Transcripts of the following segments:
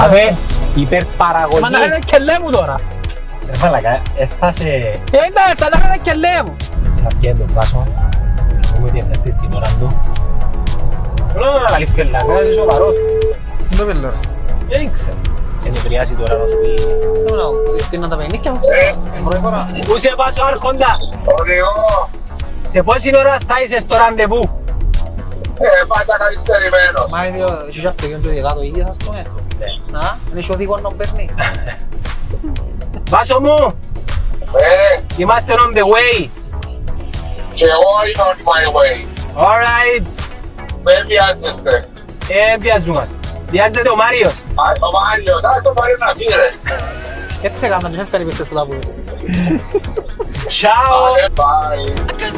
Αφέ, Pues υπερπαραγωγή. Μα να κάνεις κελέ μου τώρα. Ρε μαλακά, έφτασε Ε, εντάξει, θα να κάνεις κελέ μου. να πιέν τον βάσο. Να πούμε ότι έφτασες την ώρα του. Θέλω να αναλύσεις πελάκα, είσαι σοβαρός. Δεν το πελώρες. Δεν ξέρω. Σε νευριάσει τώρα να σου πει. Δεν μου στην Ανταπενίκια μου. Πρώτη φορά. Πού σε πάσω άρχοντα. Οδηγώ, Σε πόση ώρα θα είσαι στο ραντεβού. ε, πάντα καθυστερημένος. Μα είναι δύο, εσύ και αυτοκίνητο και οδηγά το ίδιο, ας πούμε. Να, είναι και οδηγός να παίρνει. Βάσο μου, Ε, είμαστε on the way. και εγώ είμαι on my way. Alright, Με βιάζεστε. ε, πιαζόμαστε. Πιάζεται ο Μάριος. Α, το Μάριο, να το Μάριο να φύγει ρε. Έτσι έκανα, δεν έφυγαν οι πιστές του τάπου. Τσάω. Άντε, bye. Cause that's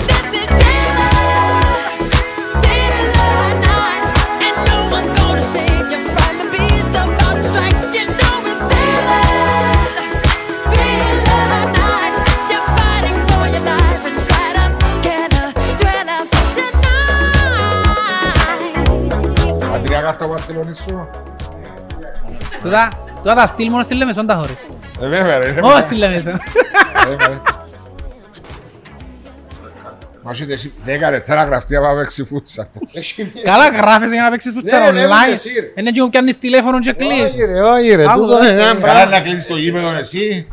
the deadline, deadline night, and no one's gonna save you from the beast about to strike. You know it's deadline, deadline night. You're fighting for your life inside a killer thriller tonight. Αντρία κάρτα Βαρκελόνη σου. Τώρα, τώρα τα στυλ μόνο στη Λεμεσόν τα χώρες. Ε, βέβαια ρε. Ε, Μόνο στη Λεμεσόν. Μας είδες δέκα λεπτά να γραφτεί από έξι φούτσα. Καλά γράφεις για να παίξεις φουτσάρα Ναι, ναι, ναι, online. εσύ, ρε. Είναι και που πιάνεις τηλέφωνο και κλείς. Όχι ρε, όχι ρε. Άκου τούτο τώρα, είναι ένα ε, Καλά να κλείσεις το γήπεδο εσύ.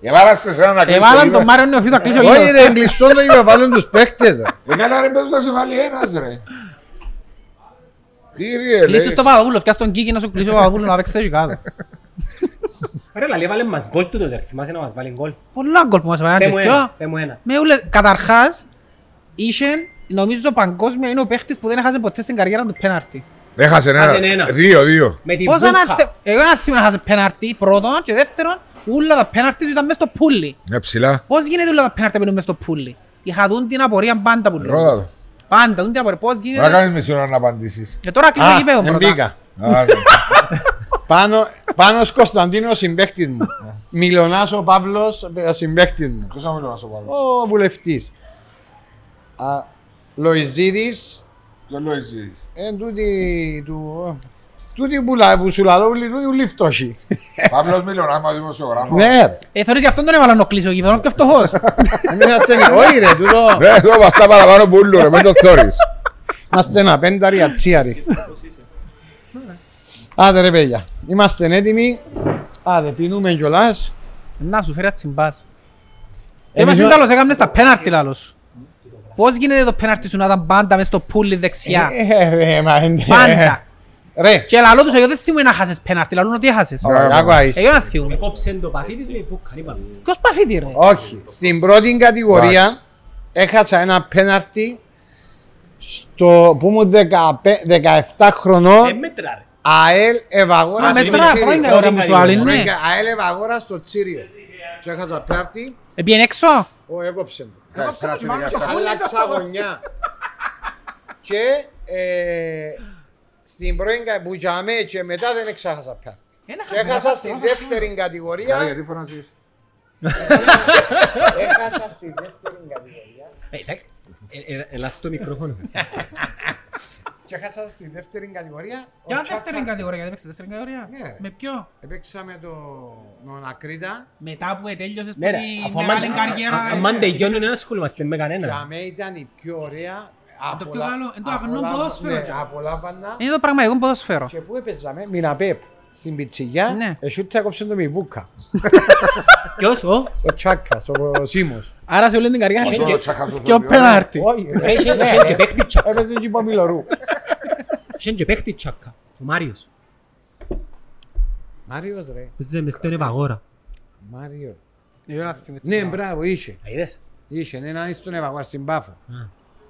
Εβάλα σε εσένα να κλείσεις το Εβάλαν τον γήπεδο. Μάριο Νεοφίου να κλείσει ο Όχι γύρος. ρε, κλειστό το είπε, βάλουν τους παίχτες. ρε. Δεν Ε, καλά ρε παίζουν να σε βάλει ένας ρε. Κύριε Κλείς λέει. τους το Παπαδόπουλο, πιάσεις τον Κίκη να σου κλείσει ο Παπαδόπουλο να παίξεις έτσι κάτω. Ρε λαλή, έβαλε μας γκολ τούτος, ρε. Θυμάσαι να μας βάλει γκολ. Πολλά γκολ που μας Ε, έβαλαν Πέ και μου δυο. ένα, πέ μου ένα. Με ούλες, καταρχάς, είχε, νομίζω παγκόσμια, είναι ο παίχτης που δεν έχασε ποτέ στην καριέρα του πέναρτη. Έχασε Χάσεν ένα. ένα. Δύο, δύο. Με την Πώς να θε... βούτχα. Εγώ να θυμάμαι να χάσει πέναρτη πρώτον και δεύτερον, ούλα τα πέναρτη του ήταν μέσα στο πουλί. Ναι ψηλά. Πώς γίνεται ούλα τα πέναρτη που είναι μέσα στο πουλί. Είχα δουν την απορία πάντα που λέω. Ρώτα το. Πάντα, δουν την απορία. Πώς Τώρα γίνεται. κάνεις μισή ώρα να απαντήσεις. Και τώρα κλείνει το Α, γήπεδο δεν πρώτα. μπήκα. Πάνω, Πάνος Κωνσταντίνος, συμπαίχτης μου. Μιλονάς ο Παύλος, ε, συμπαίχτης μου. Ποιος θα μιλώνας ο Παύλος. Ο βουλευτής. Α, Λοϊζίδης, Ποιο λέω εσείς. εν τούτη του... Τούτη που, λα- που σου λαλώ, ούλη- τούτη ούλη φτώχη. Παύλος Μιλωνάς μα δημοσιογράφος. Ναι, Ε, θεωρείς γι' αυτόν τον έβαλαν ο κλείσο γήπεδο, είναι πιο φτωχός. εμείς ασθενείς. Όχι ρε, τούτο... Ρε, Ε, εδώ μας τα παραπάνω που ούλου, ρε, μην το θωρείς. Είμαστε ένα πένταρι ατσίαρι. Άντε ρε παιδιά, είμαστε έτοιμοι. Άντε πίνουμε κιόλας. Να σου φέρει ατσιμπάς. Ε, Εμείς Εμείς είμα- ήταν άλλος, έκαμε στα πέναρτη λάλλος. Πώς γίνεται το πέναρτη σου να ήταν πάντα μέσα στο πουλί δεξιά. Ε, ρε, μα, εν- Πάντα. Ρε, Και λαλό τους, εγώ δεν θυμούμαι να χάσεις πέναρτη, λαλούν ότι έχασες. Ναι, ωραία, άκουα εις. Εγώ να θυμούμαι. Κόψε το παφί της με βούτχα, είπαμε. Ποιος παφίτη ρε. Όχι, στην πρώτη Εντάξει. κατηγορία έχασα ένα πέναρτι στο που μου 17 Δεν χρονών μέτρα, ρε. ΑΕΛ Ευαγόρας Α, στο μετρά, Τσίριο. πρώην ώρα μου σου άλλη, Πρώην ναι. κα- ΑΕΛ Ευαγόρας στο Τσίριο. Και έχασα πέναρτι, Επίεν Ε, έξω. ο έκοψε το. Έκαψε το μάλλον το Άλλαξα γωνιά. Και ε, στην πρώτη κα- που τζαμέ και μετά δεν εξάχασα πέναρτι. Ε, Και έχασα στη δεύτερη κατηγορία. γιατί φωνάζεις. Έχασα στη δεύτερη κατηγορία. Ε, εντάξει. Ε, ε, Ελάς στο μικρόφωνο. Και χάσα στη δεύτερη κατηγορία. Ο Ποια Τσάκα- δεύτερη κατηγορία, δεν παίξες δεύτερη κατηγορία. Ναι, ρε. Με ποιο. Έπαιξα με το Νονακρίτα. Μετά που ετέλειωσες Ναι, ρε. την Αφού άμα- μεγάλη καριέρα. α- ε, αμάν τελειώνουν, δεν ασχολούμαστε με Για κανένα. μένα ήταν η πιο ωραία. το πιο απολα- καλό, εν το αγνό απολα- ποδόσφαιρο, Ε- ναι, και- Απολάβανα. Είναι το πραγματικό ποδοσφαίρο. Και πού έπαιζαμε, Μιναπέπ. Στην πιτσιγιά, Ναι. εσύ τα έκοψε το Μιβούκα. Ποιος, ο? Ο Τσάκας, ο Σίμος. Άρα σε όλη την Ε, καριέρα Ας το είχε τσακάσω στον και ο Ιωάννη. πέναρτη. Όχι, ρε. Ρε, είχε- Ναι, είχε και παίκτη τσάκα. Έπαιζε και είπα Μιλορού. Είχε και παίκτη τσάκα. Ο Μάριος. Μάριος ρε, Παίζει μες στον Ευαγόρα. Μάριο. Εγώ να θυμηθώ. Ναι, μπράβο, είχε. Α, είδες. Είχε, ναι, να είσαι στον Ευαγόρ στην Πάφο.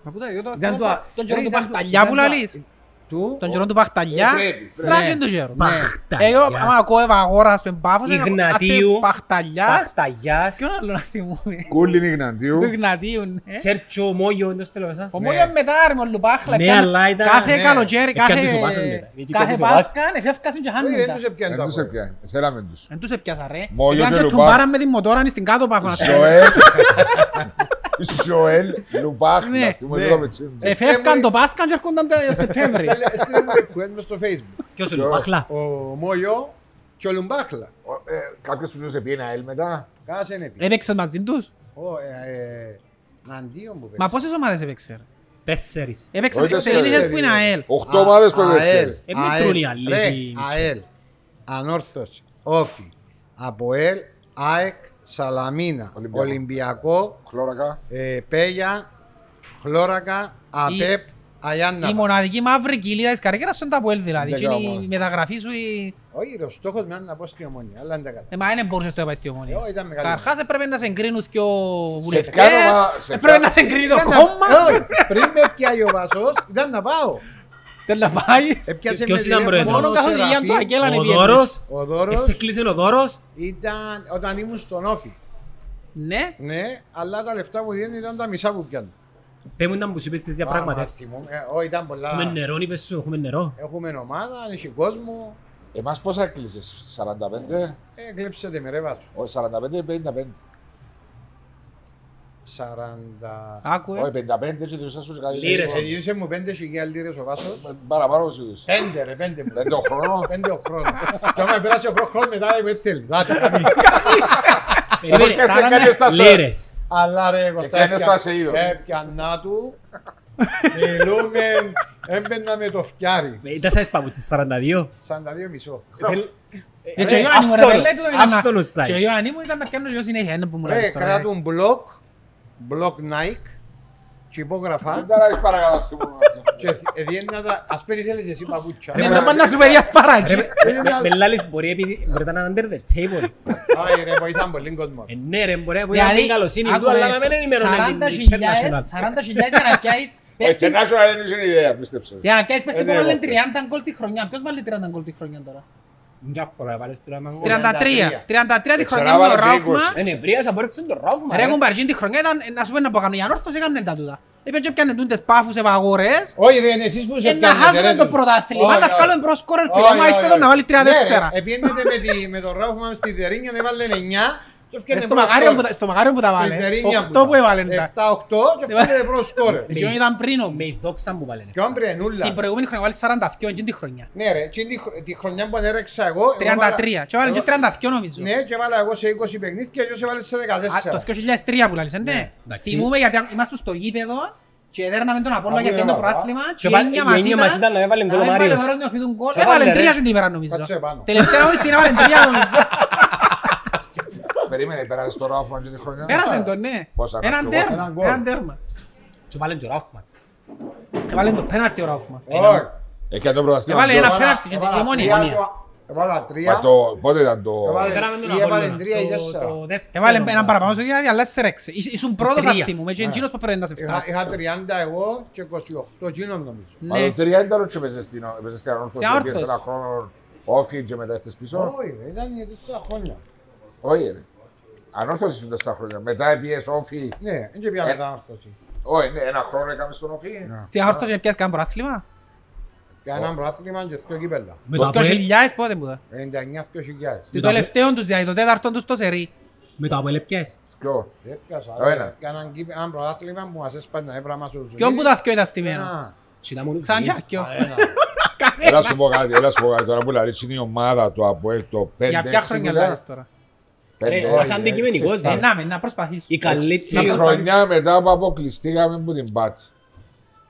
Μα πού τα- εγώ το- Ήταν το α- Τον καιρό ρε, του ήταν Παχταλιά που ήταν το α- λαλείς. Του, Τον καιρό του Παχταλιά. Ε, πρέπει, πρέπει. Τράγει τον καιρό. Ναι. Παχταλιάς. Εγώ, άμα ακούω Ευαγόρας, πεν Πάφος, είναι ακου- Ιγνατίου. αυτή Παχταλιάς. Παχταγιάς. Ποιον άλλο να θυμούμε. Κούλιν Ιγναντίου. Του Ιγνατίου, ναι. Σέρτσο Μόγιο, εντός τέλος. εσά. Ο Μόγιος μετά ρε με ο Λουπάχλα. Ναι, πιάνε- αλλά ήταν- Κάθε ναι. καλοκαίρι, Επιάνει κάθε- τους ο Βάσος μετά. Εκεί κάθε κέρδισε ο Βάσος. Πάσχα, ναι, φεύγασαν και Όχι, χάνονταν. δεν τους έπιανε Ε, Δεν το τους αγόρι. έπιανε, θέλαμε τους. Εν τους έπιασα ρε. Μόγιο Ήταν και και Λουπά. τουμπάραν με τη μοτόρα στην κάτω πάφος να τρέχουν. Ζωέλ. Ζωέλ Ναι, Λουμπάχνα. θυμούμε ναι. Ε, λίγο με τσίζουν. Εφεύκαν το Πάσχα και έρχονταν το Σεπτέμβρη. Έστειλε- Έστειλε μου request μες στο facebook. Ποιος είναι, Παχλά. ο Μόλιο και ο Λουμπάχλα. ε, Κάποιος του ζούσε πει ένα ελ μετά. Κάσε είναι πει. Έπαιξες μαζί τους. Ω, ε, ε, Ναντίον που Μα παίζει. πόσες ομάδες έπαιξε. ρε? Τέσσερις. Έπαιξες Όχι, σε τέσσερις. λίγες που είναι ΑΕΛ. Οχτώ Α, ομάδες που ΑΕΛ, έπαιξε. Ε, ΑΕΛ, μετρούν οι άλλοι, ρε, οι- ΑΕΛ, Ανόρθωση, Όφι, Αποέλ, ΑΕΚ, Σαλαμίνα, Ολυμπιακό. Ολυμπιακό, Χλώρακα. ε, Πέγια, Χλώρακα, ΑΠΕΠ, Η Αγιάννα. μοναδική μαύρη κοιλίδα της καριέρας είναι τα ΑΠΟΕΛ δηλαδή. Δεν Και είναι κάνω η μόνο. μεταγραφή σου η... Όχι ρε, ο στόχος μου ήταν να πω στην ομονία, αλλά δεν τα κατάφερα. Ε, μα δεν μπορούσες το να πάει στη ομονία. Ε, ήταν μεγάλη. Καρχάς έπρεπε να σε εγκρίνουν και βουλευτές. κάνω, μα, σε Έπρεπε κάνω. να σε εγκρίνει το Ήταν να- κόμμα. Όχι, Πριν με πιάει ο Βασός, ήταν να πάω. Δεν να πάεις. Έπιασε Ποιος με ήταν τηλέφωνο πρόεδρος? Μόνο ο καθώς η Γιάννη Σεραφείμ. του Αγγέλα Ε, Ο είναι Δώρος. Ο Δώρος Εσύ κλείσε ο Δώρος. ήταν όταν ήμουν στον Όφι. Ναι. Ναι, αλλά τα λεφτά που δίνει ήταν τα μισά που πιάνω. Πες μου να μου σου είπες τις διαπραγματεύσεις. Άμα, θυμούμαι, ε, Όχι, ήταν Έχουμε πολλά. νερό, είπες σου, έχουμε νερό. Έχουμε ομάδα, έχει κόσμο. Εμάς πόσα κλείσες, 45, Ε, κλέψετε με ρε βάτσο. όχι 45 ή 55. 40... Άκουε. Όχι 55 έτσι διούσα σου κάτι. Λίρες, Ε, Ε, διούσε μου πέντε χιλιά λίρες ο Βάσος. Παραπάνω σου διούσα. Πέντε ρε, πέντε μου. Πέντε ο χρόνος. Πέντε ο χρόνος. Και άμα πέρασε ο πρώτος χρόνος μετά δεν θέλει. Λάτε, κάνει. Περίμενε, Έπαιξε κάτι στα 40 στα- λίρες. Αλλά ρε Κωστά, Έκανε έπιαν- στα σε είδος. έπιανά του. Μιλούμε, έμπαινα με το φτιάρι. Ε, Ήταν σαν τις παπούτσες, 42. 42 μισό. Ε, Και ο Ε, Ιωάννη μου, ρε, αυτόν- πέλε, τούτο ήταν να- αυτόν ο Σάις. και ο Ιωάννη μου ήταν να πιάνω λίγο συνέχεια, ένα που μου Ρε, λάβεις τώρα. κράτουν μπλοκ, μπλοκ Nike, και υπόγραφα. Δεν τα λάβεις παρακαλώ σου. Και διέννα τα, ας πέντε θέλεις εσύ παπούτσα. Ναι, να πάνε να σου παιδιά σπαράκι. Με- με- Με λάλης μπορεί επειδή μπορεί να ήταν under the table. Άι ρε, βοηθάν πολύ κόσμο. Ε, Ναι ρε, μπορεί να Δηλαδή, είναι καλοσύνη άκου, του, αλλά ρε, να μην ενημερώνει την 40.000 international. 40.000 για να πιάσεις Ο παίχτη- International δεν είχε ιδέα, πίστεψε. Για να πιάσεις παίχτη Ε, που ναι, βάλει εγώ. 30 γκολ τη χρονιά. Ποιος βάλει 30 γκολ τη χρονιά τώρα. Μια φορά βάλες πειράμα εγώ. 33. 33 τη Ε, χρονιά ξανά με το βάλε Ράουφμα. 20. Ε, νευρίασα, μπορεί να ξέρουν το ρόφημα. Ρε ρε. κουμπαριζίν τη χρονιά ήταν, ε, να σου πω να πω κανένα, η ανόρθωση έκανε τα τούτα. Έπιαν και πιάνε τούντες πάφους ευαγορές. Όχι ρε, είναι εσείς που ε, σε Να χάσουμε το πρωτάθλημα, Όχι, να όχι. βγάλουμε προ σκόρερ Όχι, πηγαίνει όχι, μάλιστα όχι. να βάλει 3-4. Ναι, ρε, επίενεται με τη- με το Ράουφμαν στη Δερίνια, έβαλε 9 και Ε, έφτιανε Στο πρώτο μαγάριο σκόρερ. που τα- στο μαγάριο που τα Στη βάλε. Δερίνια που 8 που ήταν. έβαλε. τα. 7-8 και έφτιανε πρώτο σκόρερ. Εκείνο ήταν πριν Με όμως. η δόξα μου βάλε. ρε. Και ο Άμπρε, νουλα. Την προηγούμενη χρονιά βάλει 42 εκείνη τη χρονιά. Ναι ρε, εκείνη τη χρο- τη χρονιά που ανέρεξα εγώ... εγώ 33. βάλα- Και βάλει και εγώ- 32 νομίζω. Ναι, και βάλα εγώ σε 20 παιχνίδια και αλλιώς έβαλε σε Α, 14. Το 2003 που λαλείς, ε, ναι. Εντάξει. Θυμούμε γιατί είμαστε στο γήπεδο και δέρναμε τον Απόλλωνα Α, για ναι, πιέν το μα, πρωτάθλημα και Και η βα- έννοια η μας έννοια μας ήταν ήταν να έβαλε να γκολ ο έβαλε Μάριος. φόρο νεοφύτου γκολ. Και Έβαλε έβαλε, τρία ρε. στην ημέρα νομίζω. Κάτσε επάνω. Τελευταία αγωνιστική έβαλε τρία νομίζω. Περίμενε, πέρασε το Ράφμαν και τη χρονιά. Πέρασε τον, ναι. Πόσα να Έναν πιω, τέρμα. έναν γκολ. Έναν τέρμα. Και βάλε και ο Ράφμαν. Έβαλε το πέναρτι ο Ράφμα. Όχι. Έκανε το πρωταθλήμα. Έβαλε Ποιος? ένα πέναρτι και την Έβαλα γεμόνια. τρία και- Έβαλα τρία. Μα το- Πότε ήταν το... Έβαλε- Έκαναμε τον ή Έβαλε Απόλλωνα, τρία ή το- τέσσερα. το δεύτερο. Έβαλε έναν παραπάνω στο διάδια, αλλά σε ρέξε. Ήσ- Ήσουν πρώτος Τρία. αν θυμούμε και εκείνος που πρέπει να σε Είχα- φτάσει. Είχα 30 εγώ και 28 εκείνον νομίζω. Μα το Ναι. 30 ήταν και έπαιζε στην έπαιζε στην ανόρθωση. Σε πήγες όρθος. ένα χρόνο όφι και μετά έφτες πίσω. Όχι ρε, ήταν για τέσσερα χρόνια. Όχι ρε. Ανόρθωση σου τέσσερα χρόνια. Μετά πιες όφι. Ναι, δεν και πια Ε. μετανάσταση. Όχι, ναι, ένα χρόνο έκαμε στον όφι. Στην αόρθωση δεν πιάσεις κανένα πρωτάθλημα. Για έναν πρωτάθλημα και δύο κύπελλα. Με το Το Αποέλ- 2000 πότε που ήταν. 99-2000. Το τα- τελευταίο τους δηλαδή, το τέταρτο τους το σερί. Με το Αποέλ έπιασες. Ποιο. Δεν πιάσα, Το ρε. ένα. Για έναν κύπε- έναν πρωτάθλημα που μας έσπανε τα έβρα μας ο Ζουλίδης. Κι όπου τα δυο ήταν στημένο. Ένα, Και ήταν μόνο Σαν ψηλή. τσάκιο. ένα. Έλα σου πω κάτι, έλα σου πω κάτι. Τώρα που λαρίτσι είναι η ομάδα του Αποέλ το 5-6 Για ποια χρονιά λάβεις τώρα. Ρε, Πέντε, ο έξι. Σαν αντικειμενικός, Ε, ρε. να με, να προσπαθήσω. Η καλύτερη. Η χρονιά μετά που αποκλειστήκαμε από την Πάτη.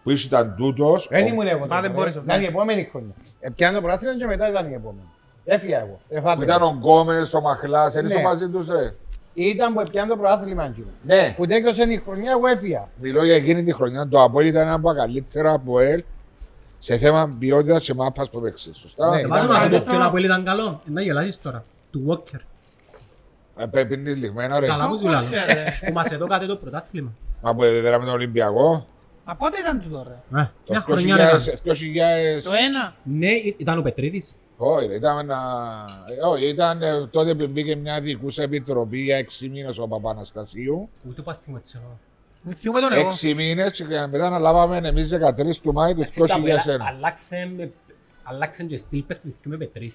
Που ήσουν ήταν τούτος. Δεν ήμουν εγώ. Μα τότε, δεν ρε. μπορείς, Ήταν ναι. η επόμενη χρονιά. Επιάνω το πρωτάθλημα και μετά ήταν η επόμενη. Έφυγα εγώ. Ε, Που Εφάτω. ήταν ο Γκόμες, ο Μαχλάς, δεν είσαι Ναι. μαζί τους ρε. Ήταν που έπιανε το πρωτάθλημα εκείνο. Ναι. Που τέλειωσε η χρονιά, εγώ έφυγα. Μιλώ για εκείνη τη χρονιά. Το Αποέλ ήταν ένα από τα καλύτερα Αποέλ σε θέμα ποιότητας και μάπας που παίξε. Σωστά. Ναι, Ήταν- Βάζω να σου πω καλύτερο. ποιον Αποέλ ήταν καλό. Ε, Να γελάσεις τώρα. Του Walker. Ε, πέ- Πίνεις λιγμένα ρε. Καλά μου σου λέω. Που μας έδωκατε το πρωτάθλημα. Μα που έδεραμε τον Ολυμπιακό. Α, πότε ήταν τούτο ρε. Ε, Το Μια χρονιά ρε. 2000 2000. Το ένα. Ναι, ή- ήταν ο Πετρίδης. Όχι, ρε, ήταν ένα... ε, όχι, ήταν ε, τότε που μπήκε μια δικούσα επιτροπή για έξι μήνες ο Παπαναστασίου. Ούτε πας θυμώ έτσι. εννοώ. Μη Θυμούμε τον εγώ. Έξι μήνες και μετά αναλάβαμε εμείς 13 του Μάη του Εντάξει, τα 2001. πολλά- Αλλάξε με- αλλάξε και στυλ παιχνιδιού με Πετρίδη.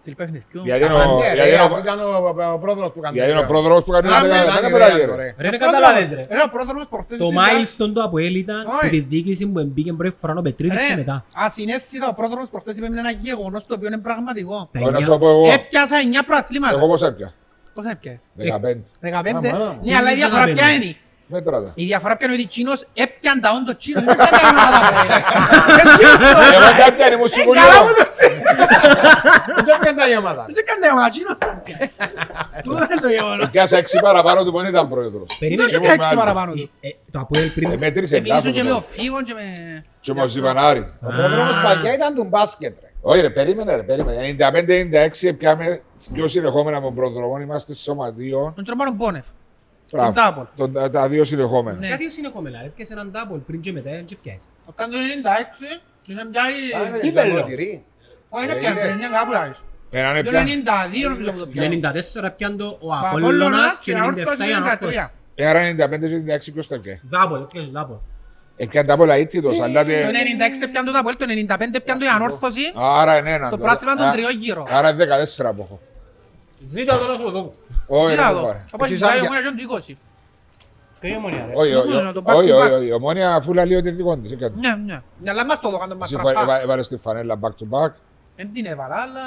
στυλ παιχνιδιού. Γιατί είναι Α, ο- ναι, γιατί ρε, είναι αφού ο- ήταν ο- ο πρόεδρος του γιατί είναι ο Καντιλιέρα. πρόεδρος του Α, ναι, Καντιλιέρα. ήταν Δεν η πειράζει, Ρεάλ, ρε. ρε. Ρε, δεν καταλάβες ρε. Ρε, ο πρόεδρος προχτές Το ήταν- milestone του Αποέλ ήταν Όχι. που τη διοίκηση που μπήκε πρώτη φορά ο Πετρίδης Ρε, και μετά. ασυναίσθητα ο πρόεδρος προχτές είπε ένα γεγονός το οποίο είναι πραγματικό. Τα Ωραία, να εννιά- σου πω εγώ. Έπιασα 9 προαθλήματα. Εγώ πώς έπια. Πόσα έπιασες? 15. 15. Άμα, άμα. Ναι, αλλά η διαφορά Δεκαπέντε. ποια είναι. Μέτρα τα. Η διαφορά ποια είναι ότι τσίνος έπιαν τα όντο τσίνος. Δεν τα έκαναν άλλα πράγματα. Ε, τσίνος το- Εγώ κάτι αν ήμουν Ε, σίγουρο. καλά μου το σε- Δεν έπιανε τα γεμάτα. Δεν σε έκανε γάμα, τσίνος το έπιανε. Τούτο είναι το γεγονός. Πιάσα έξι παραπάνω του που δεν ήταν πρόεδρος. Δεν Περίμενε. είχε εγώ πιάξει με άλλο. παραπάνω του. Ε, ε, Το Αποέλ Ε, πριν. Μέτρησε Μιλήσουν εντάσσον και με το. οφήγων και με... Και με ο Ζιβανάρη. Ο πρόεδρος Παγιά ήταν του μπάσκετ, ρε. Όχι ρε, περίμενε ρε, περίμενε. 95-96 πιάμε δυο συνεχόμενα από προδρομών, είμαστε σωματείων. Τον τρομάρο Μπόνεφ. Μπράβο. Τον double. Τον- τα- Τα δύο συνεχόμενα. Ναι. Κάτι συνεχόμενα, ρε, πιάσε έναν double πριν και μετά, δεν πιάσε. Ο Κάντον είναι 96 και σε πιάει... Ήταν τι λεπτό λέω. τυρί. Όχι, είναι πιάνε, είναι κάπου λάβεις. Έναν Ναι. Τον έπιαν. 92 νομίζω που το Το πιάνε. 94 πιάνε το ο Απόλλωνας Ε, Απόλλωνας και και η το 97 Ανόρθωση η 93. Ανόρθωση. Ε, Άρα 95-96 ποιος τα πιέ. Double, πιάνε double. Έπιαν τα πολλά ήττητος, αλλά... Το τε- 96 πιάνε το Αποέλ, το 95 πιάνε το η Ανόρθωση Άρα είναι έναν. στο τώρα. πράσινο Α, των τριών γύρω. Άρα 14 από έχω. ε, Ζήτα τον όσο εδώ. Όχι, Τι ρε, να δεν δω, πάρε. όπως Εσείς ζητάει ο άδεια. Μούρας και ο 20. Όχι, όχι, Ναι, να το ε, όχι, back to όχι, back. όχι. Η Ομόνια αφού λαλεί ότι δικό της. έκανε. Ναι, ναι. Ναι, αλλά μας το δώκαν τον μας Συμφω- τραπά. έβα- Έβαλε ε, στη φανέλα back to back. Δεν την έβαλα, αλλά...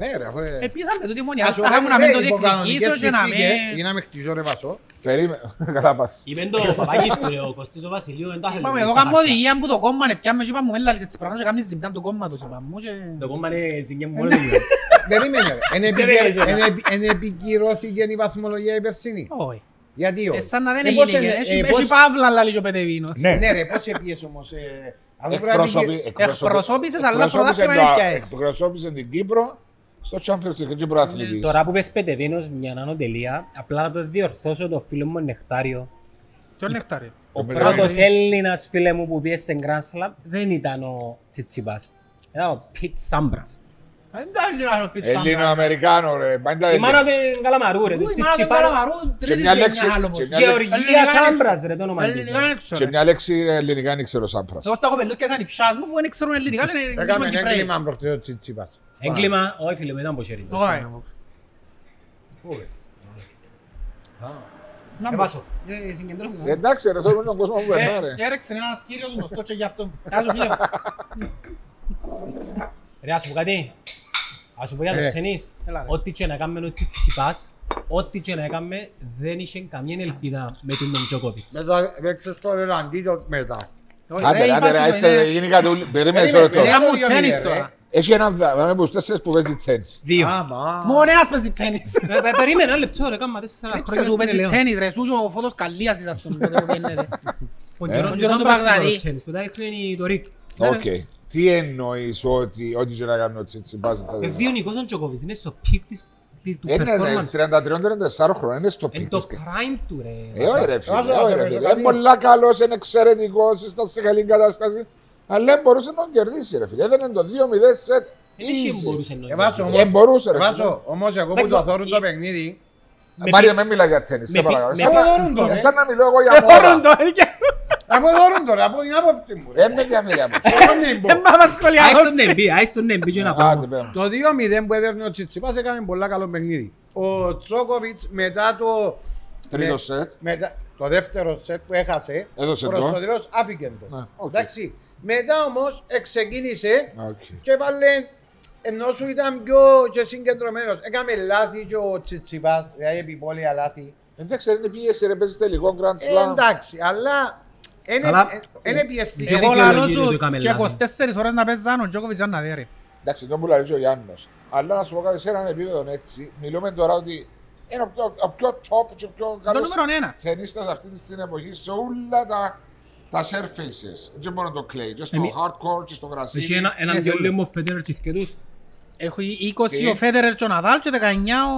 ε, Ναι, ρε, αφού... Επίσαμε τούτη μόνοι, Ας ας το τα κάνουμε, χάμουν να μην ρε, το υπό διεκδικήσω κανονικές και να συνθήκες. μην... Γίναμε χτυζό, ρε, βασό. Περίμενε. Καλά πάθεις. Είπε το ο Παπάκης του, ρε, ο Κωστής ο Βασιλείου, δεν τα θέλει. Είπαμε, εδώ κάνουμε οδηγία που το κόμμα είναι πια μες και είπαμε, έλα λες έτσι πράγματα και κάνεις ζημιά του κόμματος, είπαμε, μου και- Το κόμμα είναι ζυγέ μου μόνο του. λέω. Περίμενε, ρε. Εν επικαι- Περίμενε, ρε. εν επι- εν επικυρώθηκε η βαθμολογία η περσινή. Όχι. Γιατί Ε, όχι. σαν να δεν Ε, πώς έγινε, είναι, και ε, έχει- πώς- έχει παύλα, λαλεί και ο Πετεβίνος. Ναι. Ναι, ρε, πώς έπιες όμως. ε, αυτό πρέπει να Εκπροσωπη- πηγε- εκπροσωπη- εκπροσώπησες, αλλά εκπροσώπησε πρωτάθλημα το- δεν πιάες. Εκπροσώπησες την Κύπρο στο Champions League και πρωταθλητής. Ναι, Τώρα που πες πετεβίνος μια άνω τελεία, απλά να το διορθώσω το φίλο μου Νεκτάριο. Ποιον νεκτάρι. Ο Πετεβίνος. πρώτος Έλληνας φίλε μου που πιέσε σε Grand Slam δεν ήταν ο Τσιτσιπάς. Ήταν ο Πιτ Σάμπρας. Ε, εντάξει, να το πεις σαν- Ελληνοαμερικάνο ρε. πάντα Η είναι. μάνα του είναι Καλαμαρού ρε, Ου, του η μάνα των Τσιτσιπά. Καλαμαρού, Και τρίτη μια γενιά λέξη- άλλος. και μια Γεωργία Σάμπρας ρε το όνομα της. Ελληνικά Ε, δεν ξέρω. Και μια λέξη ελληνικά δεν ξέρω Σάμπρας. Εγώ στα κοπελούκια σαν υψάς μου που δεν ξέρουν ελληνικά δεν είναι Έκαμε Κύπροι. ένα έγκλημα προχτές ο Τσιτσίπας. Έγκλημα, όχι φίλε μου, ήταν ποσέρι. Ε, Όχι. Να Ε, μπω. βάσω. Ε, συγκεντρώθηκα. Ε, Εντάξει ρε, θέλουμε τον κόσμο που Ε, περνά, ρε. Έρεξε ένας κύριος γνωστός και γι' αυτό. Κάζω φίλε μου. Ρε, ας σου πω κάτι. Ας σου πω για Ε. το ξενείς. Έλα, ρε. Ό,τι και να κάνουμε ο Τσιτσιπάς, ό,τι και να κάνουμε, δεν είχε καμία ελπίδα με τον Τζοκόβιτς. Μετά παίξε στο Ρελαντί το μετά. Όχι, ε, ρε, Άντε, Ε, είπα άντε, σου, ρε, είναι- είστε γίνει κατούλη. Περίμενε Περίμενε, σε ρωτώ. περίμενε. Λέγαμε μου Δύο τένις μηδέν, τώρα. Έχει έναν δάμε που τέσσερις που παίζει τένις. Δύο. Άμα. Μόνο ένας παίζει τένις. Ε, ε, Περίμενε ένα λεπτό ρε, κάμα τέσσερα Ξέρεις χρόνια σου στην παίζει Ελαιό. τένις ρε, σου και ο Φώτος Καλλίας είσαι ας πούμε. τότε που βγαίνετε. Ο Γιώργος Ε. Γιώργος του Παπάς του Παγδαδί. Ρότσενς, Μετά έκρινε το Ρίκ. Οκ. Τι εννοείς ότι ό,τι και να κάνει ο Τσιτσιπάς δεν θα Ε, το Δύο νικός ο Τζοκόβιτς, είναι στο πικ της της- του Είναι ναι, performance. 33-34 χρόνια, είναι στο Είναι πίκ το της. prime του ρε. Ε, όχι ρε Άσο, φίλε, άσο, όχι άσο, ρε άσο, φίλε. άσο. Είναι πολλά καλός, είναι εξαιρετικός, ήταν σε καλή κατάσταση. Αλλά δεν μπορούσε να τον κερδίσει ρε φίλε. Έδαινε το 2-0 σετ. Είχε Easy. μπορούσε να Ε, βάζω νοιάζει. όμως. Ε, μπορούσε ρε φίλε. Βάζω, όμως εγώ που Εντάξει, το θόρουν ε- το η- παιχνίδι, Με Μάρια, πι- μην μιλά για τέννις, σε με πι- παρακαλώ. με Σαν πι- να- θόρουν το, ρε. σαν να μιλώ εγώ για Ε, μόρα. θόρουν το, ε, και- Αφού θόρουν το ρε, από την άποψη μου ρε. Δεν Ε, με ενδιαφέρει άμα. Θόρουν την μπο- Ε, μα, μας σχολιάζεις. Άιστον δεν μπει, άιστον δεν μπει και ένα Άντε, πράγμα. πέρα. Το 2-0 που έδερνε ο Τσιτσιπάς έκανε πολλά καλό παιχνίδι. Ο Τσόκοβιτς μετά το... Τρίτο με- σετ. μετά- το δεύτερο σετ που έχασε, Έδωσε προς το. το τέλος άφηκε το. Ναι, οκ. Ναι. Εντάξει. Μετά όμως ξεκίνησε Οκ. και έβαλε ενώ σου ήταν πιο και συγκεντρωμένος. Έκαμε λάθη και ο Τσιτσιπάς, δηλαδή επιπόλαια λάθη. Εντάξει, Ε, είναι πίεση ρε, παίζει τελικό Grand Ε, Slam. εντάξει, αλλά Καλά. είναι πιεστική. Εγώ δικαιολογεί λαλώ σου το κάμελα, και ναι. 24 ώρες να παίζει Ζάνο, ο Τζόκοβιτς ήταν να δει, ρε. Εντάξει, τον πουλαρίζει ο Γιάννος. Αλλά να σου πω κάτι σε έναν επίπεδο έτσι, μιλούμε τώρα ότι είναι ο πιο, ο πιο top και ο πιο Το καλός νούμερο ένα. ταινίστας αυτή τη στην εποχή σε όλα τα, τα surfaces. Δεν μόνο το clay, και στο Εμεί- hardcore και στο γρασίδι. Είχε ένα- έναν δυο λίγο Φέντερ και τους. Έχω Τι? 20 ο Φέντερερ και ο Ναδάλ και 19 ο...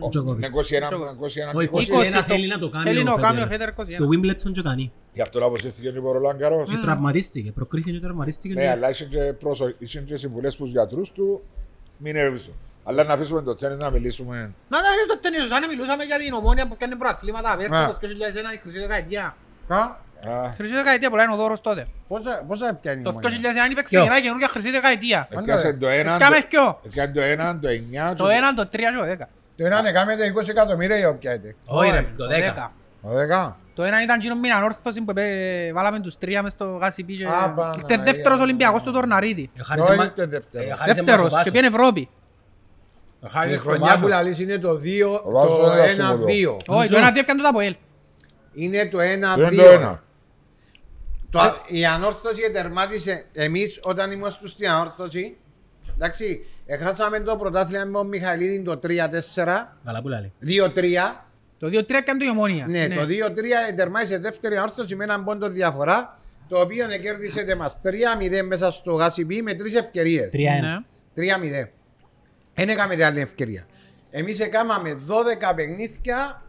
Ο- Τζόκοβιτς. ναι, 21, 21, Ο 20. 21 20 θέλει να το κάνει Θέλει ο να το κάνει ο Φέντερερ. Φέντερερ 21. Στο Wimbledon και κάνει. Γι' αυτό να αποσύρθηκε και ο Ρολάν Καρός. Και τραυματίστηκε, προκρίθηκε και τραυματίστηκε. Ε, Ναι, αλλά είχε και, πρόσω, είχε και συμβουλές στους γιατρούς του, μην έρθω. Αλλά να αφήσουμε το τέννις να μιλήσουμε. Να τα ρίξω το τέννις, σαν να μιλούσαμε για την ομόνια που κάνει προαθλήματα απέρτα Ναι. το 2001 η χρυσή δεκαετία. Α, Χρυσή δεκαετία πολλά είναι ο δώρος τότε. Πόσα, πόσα πιάνει η Το Ομόνια? 2001 παίξε Ποιο? γεννά καινούργια χρυσή δεκαετία. Έπιασε Ε, το έναν, Κάμε το- ποιο. έπιανε το έναν, το εννιά, Το 1, το 3 και το 10. Το έναν έκαμε τα 20 εκατομμύρια ή όποια ήταν. Όχι ρε, το 10. Το δέκα. Το 1 ήταν εκείνο με την ανόρθωση που επέ- βάλαμε τους τρία μες στο γάσι πι και Α, Παναγία Ήρθε δεύτερος μου. Ολυμπιακός του Τορναρίτη. Ε, χάρισε Το μα- ήρθε ε, δεύτερο. χάρισε μας ο Δεύτερος και Βάσος. πήγαινε Ευρώπη. Ε, Η χάρισε μας ο χρονιά Βάσος. που λαλείς είναι το 2, Ο Βάσος το δεν θα σου το 1-2. Όχι, το 1-2 έπιανε το Ταποέλ. Είναι το Το είναι το 1-2. ένα. Το- Η ανόρθωση τερμάτισε. Εμείς όταν ήμασταν στην ανόρθωση, εντάξει, έχασαμε το πρωτάθλημα με τον Μιχαηλίδη το 3-4, Καλά που λέει. 2-3. Το 2-3 έπιανε το Ιωμόνια. Ναι, το 2-3 τερμάτισε δεύτερη ανόρθωση με έναν πόντο διαφορά, το οποίο κέρδισε μα 3-0 μέσα στο γάσιμπι με τρεις ευκαιρίες. 3-1. Ναι. 3-0. Δεν έκαμε την άλλη ευκαιρία. Εμείς έκαναμε 12 παιχνίδια,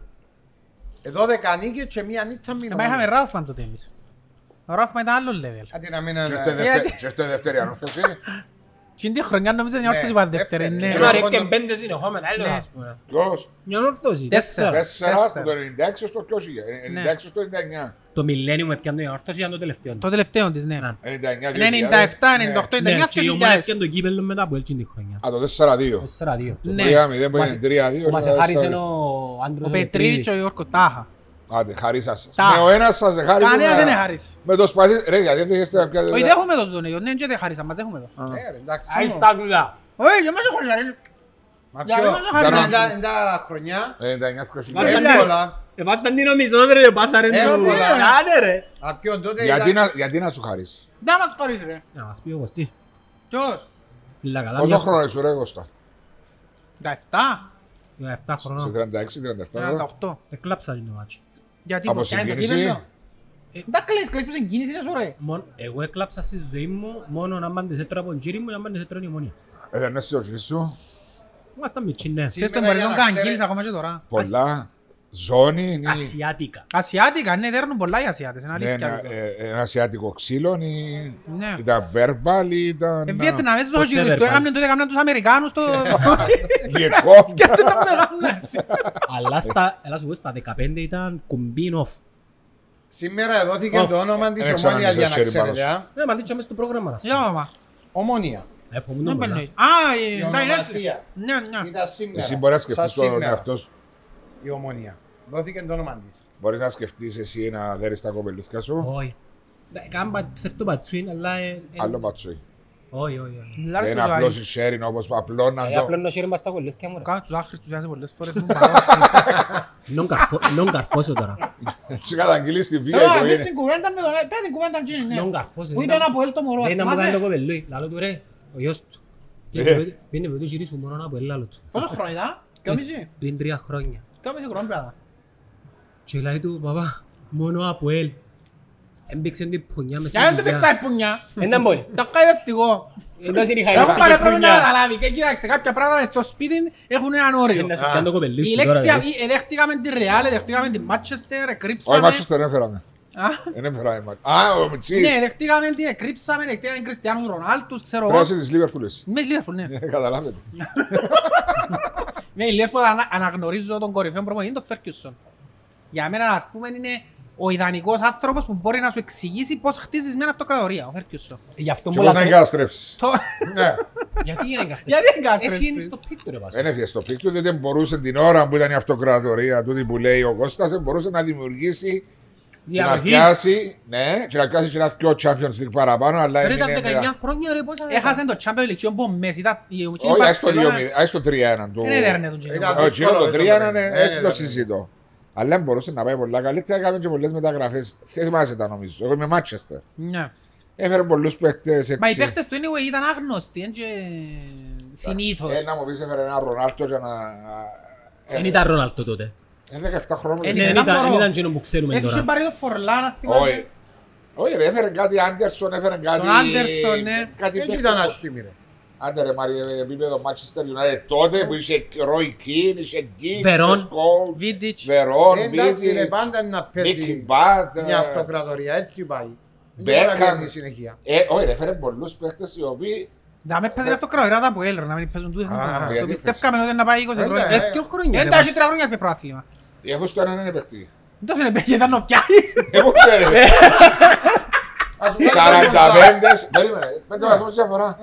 12 νίκες και μία νύχτα μήνυμα. Εμάς Ε, είχαμε Ράουφμαν τότε εμείς. Ο Ράουφμαν ήταν άλλο level. Άντε να μην ανα- Και ήρθε Ε, δευτε- Και ήρθε δεύτερη ανόρθωση. Την τη χρονιά νομίζω την ανόρθωση είπα δεύτερη. δεύτερη. ναι. Ε, Ε, μα, μα, ρε, πόντο- και πέντε συνεχόμενα, άλλο Ναι. ας πούμε. Ποιος? Μια ορθώση. Τέσσερα. Τέσσερα. Τέσσερα Τέσσερα. από το 96 στο 2000. 96 στο 99. Το Millennium έπιανε η ορθώση, ήταν το τελευταίο. Το τελευταίο της, ναι. Ναι. 99, 2000. 97, 98, Ναι, 99, και η ομάδα έπιανε το κύπελλο μετά από εκείνη τη χρονιά. Ναι. Α, το 4-2. 4-2. Το Ναι. 3-0 που Μας- είναι 3-2. Μας και το χάρισε 4-2. ο Άντρος Ο Πετρίδης και ο Ιόρκο Τάχα. Άντε, χαρίσα σας. Τα. Με ο ένας σας χάρισε. Κανένας με- δεν χάρισε. Με το σπαθί. Ρε, γιατί δεν έχετε να πιάσετε Όχι, τα- δεν έχουμε το τον ναι, και δεν χάρισα, μας έχουμε το. Ε, ρε, εντάξει. Άι στα δουλειά. Όχι, για μας έχω χάρισα. Μα Για ποιο, εμένα δεν χαρίζει. ήταν τα- ήταν τα χρονιά, 99 στο 2000. Μας τα- εύκολα. Εβάσταν την ομισός ρε, πάσα ρε. Ε, του. πολλά. Άντε ρε. Απ' ποιον τότε Γιατί ήταν- να- Γιατί να σου χαρίσεις. Δεν μας χάρισε, ρε. Να μας πει ο Κωστής. Ποιος. Φίλα καλά. Πόσο μια- χρόνο είσαι, ρε Κώστα. 17, 17 Σε χρονών. 36-37 χρόνια. 38. Εκλάψα την ομάτσι. Γιατί Από πως κάνει το συγκίνηση. κύπελλο. Ε, Δεν κλαις, κλαις που συγκίνηση είναι σωρέ. Μον- Εγώ έκλαψα στη ζωή μου μόνο να μάντες έτρα από τον κύριο μου και να μάντες έτρα η ομονία. Ε, Δεν είσαι ο γης σου. Ήμασταν μικροί, ναι. Ξέρεις τον Σήμερα, για Παριζόν να κάνει ξέρε- κίνηση ακόμα και τώρα. Πολλά. Ζώνη. είναι- Ασιάτικα. Ασιάτικα, ναι, δέρνουν πολλά οι Ασιάτες, είναι Ναι, αλήθεια. Ένα, τούτο. ε, ένα ασιάτικο ξύλο ή- Ναι. ήταν verbal ή ήταν. Ε, Βιετναμές τους το οχυριστούς, Τσέβερ, έκαμναν τότε, έκαμναν τους Αμερικάνους το... Ναι. Βιετκόμ. Σκέφτονται να μην έκαμναν έτσι. Αλλά στα, έλα σου πω, στα 15 ήταν κουμπίν off. Σήμερα δόθηκε Οφ. το όνομα Ε, της δεν ξέρω αν Ομόνιας είσαι για να χέρι ξέρετε. πάνω α. Ναι, μα δείξαμε στο πρόγραμμα. ας πούμε. Για μα. Ομόνια. Ε, φοβούμουν Δεν πολλά. περνάει. Α, ε, Η εντάξει, ονομασία. Ναι, ναι. Ήταν σήμερα. Ε, Εσύ μπορείς να σαν σκεφτεί τον σήμερα, εαυτό σου. Η Ομόνια. Δόθηκε το όνομα της. Μπορείς να σκεφτείς εσύ να δέρεις τα κοπελούθια σου. Όχι. Ναι, Κάμε πα- ψευτοπατσούιν, αλλά... ε, ε, Άλλο ματσούι. Όχι, όχι, όχι. Μιλάρε Δεν τους άλλους. απλώσει sharing όπως απλώναν Ε, το. απλώνω χέρι μας τα κολλούθκια μου, ρε. Κάνω τους άχρηστους Ιάσες πολλές φορές. Νον καρφώ- νον καρφώσω τώρα. Έτσι καταγγείλεις τη βία Τώρα, μες οικογένεια. την κουβέντα με τον... Πες την κουβέντα Τζίνι, ναι. Νον καρφώσω. Που είπε ένα από ελ το μωρό, Δεν ήταν που κάνει το θυμάσαι. κοπελούι. Λαλό του, ρε, ο γιος του. Πήγαινε πήγαινε με το γύρι σου μόνο να πω, λαλό του. Πόσο χρόνο ήταν. Κάμιση. Πριν τρία χρόνια. Κάμιση χρόνο πράγμα. Και λέει του, παπά, μόνο από ελ. Έμπαιξε την πουνιά μες Για να στη το δουλειά. παίξα πουνιά. Ένα μόνο. Τα καηδευτικό. Εντός είναι η Έχω χαριστική παραπάνω να πουνιά. αναλάβει. Και κοίταξε, κάποια πράγματα στο σπίτι έχουν έναν Ε, όριο. Ένα σου πιάνω το κοπελί Η σου τώρα. λέξη ρε. αυτή, ε, δέχτηκαμε την Ρεάλ, δέχτηκαμε την Μάτσεστερ, Όχι, εκρύψαμε. μάτσο δεν έφεραμε. Α, Δεν έφεραμε. μάτσο. Α, ο Ναι, Μιτσί. δέχτηκαμε την, εκρύψαμε, δέχτηκαμε την Κριστιανού Ρονάλτου, ξέρω εγώ. Πρόση τη Λίβερπουλ. Είμαι η Liverpool, ναι. Ε, Καταλάβετε. Ναι, η Liverpool ανα- αναγνωρίζω τον κορυφαίο προπονητή, τον Ferguson. Για μένα, ας πούμε, είναι ο ιδανικός άνθρωπος που μπορεί να σου εξηγήσει πώς χτίζεις μια αυτοκρατορία, ο Ferguson. Γι' αυτό Και πώ μου να λαθρεύει. εγκαταστρέψεις. Το- Ναι, Γιατί είναι εγκαστρέψει. Γιατί δεν κάνεις Έφυγε τρέσεις. στο πίκτο ρε βάζω. δεν έφυγε στο πικ του, δεν μπορούσε την ώρα που ήταν η αυτοκρατορία τούτη που λέει ο Κώστας, δεν μπορούσε να δημιουργήσει και να Διαρχή. πιάσει, ναι, και να πιάσει και να δυο Champions League παραπάνω, αλλά Ρε τα έμεινε 19 χρόνια ρε πόσα Έχασε το Champions League, ο Μπομπές, ήταν η η Όχι, ας το Barcelona. 2-0, ας το 3-1 του. Δεν έδερνε τον Genoa. Ήταν- Όχι, το 3-1 είναι, Ε, έτσι το ναι. συζητώ. Αλλά μπορούσε να πάει πολλά καλύτερα, έκαμε και πολλές μεταγραφές. Δεν θυμάσαι τα νομίζω, εγώ είμαι Μάτσεστερ. Ναι. Έφερε πολλούς παίχτες έτσι. Μα οι παίχτες του anyway ήταν άγνωστοι, εν και συνήθως. Ένα μου πεις έφερε ένα Ρονάλτο για να... Ε. Δεν ήταν Ρονάλτο τότε. Είναι 17 Ε, χρόνια. ναι, Ε, Δεν ένα ήταν- μωρό. δεν ήταν εκείνο που ξέρουμε Έφυγε τώρα. πάρει το Φορλάν, αν Όχι. θυμάσαι. Όχι ρε, έφερε κάτι Άντερσον, έφερε κάτι... Άντερσον, ναι. Κάτι Δεν παίχτες ήταν που- άσχημη ρε. Άντε ρε Μάρια, επίπεδο Manchester United τότε που είχε Roy Keane, είχε Giggs, Βερόν. Scholes, Βίντιτς. Βερόν, Ε, Εντάξει ρε, Vidic, πάντα να Mickey παίζει Bat, μια ε, αυτοκρατορία, έτσι πάει. Beckham. Δεν μπορεί να παίρνει συνεχεία. ε, όχι ρε, έφερε πολλούς παίχτες οι οποίοι... Να με παίζει αυτό κρόι, ράτα που έλρω, να μην παίζουν τούτες. γιατί Το παίζει. πιστεύκαμε ότι να πάει 20 Ε, χρόνια. ναι. Έφυγε χρόνια ρε Εντάξει, τρία χρόνια πήγε προάθλημα. Έχω στο έναν είναι παίχτη. Τόσο είναι πέγγε, ήταν ο πιάει. Δεν μου ξέρετε. ε, Ας πούμε, 45. Περίμενε. 5 βαθμούς διαφορά.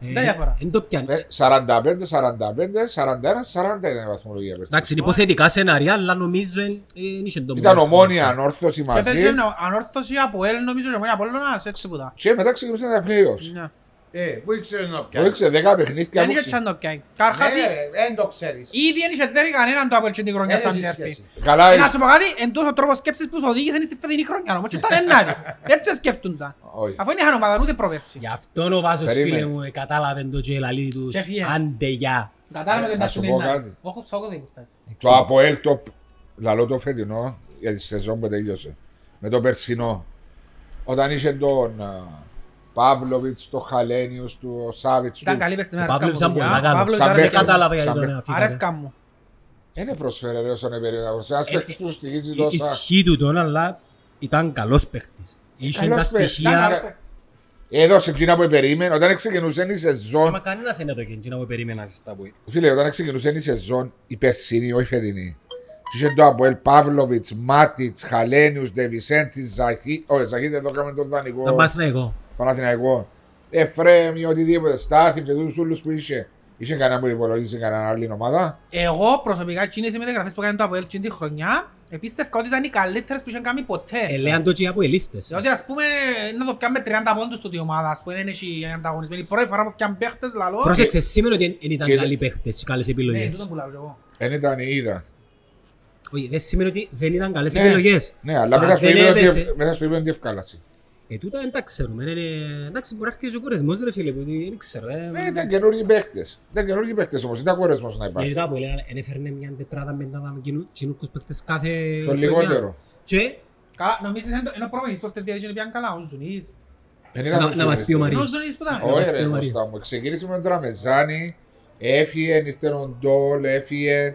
Δεν διαφορά. Δεν το Ναι, πιάνει. Ε. 45, 45, 41, 40 ήταν η βαθμολογία πέρσι. Εντάξει, είναι υποθετικά σενάρια, αλλά νομίζω εν- εν είχε το Ήταν μόνος. ομόνια, ανόρθωση Και παίζει μαζί. ένα ανόρθωση από ελ, νομίζω, και μόνο από Απόλλωνας, έτσι που τα. Και μετά ξεκινούσαν τα playoffs. Ναι. Ε, πού ήξερες να Το πιάνεις. ήξερε 10 παιχνίδια. Δεν που είχε ξε- τσάν το πιάει. Καταρχάς, Ναι, ρε, Δεν το ξέρεις. ήδη δεν είχε δέρει κανέναν το Απόλλ και την χρονιά Δεν στα Ε, έχει ντέρπι. σχέση. Καλά, Ε, να σου πω κάτι, εντός ο τρόπος σκέψης που σου οδήγησε στη φετινή χρονιά, όμως, και ήταν ένατη. Έτσι σε σκέφτονταν. όχι. Αφού είναι χανοπαδαν ούτε προπέρσι. Γι' αυτόν ο Βάσος Περίμενε. φίλε μου ε, κατάλαβε το και λαλεί τους Και φύγε. άντε γεια. Κατάλαβε να ότι σου σου πω είναι κάτι. ένατη. Όχι, ψόκο δεν υπάρχει. Το Αποέλ το λαλό το φετινό για τη σεζόν που τελείωσε. Με το περσινό. Όταν είχε τον Παύλοβιτς, τον Χαλένιους, τον Σάβιτς. Ήταν Του... καλή παίκτης, Ο με Παύλος αρέσκαν ήταν μου. πολλά Α, καλός. Παύλος Σαν Δεν παίκτης, αρέσκαν μου. κατάλαβα γιατί σαν τον ε. παίκτης. αφήκα. Αρέσκαν μου. Δεν πρόσφερε Ε, ρε όσον επηρεάζει. Ένας Ε, παίκτης που σου στοιχίζει Ε, τόσα. Ισχύει του τον, αλλά ήταν καλός παίχτης. Είχε τα καλός παίκτης. Ήταν στοιχεία. καλός. Έδωσε εκείνα που περίμενε. Όταν ξεκινούσε η Μα σεζόν, κανένας δεν το κεντρινά που περίμενα στα που φίλε, όταν ξεκινούσε η σεζόν, η περσινή, όχι η φετινή. Και Είχε το Αποέλ Παύλοβιτς, Μάτιτς, Χαλένιους, Ντεβισέντης, Ζαχί. Όχι, Ζαχί δεν το κάνουμε τον Ήταν δανεικό. Παναθηναϊκό. Παναθηναϊκό. Εφρέμ ή οτιδήποτε. Στάθη και τούτους όλους που είχε. Είχε κανένα που υπολογίζεις κανένα άλλη ομάδα. Εγώ προσωπικά εκείνες οι μεταγραφές που έκανε το Αποέλ εκείνη τη χρονιά επίστευκα ότι ήταν οι καλύτερες που είχαν κάνει ποτέ. Ελέαν Ε, το και από ελίστες. Διότι ας πούμε να το πιάμε 30 πόντους τούτη η ομάδα, ας πούμε, δεν έχει ανταγωνισμένη. Η πρώτη φορά που πιάνε παίχτες, λαλώ. Πρόσεξε, σήμερα ότι δεν ήταν και- καλοί παίχτες, καλές Ναι, τούτο επιλογές. που λέω και εγώ. Δεν ήταν η είδα. Όχι, δεν σημαίνει ότι δεν ήταν καλές Ναι. επιλογές. Ναι, αλλά Α, μέσα στο δεν ε. ίδιο έδεσε. διευ- μέσα στο ίδιο είναι διευκάλαση. Ε, τούτα δεν τα ξέρουμε. είναι- Εντάξει, μπορεί να έρχεται και ο κουρεσμός ρε φίλε, ότι δεν ξέρω. ε. Ναι, ήταν καινούργιοι παίχτες. Ήταν καινούργιοι παίχτες όμως. Ήταν κορεσμός να Γιατί υπάρχει. τα πολύ δεν έφερνε μια τετράδα με έναν κοινού- κοινούκους παίχτες κάθε... Το χρονιά. λιγότερο. Και Καλά, νομίζεις εν- ενώ προπονητής που αυτές τις διαδικασίες πιάνε καλά, ο Ζουνής. Δεν Ε, Να- ήταν να μας πει ο Μαρί. Ενώ ο Ζουνής που ήταν. Όχι Εβάσκε ρε ο Μαρίας. Κώστα μου, ξεκίνησε με τον Τραμεζάνη, έφυγε, ήρθε ο Ντόλ, έφυγε,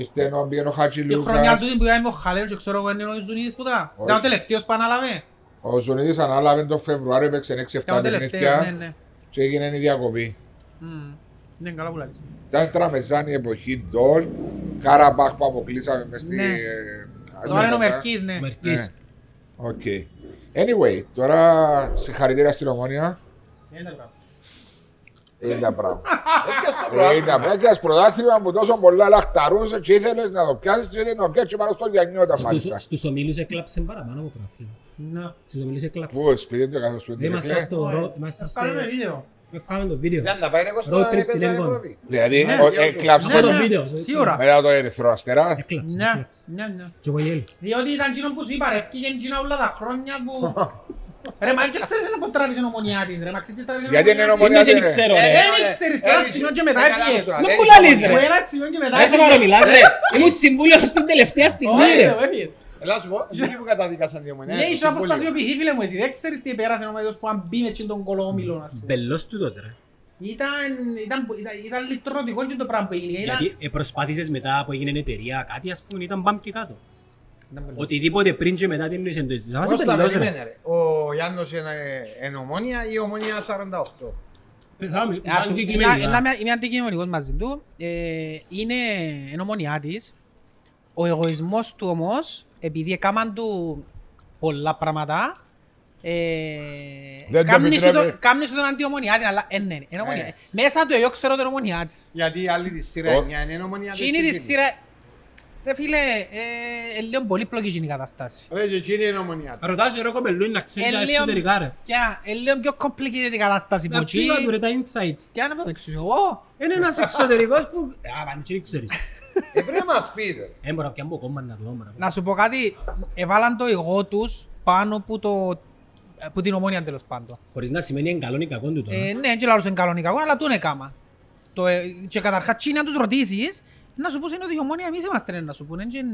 ήρθε ο Μπιέν ο Τη χρονιά Χατζηλούκας, του που είμαι ο Χαλέν και ξέρω εγώ είναι ο Ζουνίδης που ήταν. Όχι. Ήταν ο τελευταίος που αναλάβε. ο Ζουνίδης ανάλαβε τον Φεβρουάριο, έπαιξε Ήταν 6-7 ο τελευταίος, ναι, παιχνίδια ναι. και έγινε η διακοπή. Μμμ. Ναι, καλά που λες. Ήταν Τραμεζάνη εποχή Ντόλ, Καραμπάχ που αποκλείσαμε μες στη... Ναι. ε, Τώρα είναι ο Αζερβαϊτζάν. Μερκής, ναι. Μερκής. Ναι. Οκ. Anyway, τώρα συγχαρητήρια στην Ομόνια. Έλα πράγμα. Έλα πράγμα. Έκανες πρωτάθλημα που τόσο πολλά λαχταρούσες και ήθελες να το πιάσεις και δεν το πιάσεις και πάνω στο γιανιώτα μάλιστα. Στους, στους ομίλους έκλαψε παραπάνω από πρωτάθλημα. Ναι. Στους ομίλους έκλαψε. Ε, Πού, σπίτι του, καθώς σπίτι Δεν του. ήμασταν στο ρο... Θα Ήμασταν σε... βγάλουμε βίντεο. Έφκαμε το βίντεο. Ήταν να πάει ρε Κώστα Road να trip παίζει στην ένα Ελβόν. Ευρώπη. Δηλαδή, Ναι, ο- ναι, έκλαψε ναι, Ε, Ναι, το ναι. βίντεο, στο- Σίγουρα. μετά το ερυθρό αστερά. Έκλαψε. Ναι, έκλαψε. ναι, ναι. Και εγώ γέλ. Διότι ήταν εκείνο που σου είπα, ρε, έφυγε εκείνα όλα τα χρόνια που... Ρε, μα δεν ξέρεις να τράβησε η ομονιά της, ρε, μα ξέρεις τι τράβησε η Γιατί ομονιά είναι της. ομονιά, δεν ρε. ξέρω Ε, ρε. ε, Δεν ξέρεις, πέρασε Ε, σημείο και μετά ε, καλά, έφυγες. τώρα, Μα δεν που είσαι λαλείς, μόνο, ρε. Που ένα σημείο και μετά Ρε σοβαρό έφυγες. μιλάς ρε. Ήμουν συμβούλιος στην τελευταία στιγμή Όχι, ρε. ρε, έφυγες. Ελά σου πω, εσύ που καταδικάσαν δύο μονές. Ναι, είσαι αποστασιοποιηθεί φίλε μου εσύ, δεν ξέρεις τι πέρασε ο μέτος που αν μπει με εκείνον τον κολόμιλο. ας πούμε. Μπελός τούτος ρε. Ήταν, ήταν, ήταν, ήταν λιτρωτικό και το πράγμα που έγινε. Ήταν, Γιατί ε, προσπάθησες μετά που έγινε εταιρεία κάτι ας πούμε ήταν μπαμ και κάτω. ήταν πολύ- Οτιδήποτε πριν και μετά την νοήσε το έτσι. Θα Πώς βάζει τα μπελός ρε. περιμένε ρε. Ο Γιάννος είναι ε, εν ομόνια ή ομόνια 48. Πεθάμε. Ε, Ας σου- Ήταν είναι- αντικειμενικά. είναι μια- Είμαι αντικειμενικός μαζί του. Ε, Είναι εν ομονιά της. Ο εγωισμός του όμως, επειδή έκαναν του πολλά πράγματα, ε, Δεν το κάμνησε επιτρέπει. τον- κάμνησε τον αντιομονιάτη, αλλά ε, ναι, εν ομονιά. Ε. Μέσα του εγώ ξέρω τον ομονιά της. Γιατί η άλλη της σειρά Ο- εννιά είναι ομόνια. Και είναι της σειρά... Ρε φίλε, ε, ε, λίγο πολύπλοκη είναι η κατάσταση. Ρε και εκείνη είναι ομόνια. Ρωτάς ρε κοπελού είναι να ξέρεις τα Ε, λέω- εσωτερικά ρε. Πια, ε, λίγο πιο complicated η κατάσταση που Να ψήγα του εκεί. ρε τα insights. Και αν αποδείξω εγώ, Είναι ένας εξωτερικός που... Α, απάντηση δεν ξέρεις. Ε, πρέπει να μας πείτε. ρε. Ε, μπορώ να πιάνω κόμμα να δω, μωρά. Να σου πω κάτι, έβαλαν το εγώ τους πάνω που το που την ομόνια τέλος πάντων. Χωρίς να σημαίνει εν καλόν ή κακόν του τώρα. Ε, ναι, και λάρουσαν καλό νικακό, αλλά τον έκαμα. Το, ε, και καταρχάς, τσίνη αν τους ρωτήσεις, να σου πούν είναι ότι η ομόνια εμείς είμαστε, ναι, να σου πούνε. Και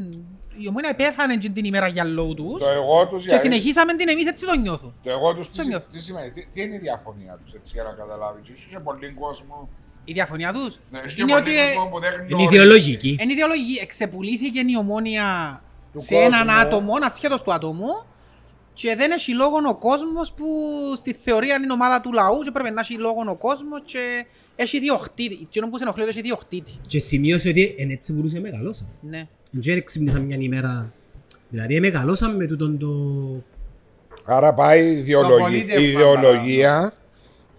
Η ομόνια πέθανε εκείνη την ημέρα για λόγου τους Το εγώ τους, και γιατί- συνεχίσαμε την εμείς έτσι το νιώθω. το εγώ τους, τι, Σε νιώθω. τι σημαίνει, τι, τι είναι η διαφωνία τους, έτσι για να καταλάβεις. Και είχε πολύ κόσμο, Η διαφωνία τους ναι, είχε είναι πολύ ότι ε, κόσμο που δεν Είναι γνώριζε. ιδεολογική. είναι ιδεολογική. Εξεπουλήθηκε η ομόνια Του σε έναν κόσμου, ε. άτομο, ασχέτως του ατόμου, και δεν έχει λόγο ο κόσμος που στη θεωρία είναι η ομάδα του λαού και πρέπει να έχει λόγο ο κόσμος και έχει διοχτήτη. Τι που σε ενοχλεί ότι έχει διοχτήτη. Και σημείωσε ότι εν έτσι μπορούσε να μεγαλώσει. Ναι. Δεν ξυπνήσα μια ημέρα Δηλαδή, μεγαλώσαμε με τούτον το. Άρα πάει ιδεολογία, πολίτευμα ιδεολογία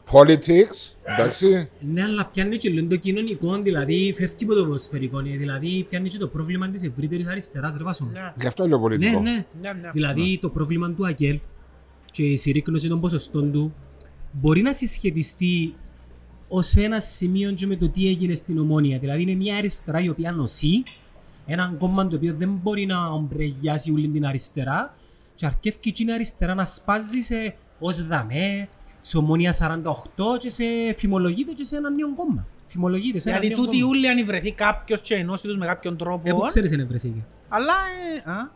politics, εντάξει. Ναι, αλλά πιάνει και λίγο το κοινωνικό, δηλαδή φεύγει από το ποδοσφαιρικό, ε, δηλαδή πιάνει και το πρόβλημα της ευρύτερης αριστεράς, ρε Βάσο. Ναι. Γι' αυτό λέω Ναι, πολιτικό. ναι. Ναι, ναι. Δηλαδή το πρόβλημα του Αγγέλ και η συρρήκνωση των ποσοστών του μπορεί να συσχετιστεί ως ένα σημείο και με το τι έγινε στην ομόνια. Δηλαδή είναι μια αριστερά η οποία νοσεί, ένα κόμμα το οποίο δεν μπορεί να ομπρεγιάσει όλη την αριστερά και αρκεύει η αριστερά να σπάζει σε ως δαμέ, σε ομόνια 48 και σε φημολογείται και σε ένα νέο κόμμα. Φημολογείται σε ένα Δηλαδή λοιπόν- τούτοι νέο κόμμα. όλοι αν βρεθεί κάποιος και ενώσει τους με κάποιον Ε, που τρόπο. ξέρεις δεν βρεθήκε. Αλλά ε, α,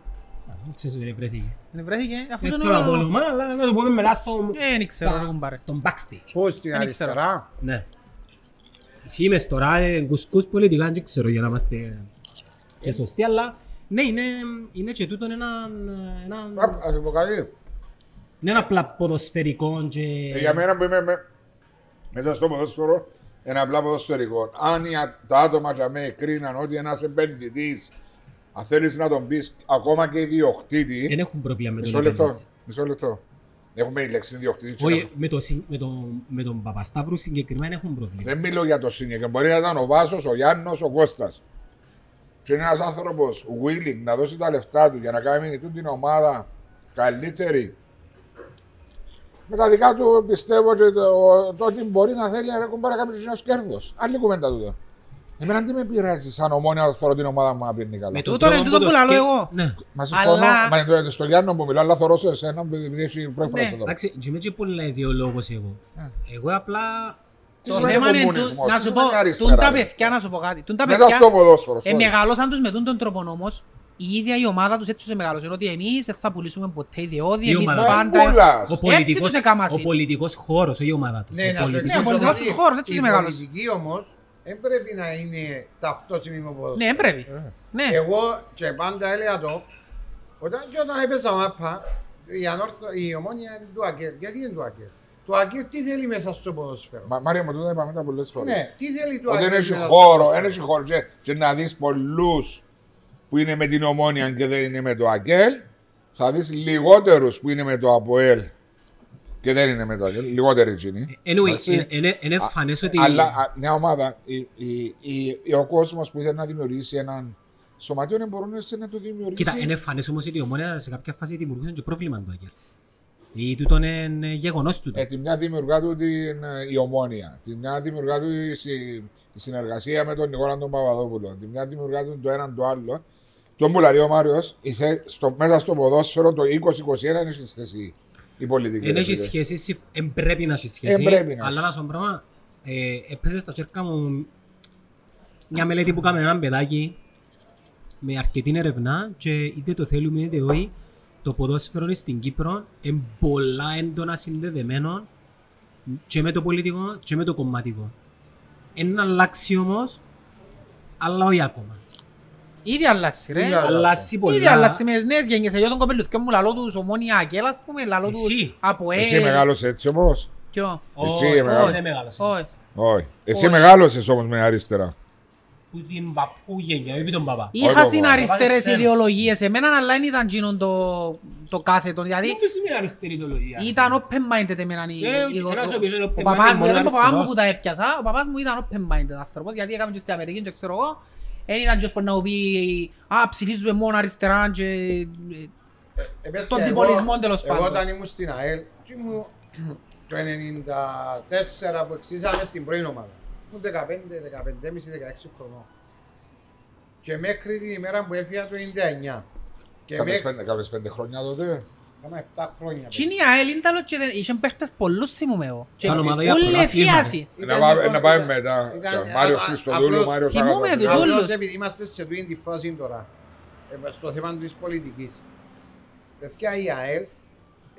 Δεν ξέρεις δεν βρεθήκε. δεν βρεθήκε. Αφού Δεν ήταν θέλω να πω όλα... όνομα, αλλά να το πούμε μετά στο... Ε, δεν ξέρω, δεν έχουν πάρει. Στον backstage. Πού στην Δεν ήξερα. αριστερά. Ναι. Φήμες τώρα, ε, κουσκούς πολιτικά, δεν ξέρω για να είμαστε και σωστοί, αλλά ναι, είναι, είναι και τούτον ένα, Α ένα, ας το πω κάτι. είναι ένα απλά ποδοσφαιρικό και... Ε, Για μένα που είμαι με- μέσα στο ποδόσφαιρο, ένα απλά ποδοσφαιρικό. Αν οι α- τα άτομα για μένα κρίναν ότι ένας επενδυτής, αν θέλεις να τον πεις ακόμα και Δεν ιδιοκτήτη. έχουν πρόβλημα με τον Μισό λεπτό. επένδυτη. Μισό λεπτό. Έχουμε η λέξη ιδιοκτήτη. και Όχι, να- με, το, συν- με, τον, με τον Παπασταύρου συγκεκριμένα έχουν πρόβλημα. Δεν μιλώ για το σύνολο. Μπορεί να ήταν ο Βάσος, ο Γιάννος, ο Κώστας. Και είναι ένας άνθρωπος willing να δώσει τα λεφτά του για να κάνει τούτη την ομάδα καλύτερη. Με τα δικά του πιστεύω ότι το, το ότι μπορεί να θέλει να κουμπάρει κάποιο ένας κέρδος. Άλλη κουβέντα τούτο. Εμένα τι με πειράζει σαν ομόνια να θεωρώ την ομάδα μου να πίνει καλά. Με τον Τούτο, ρε, τρόπο τούτο που το λαλώ σκε- εγώ. Ναι. Μα Αλλά- συμφωνώ, μα το- στο Γιάννο που μιλάω, αλλά θωρώ σε εσένα επειδή έχει πρόφαση Ναι, εδώ. Εντάξει, και είμαι και πολύ ιδεολόγος εγώ. Εγώ απλά... Τι Το σημαίνει θέμα είναι κομμουνισμός, τού- τι να σου πω, σημαίνει αριστερά, τούν τα ρε. παιδιά να σου πω κάτι. Τούν τα Μέσα παιδιά στο ποδόσφαιρο. ε, sorry. μεγαλώσαν τους με τούν τον τρόπο όμως η ίδια η ομάδα τους έτσι τους εμεγαλώσαν ότι εμείς δεν θα πουλήσουμε ποτέ ιδιώδη, Η εμείς ομάδα. πάντα... Πούλας. Ο πολιτικός, τους έκαμα ο εσύ. πολιτικός χώρος, όχι η ομάδα τους. Ναι, Ο να σου πολιτικός- Ναι, ο πολιτικός τους χώρος, έτσι είναι μεγάλος. Η πολιτική όμως δεν πρέπει να είναι ταυτόσιμη με ποδόσφαιρο. Ναι, πρέπει. Ε. Ναι, Εγώ και πάντα έλεγα το, όταν, και όταν έπαιζα μάπα, η, ανόρθω, η ομόνια είναι του Ακέρ. Γιατί είναι του Ακέρ. Το Ακέρ τι θέλει μέσα στο ποδόσφαιρο. Μα, Μάρια μου, τούτα είπαμε τα πολλές φορές. Ναι, τι θέλει του Ότι Ακέρ. δεν έχει μέσα στο χώρο, ποδόσφαιρο. δεν έχει χώρο. Και, και να δεις πολλούς που είναι με την Ομόνια και δεν είναι με το Αγγέλ, θα δεις λιγότερους που είναι με το Αποέλ και δεν είναι με το Αγγέλ. Λιγότεροι εκείνοι. Anyway, Εντάξει. είναι- είναι είναι εμφανές ότι... Αλλά α, μια ομάδα, η, η, η, η- ο κόσμος που ήθελε να δημιουργήσει έναν σωματείο δεν μπορούν έτσι να το δημιουργήσει. Κοίτα, είναι εμφανές όμως ότι η ομόνια σε κάποια φάση δημιουργούσε και πρόβλημα του Αγγέλ. Ή τούτον είναι γεγονός του. Ε, τη μια δημιουργά του την, ε, η ομόνια. Τη μια δημιουργά του η, συ- η συνεργασία με τον Νικόλα τον Παπαδόπουλο. Τη μια δημιουργά του το έναν το άλλο. Τον πουλαρί ο Μάριος στο, μέσα στο ποδόσφαιρο το 2021 είναι έχει σχέση η πολιτική. Δεν ρε έχει φίλε. σχέση, συ- εν πρέπει να έχει σχέση. Εν πρέπει να Αλλά έχεις. να σου πω πράγμα, ε, έπαιζε στα τσέρκα μου μια μελέτη που κάμε έναν παιδάκι με αρκετή ερευνά και είτε το θέλουμε είτε όχι, το ποδόσφαιρο στην Κύπρο είναι πολλά έντονα συνδεδεμένο και με το πολιτικό και με το κομματικό. Ένα αλλάξει όμως, αλλά όχι ακόμα. ήδη αλλάσει ρε. Ήδη αλλάζει. Αλλάσει πολλά. Ήδη αλλάσει με τις νέες γενιές. Εγώ τον κοπελούθκιο μου λαλώ τους ομόνια Ακέλ, ας πούμε, λαλώ τους Εσύ. από Εσύ μεγάλωσες έτσι όμως. Ποιο. Εσύ, Όχι, μεγάλο. δεν μεγάλωσες. Όχι. Όχι. Εσύ Όχι. μεγάλωσες όμως με αριστερά. Που την παππού γενιά, επί τον παπά. Είχα εγώ. συναριστερές Ξέρω. ιδεολογίες εμένα, αλλά δεν ήταν γίνον το, το κάθετο. Δηλαδή, Δεν σημαίνει αριστερή ιδεολογία. ήταν open-minded εμένα. η- Ε, η- ο- ο- ένας ο οποίος είναι ο- open-minded Ο παπάς μου, μόνο όταν ο παπάς μου αριστερός. που τα έπιασα, ο παπάς μου ήταν open-minded άνθρωπος, γιατί έκαμε και στην Αμερική και ξέρω εγώ. Εν ήταν και να μου πει, α, ψηφίζουμε μόνο αριστερά και... ε, Επέθυα Τον εγώ- διπολισμό, τέλος Εγώ πάντων. όταν ήμουν στην ΑΕΛ, και ήμουν το 94 που εξήσαμε στην πρώην ομάδα. Ήμουν 15, 15,5, 16 χρονών. Και μέχρι την ημέρα που έφυγα το 99. Και Κάποιε μέχρι. πέντε, κάποιες πέντε χρόνια τότε. Κάμα 7 χρόνια. Τι είναι η ΑΕΛ, ήταν ότι είχαν παίχτες πολλούς θυμούμαι εγώ. Και Ήταν ομάδα για όλοι πολλά θύματα. εφίασαν. Ε, Να Ήταν πάμε- λοιπόν- να πάμε ήταν- μετά. ήταν- Και ο Μάριος α- α- Χριστοδούλου, απλώς- Μάριος Θυμούμε Αγαπητής. τους όλους. Απλώς επειδή είμαστε σε τούτη τη φάση τώρα, ε, στο θέμα της πολιτικής, παιδιά η ΑΕΛ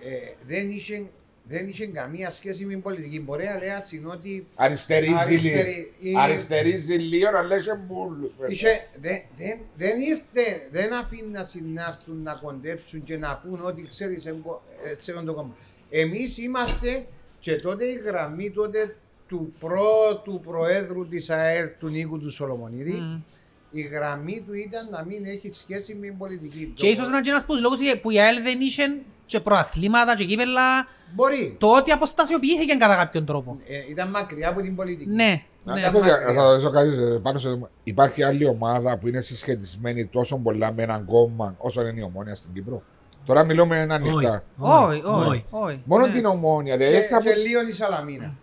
ε, δεν είχε δεν είχε καμία σχέση με την πολιτική. Μπορεί να λέει ασυνότι Αριστερή Αριστερή- ζηλή. Αριστερή ζηλή, αλλά είσαι μπουλ. είχε, δεν, δεν, δεν ήρθε, δεν αφήνει να συνάρθουν, να κοντέψουν και να πούν ότι ξέρεις εγώ, ε, σε όλο το κόμμα. Εμείς είμαστε και τότε η γραμμή Mm. Δηλαδή, τότε του πρώτου προέδρου της ΑΕΛ του Νίκου του Σολομονίδη η γραμμή του ήταν να μην έχει σχέση με την πολιτική. Και ίσως ήταν και ένας από τους λόγους που η ΑΕΛ δεν είχε και προαθλήματα και κύπελα. Μπορεί. Το ότι αποστασιοποιήθηκε κατά κάποιον τρόπο. Ε, ήταν μακριά από την πολιτική. Ναι. Να- ναι. να πω κα- Θα ρωτήσω κάτι ε, πάνω σε... Υπάρχει άλλη ομάδα που είναι συσχετισμένη τόσο πολλά με έναν κόμμα όσο είναι η ομόνια στην Κύπρο. Τώρα μιλούμε ένα νύχτα. Όχι, όχι, όχι. Μόνο Ναι. την ομόνια. Και, Δηλαδή θα και λίγο η Σαλαμίνα.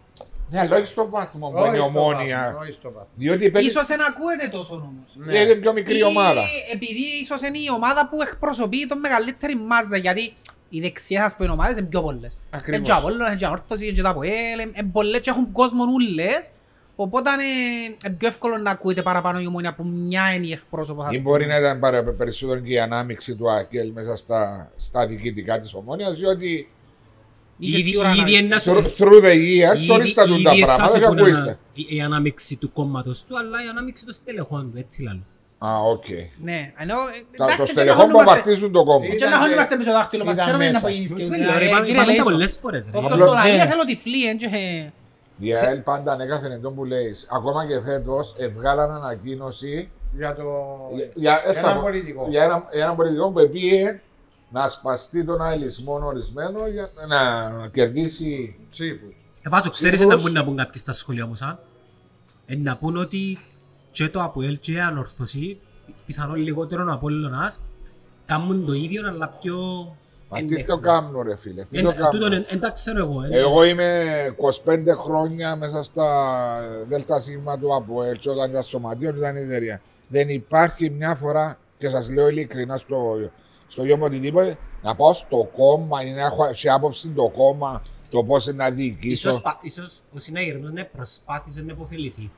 Ναι, αλλά όχι στον βαθμό που είναι η στο ομόνια. βάθος, όχι στο βάθος. Διότι παίρνει- Ίσως δεν ακούεται τόσο όμως. Ναι. λέει, είναι πιο μικρή Ή ομάδα. Επειδή ίσως είναι η ομάδα που εκπροσωπεί τον μεγαλύτερη μάζα, γιατί οι δεξιές ας πούμε ομάδες είναι πιο πολλές. Ακριβώς. Είναι και Απόλλωνας, είναι και Ανόρθωση, είναι και τα ΑΠΟΕΛ, είναι πολλές και έχουν κόσμο όλες. Οπότε είναι είναι πιο εύκολο να ακούεται παραπάνω η ομόνια που μια είναι η εκπρόσωπος. ας Ή πούμε. μπορεί να ήταν παρα- περισσότερο και η ανάμειξη του ΑΚΕΛ μέσα στα, στα διοικητικά της ομόνιας, διότι Είσαι Ήδη- σίγουρα ήδη να είναι είσαι. through through the Ήδη- years ορίστε ήδη Ε, του τα Ναι. θα πράγματα σε και πούνε ναι. ακούστε. να- η- Η ανάμειξη του κόμματος του, αλλά η ανάμειξη των στελεχών του, έτσι λαλό. Α, οκ. Ναι, ενώ Τα- Το εντάξει, και να στελεχό που χωνούμαστε- απαρτίζουν το κόμμα. και να χωνούμαστε πίσω δάχτυλο, μα Ήταν ξέρουμε είναι να μέσα. απογίνεις και Μη σου ούλα. λέω, ρε, Ε, είπαμε- κύριε είπαμε τα Λέισο, πολλές φορές, ρε. όποιος Απλά- τον αεί, ναι. θέλω τυφλή, εν και- Η ΑΕΛ πάντα ανέκαθεν εντός που λέει. Ακόμα και φέτος εβγάλαν ανακοίνωση Για το. για- για, ε, θα Ένα πω, πολιτικό. για ένα, έναν πολιτικό που επίε να σπαστεί τον αελισμό ορισμένο για να κερδίσει. Ψήφους. Ε, Βάζω, ξέρεις Μήπως- να μπορεί να πούν κάποιοι στα σχολεία όμως, α. Ε, να πούν ότι και το ΑΠΟΕΛ και η Ανόρθωση, πιθανόν λιγότερο από Απόλλωνας, κάνουν το ίδιο, αλλά πιο Μα τι έντεχνα. το κάνω, ρε φίλε. Τι Ε, ναι. Εν- το τούτον κάνω. εν- εν τα ξέρω εγώ. ε, εν- Εγώ είμαι 25 χρόνια μέσα στα Δέλτα Σίγμα του ΑΠΟΕΛ, και όταν ήταν σωματείο, όταν ήταν εταιρεία. Δεν υπάρχει μια φορά, και σας λέω ειλικρινά στο, στο γιο μου οτιδήποτε, να πάω στο κόμμα ή να έχω σε άποψη το κόμμα, το πώς να διοικήσω. Ίσως, πα- ίσως ο συνάγερμος ναι, προσπάθησε να υποφεληθεί.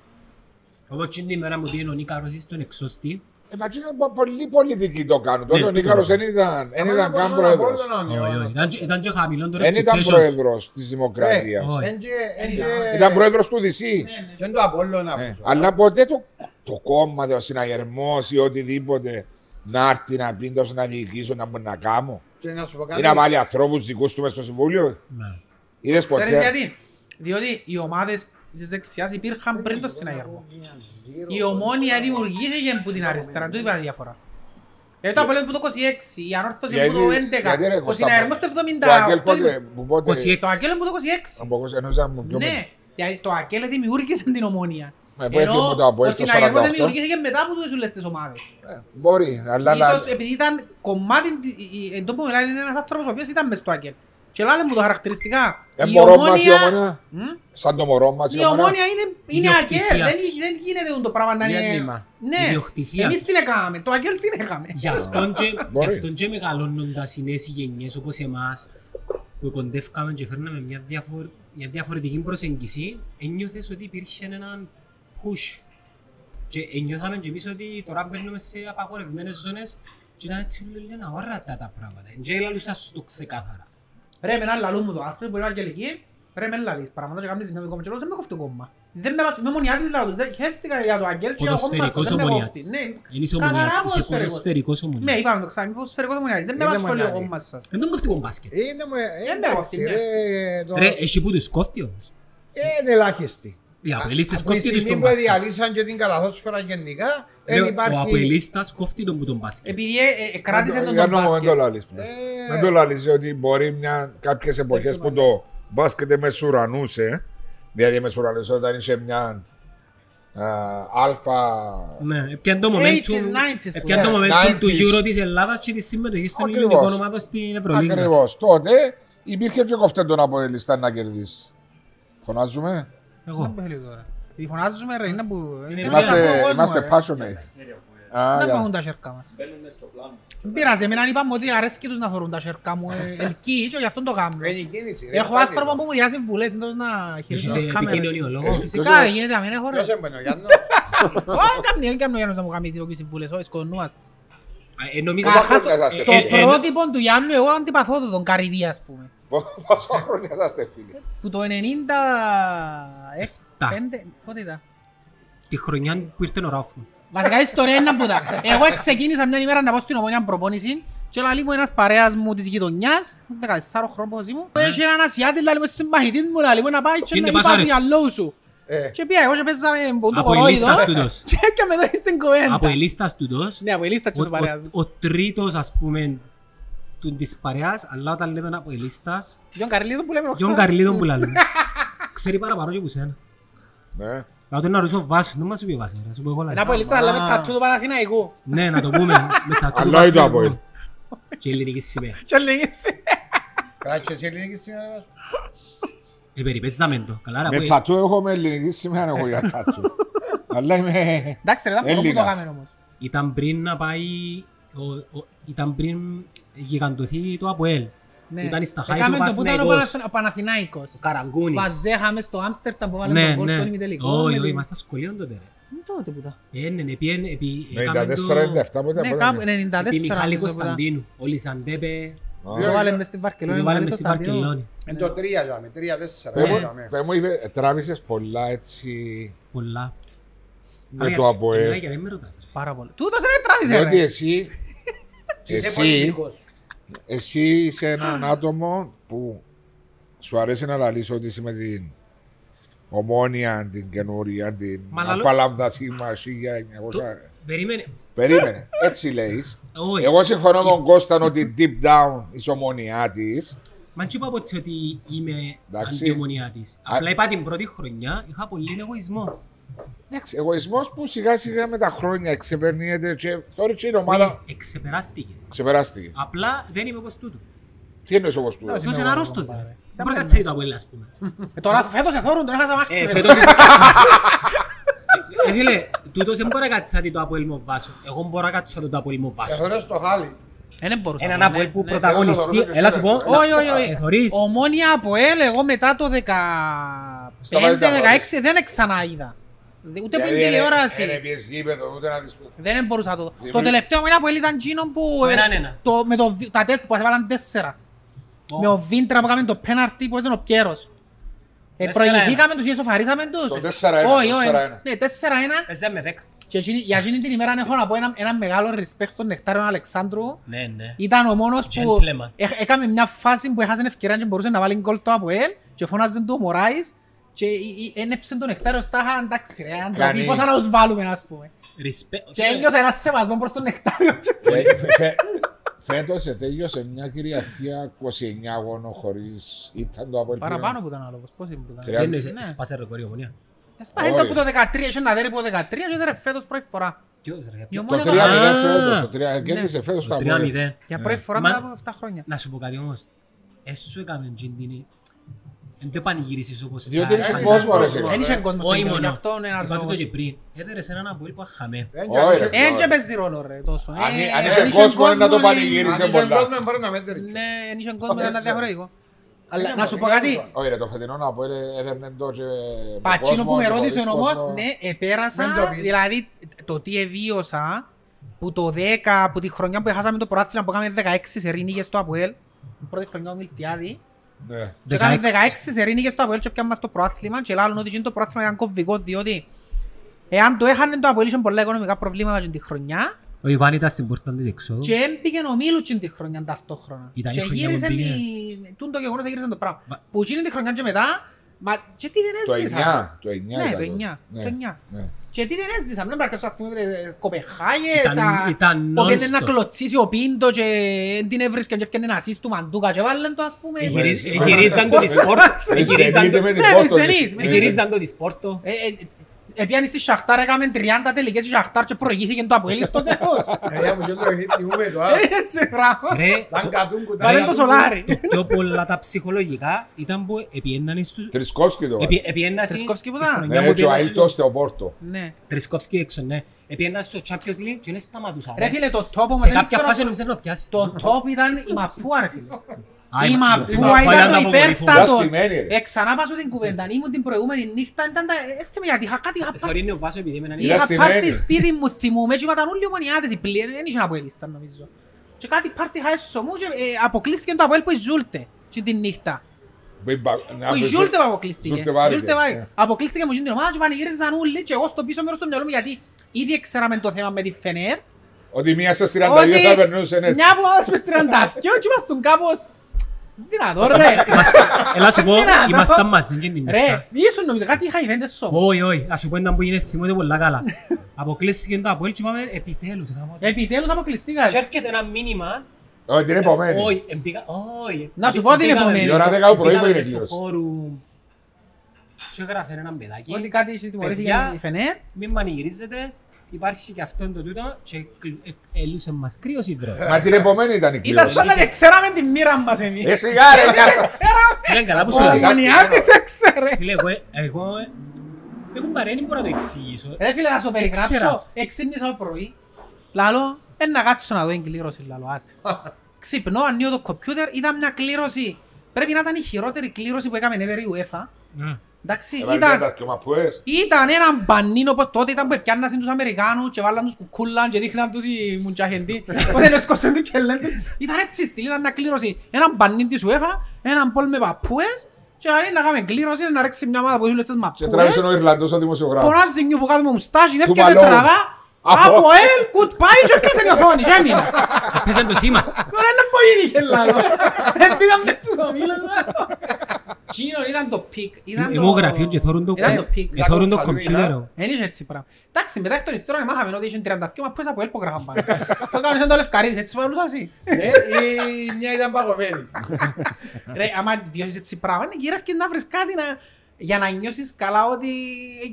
Όπως την ημέρα μου πήγαινε ο Νίκαρος στον εξώστη, Ε, μα τσίνο, πο- πολλοί πολιτικοί το κάνουν. Τότε Ναι, ο Νίκαρος ναι. δεν ήταν, δεν Άμα ήταν να καν πω έναν πρόεδρος. Απόλλωνα, ναι, ο Όχι, όχι, Αναστάσης. ήταν και- ήταν και χαμηλό το Δεν ήταν reputations. πρόεδρος της Δημοκρατίας. Ε, όχι. Ε, Εν και- εν και- Ήταν πρόεδρος του Δυσί. και εν το Απόλλωνα Ε, πόσο. Αλλά ποτέ το, το κόμμα, ο συναγερμός ή οτιδήποτε να έρθει να πει τόσο να διοικήσω να μπορεί να κάνω. Και να σου πω Ή κάτι. να βάλει ανθρώπους δικούς του μες στο Συμβούλιο. Ναι. Είδες Ξέρεις ποτέ. γιατί. Διότι οι ομάδες της δεξιάς υπήρχαν πριν το συναγερμό. Η ομόνια δημιουργήθηκε από την αριστερά, του είπα τη διαφορά. Ε, το απολέον που το 26, η ανόρθωση που το 11, ο συναγερμός το 78, πότε. 26. το ακέλο που το Από εγώ εννοούσα μου 26. πιο μετά. Ναι, δηλαδή το ακέλο δημιούργησε την ομόνια. Ε, που έφυγε Ενώ από το Αποέλ ο στο συναγερμός 48. δημιουργήθηκε μετά από τις ούλες τις ομάδες. Ε, Μπορεί, αλλά... Ίσως επειδή ήταν κομμάτι, της- η- η- εν τω που μιλάει είναι ένας άνθρωπος ο οποίος ήταν μες στο ακέλ. Και λάλε μου το χαρακτηριστικά. Ε, η μωρό μας η Ομόνια- Ομόνια. Μμ? Σαν το μωρό μας Η ομόνια είναι, είναι Ιδιοκτησία. ακέλ, δεν, δεν γίνεται το πράγμα να είναι... Γέννημα. Ναι, Ιδιοκτησία. εμείς την έκαναμε, το ακέλ την έκαμε. Γι' αυτόν και, Μπορεί. γι' αυτόν και μεγαλώνοντας οι νέες γενιές όπως εμάς που κοντεύκαμε και φέρναμε μια, διαφορε- μια διαφορετική προσέγγιση, ένιωθες ότι υπήρχε έναν push. Και ένιωθαμε και εμείς ότι τώρα μπαίνουμε σε απαγορευμένες ζώνες και ήταν έτσι λίγο αόρατα τα πράγματα. Και έλαλουσα στο ξεκάθαρα. Ρε με ένα λαλού μου το άρθρο που είναι αγγελική, ρε με λαλείς πράγματα και κάνεις συνέντευξη κόμμα και λέω, δεν με κόφτει κόμμα. Δεν με βάζει, με ομονιάτης λαλού τους, δεν- χαίστηκα για το αγγέλ και ο κόμμα σας Ποδοσφαιρικός δεν με κόφτει. ομονιάτης. Ναι, Εν είσαι καθαρά ομονιάτης, είσαι ποδοσφαιρικός. ποδοσφαιρικός Ναι, ομονιάτης. είπαμε το ξανά, ποδοσφαιρικός ομονιάτης, δεν με Είναι βάζει το μονάδι. κόμμα σας. Δεν τον κόφτει ο μπάσκετ. Ε, Είναι μου, ε, Ε, εντάξει, ναι. ρε, το- Ρε, έχει που τους κόφτει όμως. Ε, Είναι ελάχιστη. Οι απελίστες Από τη κόφτει τους στιγμή τον που μπάσκετ. διαλύσαν και την καλαθόσφαιρα γενικά, Λέω, δηλαδή, δεν Ο υπάρχει... απελίστας κόφτει τον που τον μπάσκετ. Επειδή ε, ε, κράτησε τον Για τον να μην το μπάσκετ. λαλείς πλέον. Ε, Δεν το λαλείς, διότι μπορεί μια, κάποιες εποχές που το μπάσκετ μεσουρανούσε, δηλαδή μεσουρανούσε όταν είχε μια α, αλφα... Ναι, πιαν το 80s, momentum, 90s πιαν το που momentum ήταν. του 90s. Euro της Ελλάδας και της συμμετοχής των Ακριβώς. ελληνικών ομάδων στην Ευρωλίγκα. Ακριβώς. Τότε υπήρχε και κοφτέ τον από ελιστά να κερδίσει. Φωνάζουμε. Εγώ. Δεν μπορεί τώρα. Τη φωνάζουμε ρε, είναι που... είναι που ακούει ο Είμαστε, κόσμος, είμαστε ρε. passionate. Α, Δεν για- μου έχουν τα σέρκα μας. Δεν πειράζει, εμένα είπαμε ότι αρέσκει τους να θωρούν τα σέρκα μου, ε, ελκύει και γι' αυτόν το κάνω. είναι η κίνηση, ρε, Έχω κάτι. άνθρωπο που μου διάζει βουλές, εντός να χειριστώ Είσαι τις κάμερες. επικοινωνίο λόγος. Φυσικά, γίνεται αμένα χώρα. Ποιος έμπαινε, ο Γιάννος. Όχι, καμία, δεν κάνει ο Γιάννος να μου κάνει τις βουλές, όχι, σκοτωνούμαστε. Ε, Νομίζω Πόσα Καταρχάς, χρόνια είσαστε, ε, φίλε? Το ε, ε, πρότυπο του Γιάννου, εγώ αντιπαθώ το, τον Καρυβή, ας πούμε. Πο- Πόσα χρόνια είσαστε φίλοι. Που το 95, Τα. πότε ήταν. Τη χρονιά που ήρθε ο Ράφου. Βασικά η ιστορία είναι που τα. Εγώ ξεκίνησα μια ημέρα να πάω στην ομόνια προπόνηση και λαλεί μου ένας παρέας μου της γειτονιάς, 14 χρόνων πόσοι μου, έχει έναν Ασιάτη, λαλεί μου, «Είσαι συμπαθητής μου, λαλεί μου, να πάει και Ναι. Είναι να είπα πασάρι. του γυαλό σου. Ε, Και πήγα εγώ και παίζαμε που το Από η κορόιδο. λίστα τούτος. Και έκαμε το στην κουβέντα. Από η λίστα τούτος. Ναι, από η λίστα και ο- στο παρέα. ο- Ο τρίτος ας πούμε του της παρέας, αλλά όταν λέμε από η λίστας, Γιον Καρλίδων που λέμε ο Γιον Ξόρ. Καρλίδων που λαλούν. Ξέρει παραπάνω και που σένα. Ναι. Να τον ρωτήσω βάση, δεν μας σου πει βάση, να σου πω εγώ Ένα λαλή. από η λίστα αλλά με τατού του Παναθηναϊκού. Ναι, να το πούμε. με τα του Αλλά ή το Παναθηναϊκού. Αποέλ. Και η ελληνική σημαία. Και λέγεις. κράτησε σε ελληνική σήμερα μας. Ε, περιπέζαμε το. Καλά, ρε, Με Αποέλ. τατού έχω με ελληνική σημαία έχω για τατού. Αλλά είμαι... Εντάξει ρε, ήταν πολύ που το Έλληνας. έκαμε όμως. Ήταν πριν να πάει... ο- ο- Ήταν πριν γιγαντωθεί το Αποέλ. Ναι. Ήταν στα χάη Έκαμε του το που ήταν ο Παναθη- Παναθηναϊκός. ο Παναθηναϊκός. Ο Καραγκούνης. Βαζέχαμε στο Άμστερνταμ που βάλαμε Ναι, τον κόλ στον ναι. ημιτελικό. Όχι, με όχι, την- ήμασταν σχολείο τότε. ρε. Μ, Τότε που τα. Ε, ναι, ναι, πιέν- επί- έκαμε το- 94-97 πότε Ναι, κάπου 94. Επί Μιχάλη νομίζω που τα- Κωνσταντίνου. Ο Λιζαντέπε. Ναι, Το βάλαμε στην Βαρκελόνη. Το βάλαμε το στη στάδιο. Βαρκελόνη. Εν το τρία λέμε, τρία, τέσσερα. Ναι. λέμε. Πε μου είπε, τράβησες πολλά έτσι Πολλά. με Άρα, το εμένα ΑΠΟΕΛ. και Δεν με ρωτάς, ρε. Πάρα πολύ. Τούτος είναι τράβησε Διότι ρε. εσύ, Είσαι εσύ, πολιτικός. εσύ είσαι έναν άτομο που σου αρέσει να λαλείς ότι είσαι με την ομόνια, την καινούρια, την Μα λαλώ- αλφαλάμδα σήμα, σίγια, 900. Περίμενε. Περίμενε, έτσι λέεις. Όχι. Εγώ συμφωνώ με τον Κώσταν ότι deep down η ομόνια τη. Μα τι είπα ποτέ ότι είμαι Εντάξει. αντιομονιάτης. Απλά είπα την πρώτη χρονιά είχα πολύ εγωισμό. Εντάξει, εγωισμός που σιγά σιγά με τα χρόνια ξεπερνιέται και τώρα και η ομάδα Όχι, Ναι, Εξεπεράστηκε. ξεπεράστηκε. Απλά δεν είμαι όπως τούτος. Τι εννοείς όπως του. Αυτός είναι αρρώστος. ρε. Δεν μπορεί να κατσάει το Αποέλ, ας πούμε. Ε, Τώρα φέτος εθώρουν, τον έχασα μάξι. Ε, ρε. φέτος- Ρε φίλε, τούτος δεν μπορεί να κατσάει το Αποέλ Μοβάσο. Εγώ μπορώ να κατσώ το Αποέλ Μοβάσο. Εθώρες στο χάλι. Ε, δεν μπορούσα. Έναν να πω, Αποέλ ναι, που ναι. πρωταγωνιστεί. ναι. Έλα σου πω. Όχι, όχι, όχι. Ε, θωρείς. Ομόνια από ελ, εγώ μετά το 15-16 Σταμάτητα να βλέπεις. δεν ξαναείδα. Δε- Ούτε πριν τηλεόραση. Δεν Δηλαδή, πιες γήπεδο, ούτε να δεις που. Δεν μπορούσα να το δω. Το Ήμουν- τελευταίο μήνα από ελ ήταν εκείνο που... ε, έναν ένα. το- Με το βι- τα τεστ που μας έβαλαν τέσσερα. Με ο Βίντρα που έκαμε το πέναρτι που έζανε ο Πιέρος. Ε, Τέσσερα Προηγηθήκαμε τους, ισοφαρίσαμε τους. Το 4-1, Όχι, όχι. 4-1. Ναι, 4-1. Παίζαμε με δέκα. Και εκείνη- για εκείνη την ημέρα έχω να πω ένα, ένα μεγάλο respect στον Νεκτάριον Αλεξάνδρου. Ναι, ναι. Ήταν ο μόνος που Gentleman. ε- έκαμε μια φάση που έχασε ευκαιρία και μπορούσε να βάλει γκολ το Αποέλ και φώναζε το ο Μωράης και ε- ε- ένεψε τον Νεκτάριο στάχα εντάξει ρε, αν Κανεί. τραπεί πόσα να τους βάλουμε ας πούμε. Respect. Ε, Και ένιωσα ένας σεβασμός προς τον Νεκτάριο. Φε- φε- φε- Φέτος ετέλειωσε μια κυριαρχία 29 αγώνων χωρίς ήταν το Αποέλ Παραπάνω που ήταν άλλο, πώς είναι που ήταν. Τρία- Δεν εννοείς, Ναι. σπάσε ρεκόρ η ομονία. Σπαθέντο Όχι. που το 13, είχε ένα δέρι που το 13 και δεν ρε φέτος πρώτη φορά. Ποιος ρε, Η ποιος. Το ομόνια 3-0 το έκανε Α, φέτος, το Ναι. 3 κέρδισε φέτος το Το Αποέλ. 3-0. για πρώτη φορά Μα- μετά από 7 χρόνια. Να σου πω κάτι όμως. Έσου έκαμε την την... Εν το πανηγυρίσεις όπως Διότι είναι φαντάζεσαι. κόσμο ρε φίλε. Δεν είχε κόσμο στην Όχι κοινωνία, μόνο. αυτό είναι ένας Είπα τούτο λόγος. και πριν. Έδερες έναν από που χαμέ. Δεν Ωραία, κάνει- ρε. Εν και παίζει ρόλο ρε τόσο. Αν- Ε, αν είχε είχε κόσμο, να το είναι- πανηγύριζε. Αν είχε πολλά. κόσμο, μπορεί να μέτρει. Ναι, εν είχε κόσμο ήταν διαφορετικό. Αλλά Ναι, να σου πω ναι, κάτι. ναι. Όχι ρε, το φετινό να πω έδερνε το και... με Πατσίνο κόσμο που με και ρώτησε χωρίς κόσμο. όμως, ναι, επέρασα, Δεν το πεις. δηλαδή το τι εβίωσα που το 10, που τη χρονιά που έχασαμε το πρωτάθλημα που έκαμε 16 σε ρίνικες στο Αποέλ, πρώτη χρονιά ο Μιλτιάδη, Ναι. και έκαμε 16 σε ρίνικες στο Αποέλ και πιάμε το πρωτάθλημα και λάλλον ότι εκείνο το πρωτάθλημα ήταν κομβικό διότι εάν το έχανε το Αποέλ είχε πολλά οικονομικά προβλήματα εκείνη τη χρονιά Ο Ιβάν ήταν στην πόρτα της εξόδου. και έμπηκε ο Μίλου την τη χρονιά ταυτόχρονα. Ήταν η και χρονιά που γύρισε μπήκε. τη... Τούν το γεγονός έγυρισε το πράγμα. Μα- Που εκείνη τη χρονιά και μετά, μα και τι Το δεν έζησα. 9, το 9 Ναι, ήταν το 9, Ναι, το 9. ναι. Και τι δεν έζησα, μην πάρκεψα αυτή με τις κοπεχάγες, Ήταν- τα... ήταν που πήγαινε να non-stop. κλωτσίσει ο Πίντο και δεν την έβρισκαν και έφτιανε ένα ασίστ του Μαντούκα και βάλαν το ας πούμε. γυρίζει- Ε, Εγυρίζαν το της πόρτας. Ε, Εγυρίζαν Zenit το- με την ναι, Πόρτο, Zenit, ναι. με τη εγυρίζαν το της πόρτο. ε, ε, Επιάνε στη Σαχτάρ, έκαμε 30 τελικές στη Σαχτάρ και προηγήθηκε το Αποέλ στο τέλος. Παιδιά μου, και το έχει- θυμούμε το άλλο. Ε, Έτσι πράγμα. Ρε, Ήταν κατούν κουτά, Βάλε το κατούν σολάρι. το πιο πολλά τα ψυχολογικά ήταν που επιέναν στους... Τρισκόφσκι το επι- επιένασε- Τρισκόφσκι που τη ήταν. χρονιά Ναι, που και ο πήγα Αίλτος στους- στο Πόρτο. Ναι. Τρισκόφσκι έξω, ναι. Επιέναν στο Champions League και δεν σταματούσα. Ρε φίλε, το τόπο μας Σε δεν κάποια ξέρω... φάση νομίζω να πιάσει. Το top ήταν η Μαπούα, ρε φίλε. Α, Η Μαπούα Μαπούα ήταν το από Γορυφού. υπέρτατο. Λαστημένη, ρε. Ε, ξανά πάσω την κουβέντα. Ήμουν την προηγούμενη νύχτα, ήταν τα... ε, θυμάμαι γιατί είχα κάτι, είχα πάρει. Θωρήνει ο Βάσο επειδή έμεναν Ήταν Είχα σημαίνει. πάρτι σπίτι μου, θυμούμαι, και ήταν όλοι ομονιάτες, οι πλοίοι, δεν είχε να πω ελίστα νομίζω. Και κάτι πάρτι είχα έσω μου και ε, αποκλείστηκε το Αποέλ που η Ζούλτε, και την νύχτα. Μην πα- να Που η πεις- Ζούλτε που αποκλείστηκε. Ζούλτε βάρηκε, Ζούλτε ναι. βάρηκε. Αποκλείστηκε μου στην την ομάδα και πανηγύριζαν όλοι και εγώ στο πίσω μέρος του μυαλού μου γιατί ήδη ξέραμε το θέμα με τη Φενέρ. Ότι μία σε 32 Ότι θα περνούσε έτσι. μια από όλες μες τριαντάφκιο και ήμασταν κάπως... Δυνατό ρε. Είμαστε- Έλα σου πω, Δυνατό. ήμασταν μαζί και την νύχτα. Ρε, μη ήσουν νομίζω κάτι είχα event σώμα. Όχι, όχι, ας σου πω έναν που γίνεται θυμούνται πολλά καλά. Αποκλείστηκε το Αποέλ και είπαμε επιτέλους. γάμο το. Επιτέλους αποκλειστήκας. Και έρχεται ένα μήνυμα. Όχι, την επομένη. Όχι, ε, εμπήκα. Όχι. Να σου πω την Μπήκαμε- επομένη. Η ώρα 10 το πρωί μπήκαμε που είναι μες στο κλήρωση. φόρουμ. Και έγραφε έναν παιδάκι. Ότι κάτι είχε τιμωρηθεί Παιδιά. για η Φενέρ. Μην μανιγυρίζετε. Υπάρχει και αυτό το τούτο και κλ- ε- έλουσε μας κρύος υδρός. Μα την επομένη ήταν η Ήταν κλήρωση. σαν να δεν ξέραμε τη μοίρα μας εμείς. Ε, σιγά ρε, Δεν μια- ξέραμε. Ήταν καλά που σου Ω, Ο λέω. Αμμονιάτης έξερε. Φίλε, εγώ- εγώ... ε, Έχω παρένει, μπορώ να το εξηγήσω. Ρε φίλε, να σου περιγράψω. Εξέρα. Εξύπνησα το πρωί. Λάλο, ε, να κάτσω να δω την κλήρωση, λάλο, άτε. Ξυπνώ, ανοίγω το κομπιούτερ, ήταν μια κλήρωση. Πρέπει να ήταν η χειρότερη κλήρωση που έκαμε ever η UEFA. Ναι. Εντάξει, Έβαλε ήταν, τα δυο μαπούες. ήταν ένα μπανίνο που τότε ήταν που επιάννασαν τους Αμερικάνους και βάλαν τους κουκούλαν και δείχναν τους οι μουτζαχεντοί όταν έσκοψαν τους κελέντες. Ήταν έτσι στυλ, ήταν μια κλήρωση. Ένα μπανίν της UEFA, ένα μπολ με παππούες και να λέει να κάνουμε κλήρωση, να ρέξει μια ομάδα που έχουν τις Και μαππούες. τράβησε ο Ιρλανδός ο δημοσιογράφος. Φωνάζει νιου που κάτω με μουστάζι, είναι Του έρχεται Μαλόμου. τραβά. Αφού- Από ελ, κουτπάει και έκλεισε η οθόνη, και έμεινε. Έπαιζαν το σήμα. Τώρα είναι πολύ είχε λάλο. Δεν πήγαν μες στους ομίλους λάλο. Τσίνο ήταν το πικ. ήταν Είμαι ο το- γραφείο Ε, και θόρουν το Ήταν το πικ. ε, θόρουν το Ήταν το computer. Δεν είχε έτσι πράγμα. Εντάξει, μετά εκ των υστέρων μάθαμε ότι είχε 32 μα πες από ελ που γράφαν πάνω. Αφού έκαναν σαν το Λευκαρίδης, έτσι παραλούσα εσύ. Ναι, η μια ήταν παγωμένη. Ρε, άμα βιώσεις έτσι πράγμα, είναι γυρεύκες να βρεις κάτι να... Για να νιώσεις καλά ότι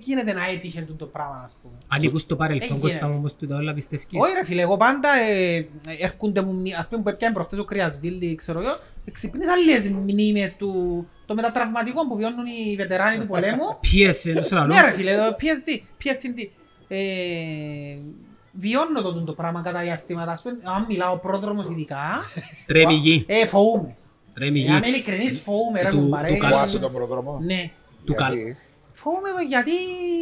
γίνεται να έτυχε τούτο πράγμα, ας πούμε. Ανήκουν στο παρελθόν, Έγινε. Κώστα μου, όμως του τα όλα πιστεύκεις. Όχι ρε φίλε, εγώ πάντα ε, ε, έρχονται μου μνήμες, ας πούμε που έπιανε προχτές ο Κρυασβίλη, ξέρω εγώ, ξυπνήσα άλλες μνήμες του, το μετατραυματικό που βιώνουν οι βετεράνοι του πολέμου. Πίεσε, δεν σου λέω. ναι ρε φίλε, το PSD, PSD, ε, βιώνω το, το πράγμα κατά διαστήματα, ας πούμε, αν μιλάω πρόδρομος ειδικά, Τρέμει η γη, ε, φοβούμαι. τρέμει η Ε, Αν γη. ε, είμαι ειλικρινής φοβούμαι ρε Του- κουμπάρε. του Φοβάσαι τον προδρόμο. Ναι, Του καλ. Ε, Γιατί? φοβούμαι το γιατί...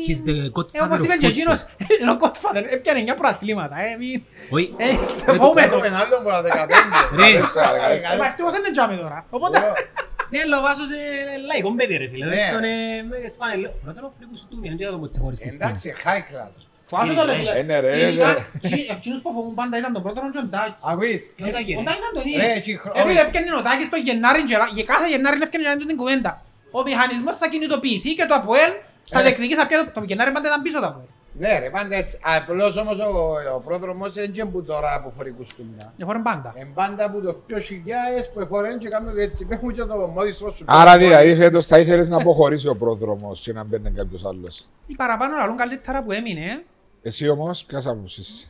He's the Ε, godfather όπως είπε of και football. εκείνος, είναι ο Godfather, έπιανε 9 προαθλήματα, ε, μη- Όχι, ε, σε φοβούμαι το. Έχουμε έναν άλλον που ήταν 15. ε, ρε. Τέσσερα, δεκατέσσερα. Αλλά ευτυχώς δεν είναι τζάμι τώρα. Οπότε, Ναι, αλλά ο Βάσος είναι λαϊκό παιδί ρε φίλε. Ναι. Δες τον, ε, με σπάνε, λέω, πρώτα να φύγουν στούμια, δεν ξέρω το μου τσεχωρίς που σπάνε. Εντάξει, high class. φάσου το ρε Ε, φίλε. ναι, ρε, Ειδικά, ρε. τζι- Ευκαινούς που φοβούν πάντα ήταν τον πρώτο τον Τζον Τάκη. Ακούεις. Ποιον θα Ο γίνει. Τάκης ήταν τον ίδιο. Ρε, έχει χρόνο. Ε, φίλε, έφτιανε ο Τάκης το Γενάρη και λα- για κάθε Γενάρη έφτιανε για να του την κουβέντα. Ο μηχανισμός θα κινητοποιηθεί και το ΑΠΟΕΛ θα διεκδικήσει απ' πια το- το Γενάρη πάντα ήταν πίσω το ΑΠΟΕΛ. Ναι ρε, πάντα έτσι. Απλώς όμως ο- ο πρόδρομος δεν είναι που τώρα από φορικουστούμενα. Εφόρεν πάντα. Εν πάντα που το 2000 που εφορέν και κάνουν έτσι. Παίχνουν και το μόδι σου. Άρα δηλαδή φέτος θα ήθελες να αποχωρήσει ο πρόδρομος και να μπαίνει κάποιος άλλος. Οι παραπάνω λαλούν καλύτερα που έμεινε. Εσύ όμως, ποιας άποψης είσαι,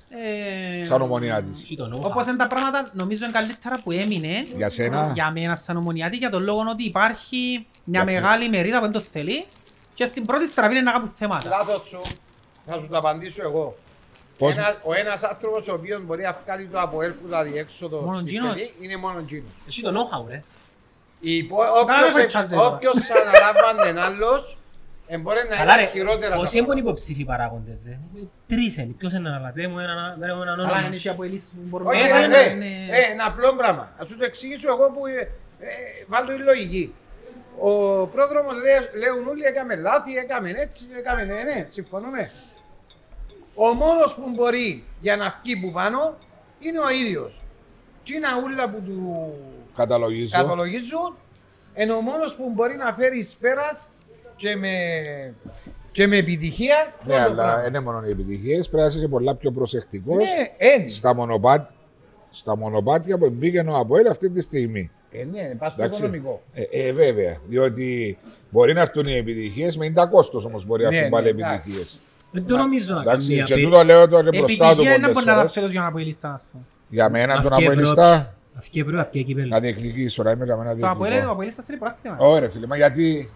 ε, σαν ομονιά της. Χι τον όφα. Όπως είναι τα πράγματα, νομίζω είναι καλύτερα που έμεινε. Για σένα. Για μένα σαν ομονιάτη, για τον λόγο ότι υπάρχει μια Για μεγάλη μερίδα που δεν το θέλει και στην πρώτη στραβή είναι να κάπου θέματα. Λάθος σου. Θα σου το απαντήσω εγώ. Πώς- Ένα- ο ένας άνθρωπος ο οποίος μπορεί να βγάλει το από δηλαδή, έλπου τα διέξοδο Μόνο στη Τζίνος. φυλή, είναι μόνο Τζίνος. Έχει τον know-how, ρε. Η υπο- Κάνε όποιος- franchise τώρα. Όποιος αναλάμβανε άλλος, ε, μπορεί να Καλά ρε, είναι χειρότερα. τα όσοι έμπουν πράγματα. υποψήφοι παράγοντες, ρε. Τρεις είναι, ποιος είναι αναλαβέ μου, έναν έναν Αλλά είναι όνομα. και από ελίσεις που μπορούμε Όχι, να ρε, κάνουμε, ναι, είναι- ε, ένα απλό πράγμα. Ας σου το εξηγήσω εγώ που ε, ε, βάλω η λογική. Ο πρόδρομος λέει, λέουν όλοι έκαμε λάθη, έκαμε έτσι, έκαμε ναι, ναι, συμφωνούμε. Ο μόνος που μπορεί για να βγει που πάνω είναι ο ίδιος. Τι είναι ούλα που του Καταλογίζω. καταλογίζουν, ενώ ο μόνος που μπορεί να φέρει εις πέρας και με, και με επιτυχία Ναι, αυτό το αλλά πράγμα. δεν είναι μόνο οι επιτυχίες, πρέπει να είσαι πολλά πιο προσεκτικός Ναι, έτσι. στα μονοπάτια. Στα μονοπάτια που μπήκε ο Αποέλ αυτή τη στιγμή. Ε, ναι, πας στο Εντάξει. οικονομικό. Ε, ε, βέβαια. Διότι μπορεί να έρθουν οι επιτυχίες με τα κόστος όμως μπορεί να Ναι, έρθουν ναι, πάλι εντάξει. επιτυχίε. Δεν το νομίζω να κάνει Εντάξει, μια και περί- τούτο λέω τώρα και μπροστά του Επιτυχία είναι να πολλές μπορεί να τα φορές. φέτος για να από ελίστα, ας πούμε. Για μένα τον Αυκή Ευρώπη. Αποελιστά Αυκή Ευρώπη, αυκή κύπελλο. να διεκδικήσω. Ρε, είμαι για μένα Το Αποέλ- το διεκδικό. Αποέλ στα στρία πρόθυμα. Ωραία, φίλε, μα γιατί.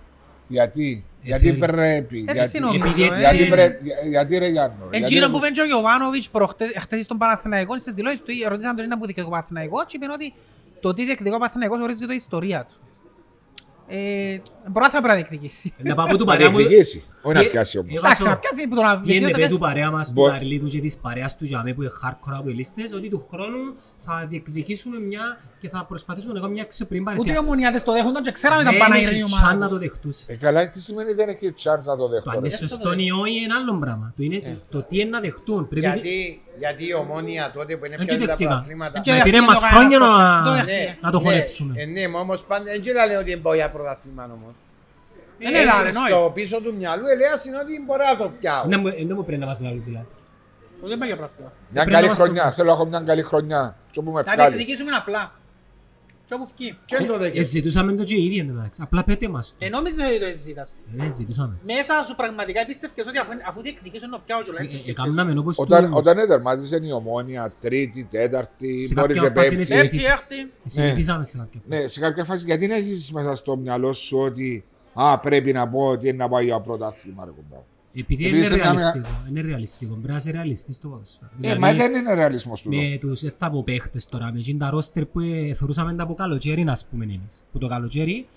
Γιατί, γιατί θέλει. πρέπει. Έτσι Γιατί, νομίζω, επειδή ε. έτσι- γιατί, πρέπει, για- γιατί ρε Γιάννο. γιατί Εκείνο ρε- που είπε και ο Γιωβάνοβιτς προχτές- χτες στον Παναθηναϊκό, στις δηλώσεις του, ρωτήσαν τον ένα που διεκδικεί ο Παναθηναϊκός και είπε ότι το τι διεκδικεί ο Παναθηναϊκός ορίζει το η ιστορία του. Ε, πρωτάθλημα πρέπει να διεκδικήσει. Να πάω από του να παρέα μου. διεκδικήσει. Όχι Ε, να πιάσει όμως. Εντάξει, να Διαβάσω- πιάσει που το να Πιένε διότι πέ δεν- του παρέα μας, του Μπο- Καρλί του και της παρέας του για μέ που είναι χάρκορα από οι λίστες, ότι του χρόνου θα διεκδικήσουμε μια και θα προσπαθήσουμε να κάνουμε μια ξεπριν Ούτε οι παρεσία. ομονιάδες το δέχονταν και ξέραμε ήταν Δεν Παναγιώτη έχει η τσάν να ομάδα. το δεχτούσε. Ε, καλά, τι σημαίνει δεν έχει chance να το Το δεχτώ. αν ρε. είναι σωστό ή όχι είναι άλλο πράγμα. Το, είναι, το τι είναι να δεχτούν. Πρέπει Γιατί, γιατί η ομόνια τότε που είναι Δεν πια τα κοιτάξτε, πρωταθλήματα. Δεν να πήρε δεχτεί μας το κανένας χρόνια τότε. Το να... δεχτεί. Ναι, να το ναι, χωνέψουμε. ε, Ναι, μα όμως πάντα, δεν λέω ότι είναι για πρωταθλήμα όμως. ναι, Δεν έλαβε, Ε, νόη. Στο πίσω του μυαλού ελέας είναι ότι μπορώ να το πιάω. Δεν μου- ε, δεν μου πρέπει να βάζουν άλλο δηλαδή. Δεν πάει για πράγμα. Μια Ε, πρέπει να καλή είμαστε- χρονιά. Θέλω να έχω μια καλή χρονιά. Τι που με Θα βγάλει. διεκδικήσουμε απλά. Και όπου φκεί. Και δεν το Ε, δέχεται. Ζητούσαμε το και οι ίδιοι εντάξει. Απλά πέτε μας το. Ε, νόμιζες ότι το έζητας. Ε, Ζητούσαμε. Μέσα σου πραγματικά πίστευκες ότι αφού, αφού διεκδικήσω να πιάω κιόλας. Ε, έτσι ε, σκέφτεσαι. Εκάμναμε όπως Όταν, τους- όταν έτερμαζεσαι η ομόνια, τρίτη, τέταρτη, σε μπορεί και κάποια φάση είναι πέμπτη. συνήθι- συνηθίσεις. Πέμπτη, έκτη. Ε, Συνηθίσαμε σε κάποια φάση. Ναι, σε κάποια φάση γιατί να έχεις μέσα στο μυαλό σου ότι Α, πρέπει να πω ότι είναι να πάει για πρωτάθλημα. Ρε, κοντά. Επειδή Επειδή είναι σε μια- ρεαλιστικό. Είναι ρεαλιστικό. Πρέπει να είσαι ρεαλιστής στο ποδοσφαίρο. Ε, Δηλαδή, μα δεν είναι ρεαλισμός του. με τους ε, θα πω παίχτες τώρα, με εκείνα τα ρόστερ που ε, θεωρούσαμε τα από καλοκαίρι, να πούμε εμείς. Που το καλοκαίρι,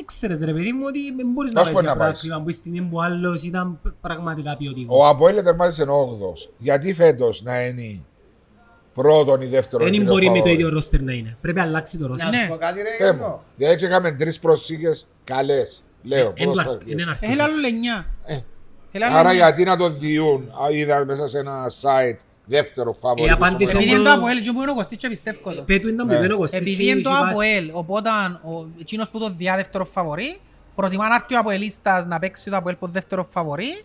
έξερες ρε παιδί μου ότι δεν μπορείς να Ας πάεις μπορεί για να πάεις. πράγμα που η στιγμή που ο άλλος ήταν π- πραγματικά ποιοτικός. Ο Αποέλ τερμάζει εν 8ο. Γιατί φέτος να είναι πρώτον ή δεύτερον. Δεν κύριο μπορεί με το φαβορί. ίδιο ρόστερ να είναι. Πρέπει να αλλάξει το ρόστερ. Να Ναι. σου πω κάτι ρε Θεέ μου, Γιώργο. Δηλαδή ξέχαμε τρει προσήκε καλές. Λέω. Ε, Εν του αρ- ποδοσφαιρικές. εν αρκετές. Έλα άλλο λενιά. Ε, Έλα άλλο Άρα λενιά. γιατί να το διούν. Α, Είδα μέσα σε ένα site δεύτερο φαβορή. Η του απάντηση- Σοβαρά. Επειδή Όμως- είναι το ΑΠΟΕΛ και μου είναι ο Κωστής και πιστεύω το. Πε του ήταν Ναι. πεμένο Κωστίτσι, Επειδή είναι το είχε βάσει- ΑΠΟΕΛ, οπότε ο- εκείνος που το διά δεύτερο φαβορή, προτιμά να έρθει ο ΑΠΟΕΛΙΣΤΑς να παίξει το ΑΠΟΕΛ που δεύτερο φαβορή Α,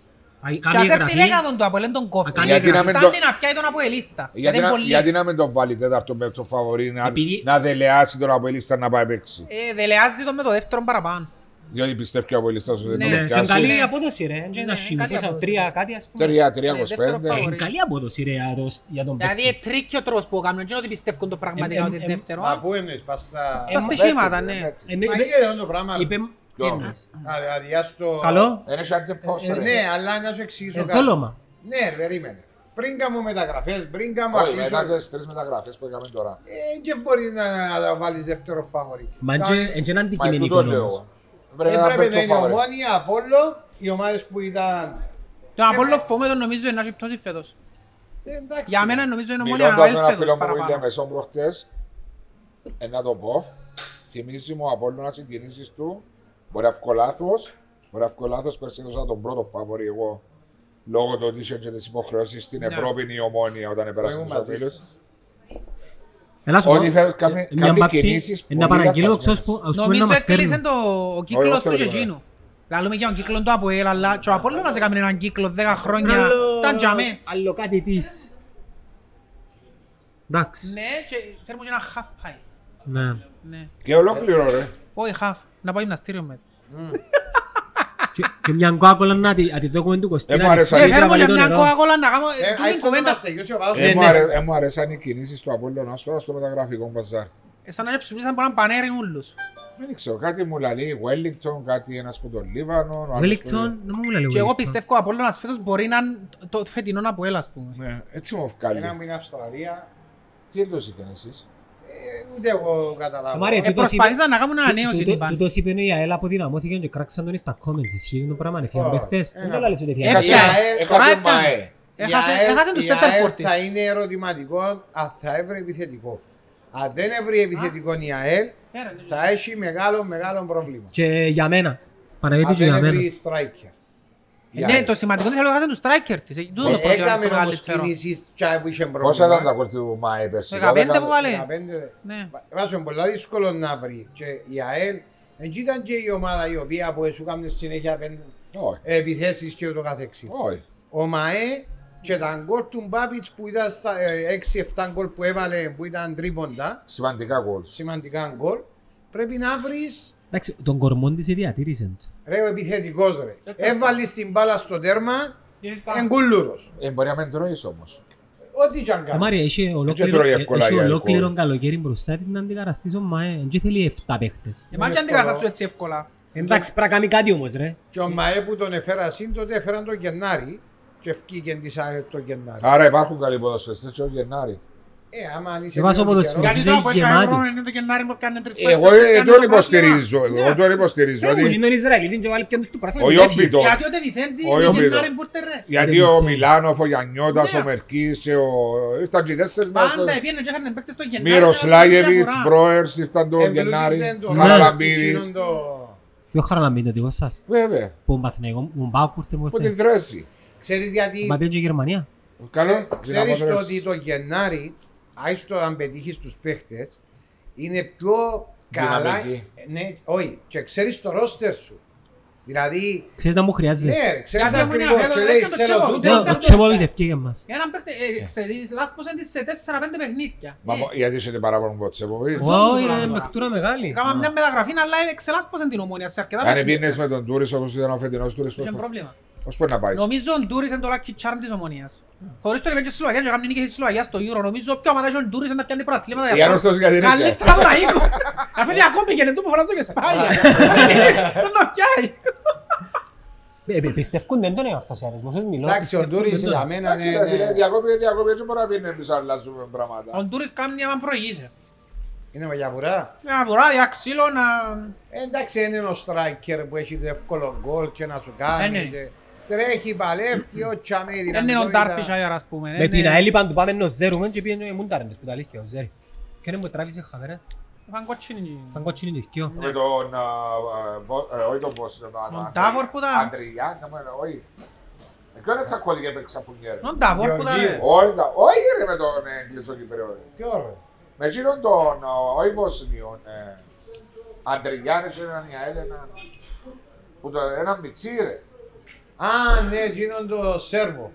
κάνει και ας έρθει εγγραφή. δέκατον του ΑΠΟΕΛ, δεν τον κόφτει. κάνει Γιατί να μην Ψάχνει το- να πιάει τον ΑΠΟΕΛΙΣΤΑ. Γιατί, Δεν να, πολύ. γιατί να μην τον βάλει τέταρτο με το φαβορή να, Επειδή- να δελεάσει τον Αποελίστα να πάει παίξει. Ε, Δελεάζει τον με το δεύτερο παραπάνω. Διότι πιστεύει και ο Αποελίστας ότι δεν Ναι, τον Ναι, και είναι πιάσει. καλή Ναι. απόδοση ρε. Είναι ένα Ναι, σύντομο, καλή πόσα, απόδοση. τρία κάτι ας πούμε. Τρία, τρία, Ναι, δεύτερο 25. φαβορί. Είναι καλή απόδοση ρε για το- για τον Δηλαδή παίκτη. είναι τρίκιο τρόπος που κάνουν, δεν είναι ότι πιστεύουν το Εμ, πραγματικά εμ, ότι είναι εμ, δεύτερο. Μα πού εμείς, πας στα... Στα εμ, στοιχήματα, ναι. Ε, ναι, Μα Ε, είπε- γίνεται το πράγμα. είπε- Ποιο? ένας. Α, αδειάς το- Καλό. Δεν έχει άντε Ε, πόστο, Ε, ρε. Ναι, αλλά να σου εξηγήσω Ε, κάτι. δόλωμα. Ναι, ρε, περίμενε. Πριν κάνω μεταγραφές, πριν κάνω Όχι, αρχίσω... μετά τις τρεις μεταγραφές που έκαμε τώρα. Ε, και μπορεί να, να τα βάλεις δεύτερο φαβορή. Μα Τα- είναι ένα Μα αυτό το αντικειμενικό λέω όμως. εγώ. Ε, Πρέπει να Έπρεπε παίξει να το είναι φαβορί. ομόνια, Απόλλω, οι ομάδες που ήταν... Ε, Τον Απόλλο Φόμετο νομίζω είναι να έχει πτώσει φέτος. Ε, εντάξει. Για μένα νομίζω είναι μόνο Μιλώντας με να έναν έλθει φίλο φέτος μου που παραπάνω. ήταν μεσόν προχτές, ε, να το πω, θυμίζει μου από όλο να συγκινήσεις του, μπορεί αυκό λάθος, μπορεί αυκό λάθος, πέρσι έδωσα τον πρώτο φαβορή εγώ, λόγω του ότι είχε και τις υποχρεώσεις στην Ευρώπη η ομόνια όταν επέρασε Εγώ τους μαζί ομίλους. Έλα σου πω, Ότι θα κάμε- ε, κάμε πάψη, κινήσεις ε, πολύ να παραγγείλω λαθασμένες. ξώς που ας πούμε να Νομίζω μας έκλεισε παίρνουν. το ο κύκλος Όχι, του όχι, και όχι. εκείνου. Λαλούμε για τον κύκλο του Αποέλ, αλλά και ο Απόλλωνας έκαμε έναν κύκλο 10 χρόνια. Άλλο- Ήταν τζαμέ. Άλλο κάτι της. Εντάξει. Ναι, και φέρνουμε και ένα half πάει. Ναι. Ναι. Και ολόκληρο ρε. Όχι half, να πάει γυμναστήριο μετά. Και- Και μια κόκολα να τη να τη δώκουμε του Κωστή. Ε, μου να τη- άρεσε. να τη Και φέρνουμε βάλει και το μια νερό. κοαγόλα να κάνουμε Ε, τούτη ας το κοβέντα. τελειώσει ο πάγος. Ε, μου ναι. αρε- ε, μου αρέσαν οι κινήσεις του Απόλλωνας τώρα στο μεταγραφικό μπαζάρ. Ε, Σαν να και ψηφίσαν από έναν πανέρι ούλους. Δεν ξέρω, κάτι μου λέει Wellington, κάτι ένας από τον Λίβανο. ο άλλος Wellington, δεν μου λέει Και εγώ Wellington. πιστεύω ο Απόλλωνας φέτος μπορεί να είναι το το φετινό Αποέλ, ας πούμε. που- Ναι, έτσι μου Ένα βγάλει. μήνα Αυστραλία. Τι έδωσε και εσείς. Ε, ούτε εγώ καταλάβω. Μάρια, Ε, τούτος προσπαθήσαν να κάνουν είπε- ανανέωση, τούτο- είπαν. τούτος είπε η ΑΕΛ αποδυναμώθηκε και κράξαν τον στα comments. Ισχύει το πράγμα, είναι φύγαν Ω, παίχτες. ένα- Δεν το λάλλεις ότι φύγαν Έπια- Έχασε- παίχτες. Ε, ΑΕΛ, έχασε τώρα ΜΑΕ. έπιανε. Η Έχασε- ΑΕΛ- Έχασε τους η center ΑΕΛ forties. θα είναι ερωτηματικό αν θα έβρει επιθετικό. Αν δεν έβρει επιθετικό η ΑΕΛ, Πέρα, ναι. θα έχει μεγάλο μεγάλο πρόβλημα. Και για μένα. Ε, Παναγιώτη Αν και δεν για μένα. έβρει striker. Η Ναι, ΑΕΛ. το σημαντικό είναι ότι έχασαν τους striker της. Τούτο το πρόβλημα είναι Έκαμε στο όμως μεγαλύτερο. κινήσεις τσάι που είχε πρόβλημα. Πόσα ήταν τα κόρτη του Μάη πέρσι. 15 που 12. βάλε. 15. Ναι. Βάζω πολλά δύσκολο να βρει. Και η ΑΕΛ, δεν ήταν και η ομάδα η οποία που σου κάνει συνέχεια πέντε Όχι. eh, επιθέσεις και ούτω καθεξής. Όχι. Ο ΜΑΕ και τα γκολ του Μπάπιτς που ήταν στα ε, 6-7 γκολ που έβαλε που ήταν τρίποντα, Σημαντικά γκολ. σημαντικά γκολ, πρέπει να βρεις Εντάξει, τον κορμό της διατήρησε. ρε ο επιθετικός ρε. Έβαλες την μπάλα στο τέρμα, εγκούλουρος. Ε, μπορεί να μην τρώεις όμως. Ό,τι και αν Ε, Μάρια, κάνεις. είχε τρώει ολόκληρο, εύκολα είχε η ολόκληρο αλκοόλ. καλοκαίρι μπροστά της να αντικαταστήσει ο ΜΑΕ. Δεν θέλει 7 παίχτες. Εμάς και αντικάσαν τους έτσι εύκολα. Εντάξει, πρέπει να κάνει κάτι όμως ρε. Και ο ΜΑΕ που τον έφερα σύντοτε έφεραν τον Γενάρη και ευκήκε της ΑΕΛ το Γενάρη. Ah. Άρα υπάρχουν καλοί ποδοσφαιριστές και ο Γενάρη. Ε, Ε, άμα είσαι Και βάζω λίγο από το τυχερός, σπίτι. Γιατί το είναι από ένα γεμάτη. ευρώ είναι το Γενάρη που κάνει τρεις Εγώ πόρτες, ε, κάνει τον το υποστηρίζω. πρόβλημα. Εγώ τον υποστηρίζω. Ρε μου, ότι- είναι ο Ισραηλής, είναι και βάλει πιάντους του παραθένου, Ο έφυγε. Ιόμπιτο. Γιατί ο Ντεβισέντη Ο είναι ο Ιωμπίδο. Γενάρη που ήρθε, ρε. Γιατί Δεν ο ξέρω. Μιλάνοφ, ο Γιαννιώτας, Ναι. ο Μερκής, ο... ήρθαν και οι τέσσερις μας. Πάντα έπιανε και έφερνε παίκτες το Γενάρη. Μυροσλάγεβιτς, αλλά Μπρόερς, ήρθαν το Γενάρη, εμπλούτησε το Χαραλαμπίδης. Ναι. εκείνον το- Ποιο χαραλαμπίδι, ότι εγώ σας. Βέβαια, Που ο Παθηναϊκός- ο Μπάουκουρτ μου από ήρθε. την Θρέση. Ξέρεις γιατί Μα πήγαινε και η Γερμανία. Καλό, δυνατό Ξέ- Ξέρεις το ότι Θρέση. το Γενάρη, άιστο αν πετύχεις τους παίχτες, είναι πιο καλά. Δυναμική. Ναι, όχι, και ξέρεις το ρόστερ σου. Δηλαδή, Ξέρεις να μου χρειάζεσαι. Ναι, ναι, ρε, ξέρεις Γιατί ήμουν ακριβώς αγέλος, και ρε, λέει, και το θέλω τσέπα μου. τούτο. δεν Ο- Ο έπαιρνε. Τσεβόλης ευκήγε μας. Έναν παίκτη, ε, ε, ξεδί- λάσπωσε της σε τέσσερα-πέντε παιχνίδια. Μα Ε, πο- γιατί είσαι παράπονο από Τσεποβίτς. Ζω μου Wow, τώρα, είναι τώρα. παιχτούρα μεγάλη. Ναι, Έκανα ε, μια μεταγραφή, αλλά ε, ξελάσπωσε την ομόνια σε αρκετά Αν παιχνίδια. πήγαινες με τον Τούρις όπως ήταν ο φετινός Τούρις, Είχε πώς- πρόβλημα. πώς μπορεί να πάεις. Νομίζω ο Ντούρις είναι το lucky charm της ομόνιας. Ε. Θεωρείς τον και στη Σλοβακία και κάνει νίκες στη Σλοβακία στο Euro. Νομίζω όποια ομάδα έχει ο Ντούρις να πιάνει Η πρωταθλήματα για αυτό. Άνορθος Ε, γιατί είναι και- Καλύτερα τον Αΐκο. Αφού διακόπηκε, είναι το που φωνάζω και σε πάει. Δεν το πιάει. Ε, ε, Πιστεύκουν δεν τον εορτωσιάδες, μόσος μιλώ. Εντάξει, ο πιστεύκουν Ντούρις δεν τον. για μένα Εντάξει, ρε φίλε, είναι- διακόπη και διακόπη, έτσι μπορεί να πίνει εμείς αλλάζουμε πράγματα. Ο Ντούρις κάνει άμα προηγήσει. είναι μαγιαβουρά. Για να βουράει, για ξύλο να... Ε, Εντάξει, δεν είναι ο striker που έχει το εύκολο γκολ και να σου Ε, ναι. κάνει. και Τρέχει, παλεύει, ο τσαμί, Δεν είναι ο δυναμικότητα. Ντάρπις Άιερ ας πούμε. Με Είναι- την ΑΕΛ είπαν του πάμε ενός ζέρου μεν και πήγαινε ο Μουντάρεντος που τα αλήθεια ο Ζέρι. Και δεν μου τράβησε χαμέρα, Φαν κότσινη. ήταν κότσινη το δυσκείο. Με τον. ε, ε, Βο- ε, Όχι τον Βόση, τον Άντρη. Τάβορ που ήταν. Αντριγιάν, καμένα, όχι. Ε, Ποιο είναι τσακώθηκε με ξαπουνιέρ. Νον Νταβόρ που ήταν ρε. Γεωργίου. Όχι, τα- όχι ρε με τον ε, Εγγλισό Κυπρέο. ρε. Τι ωραίο. Με εκείνον τον, ε, όχι Βοσνιόν. ε, Αντριγιάν, είχε έναν Ιαέλ, έναν. Που τον, έναν Μιτσί, ρε. Α, ναι, εκείνον το Σέρβο.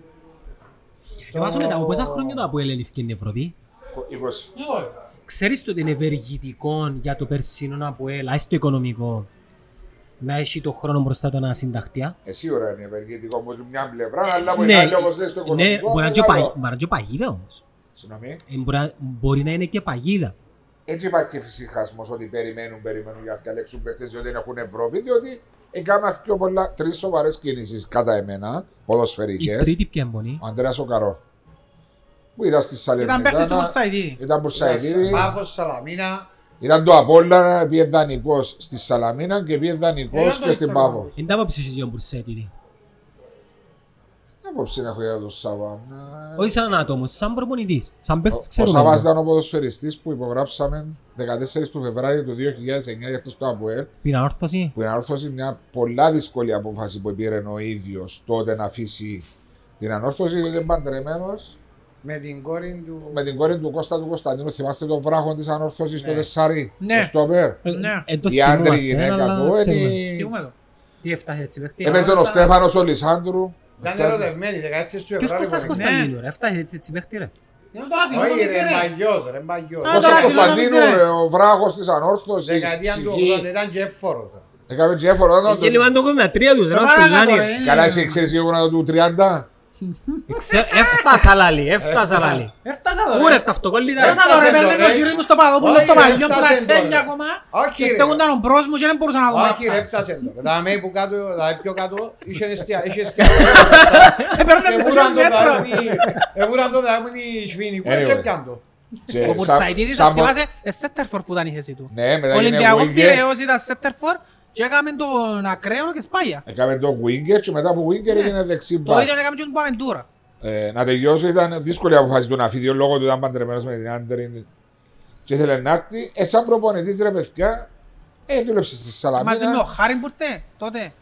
Ε, Βάζω μετά από πόσα χρόνια το Αποέλ έλευκε στην Ευρώπη. Κο- 20. Ξέρεις το ότι είναι ευεργητικό για το περσινό Αποέλ, ας το οικονομικό, να έχει το χρόνο μπροστά του να συνταχθεί. α. Ε, σίγουρα είναι ευεργετικό από τη μια πλευρά, αλλά από την Ναι, άλλη, όπως λες, το ναι, οικονομικό. μπορεί να είναι και μεγάλο. παγι- μπορεί να είναι και παγίδα όμως. Συγγνώμη. Ε, μπορεί να- Μπορεί να είναι και παγίδα. Έτσι υπάρχει φυσικασμός ότι περιμένουν, περιμένουν για να διαλέξουν παίχτε διότι δεν έχουν Ευρώπη, διότι έκανα πιο πολλά, τρεις σοβαρές κινήσεις κατά εμένα, Η ποδοσφαιρικέ. τρίτη ποια είναι πονή. Ο Αντρέα Οκαρό. Που ήταν στη Ήταν παίχτες του Σαλερνιτάνα, Μουσαϊδί. ήταν Μπουρσαϊδίδη, Μάχος, Σαλαμίνα. ήταν το Απόλλωνα, πήγε δανεικός στη Σαλαμίνα και πήγε δανεικός Ήταν και το στην Ισραήλ. Πάφο. Εν τα άποψη εσύ για τον Μπουρσέτιδη. Τι απόψη έχω για τον Σαββα. Όχι σαν άτομο, σαν προπονητής. Σαν παίκτης Ναι. Ο ξέρω. Σαββα ήταν ο ποδοσφαιριστής που υπογράψαμε 14 του Φεβράριου του 2009 για αυτός το Αποέλ. Πήρα όρθωση. που είναι ανόρθωση μια πολλά δύσκολη απόφαση που πήρε ο ίδιος τότε να αφήσει την ανόρθωση. Είναι παντρεμένος Με την κόρη του. με την κόρη του Κώστα του Κωνσταντίνου. Θυμάστε τον βράχο της ανόρθωσης Ναι. στο Τεσσαρί, Ναι. το Στόπερ. Ε, Ναι. ε, το Η άντρη θυμόμαστε, γυναίκα αλλά του. ξέρουμε. είναι- Τι πούμε εδώ. Τι έφτασε έτσι παίχτη. ε, Ε. Έπαιζε ο Στέφανο ο Λισάνδρου. Ήταν ερωτευμένη, 16 του Ποιος Ευράρου. Κώστας Κωνσταντίνου ρε, έφτασε έτσι έτσι παίχτη ρε. Είναι τώρα Όχι, συνειδητοποιήσε, ρε ρε. Μπαγιός, ρε Μπαγιός. Α, Ο τώρα Κωνσταντίνου, συνδράμισε, ρε. ρε, ο βράχος της ανόρθωσης. Δεκαετία του 80 ήταν και εύφορος. ρε. Έκαμε τζέφορο. Ε, όταν Είχε τον- Ε, λίγο το 83 του, δεν Ρε, μας παρακάτω, πουλάνει. ρε. Καλά, εσύ ξέρεις γεγονότα του 30. Ξε- Έφτασα λαλή, έφτασα λαλή. Έφτασα Ε. εδώ, ρε. Ούρες τα αυτοκόλλητα. ρε. Έφτασα εδώ, ρε, Έφτασε παίρνει εδώ, το ρε. κύρι μου στο Παπαδόπουλο, Όχι, στο ρε, παλιό, που τα έφτασε εδώ, τέλεια ρε. ακόμα. Όχι, Και ρε. στέκονταν ο μπρος μου και δεν μπορούσα να δω Όχι μάπα. ρε, έφτασε εδώ. Δάμε που κάτω, δάμε πιο κάτω, είχε εστιά, είχε εστιά. Έπαιρνε Εβούραν πόσες το μέτρα. δάμνη, εβούραν το δάμνη σβήνικο, Anyway. και πιάν το. Και Ο σαν- Μπουρσαϊτίδης, σαν αν πο- θυμάσαι, ε, Σέτερφορ που ήταν η θέση του. Ναι, Ο μετά είναι Ολυμπιακός winger. Πειραιώς ήταν Σέτερφορ και έκαμε τον Ακραίο και Σπάγια. Έκαμε τον Winger και μετά από Winger έγινε δεξί Ναι. Το μπακ. ίδιο έκαμε και τον Παμεντούρα. Ε, να τελειώσω ήταν δύσκολη αποφάση του να φύγει ο λόγος του ήταν παντρεμένος με την άντρη. Και ήθελε να έρθει. Ε, σαν προπονητής ρε παιδιά, ε, δούλεψε στη Σαλαμίνα. Μαζί με ο Χάριν πουρτέ, τότε.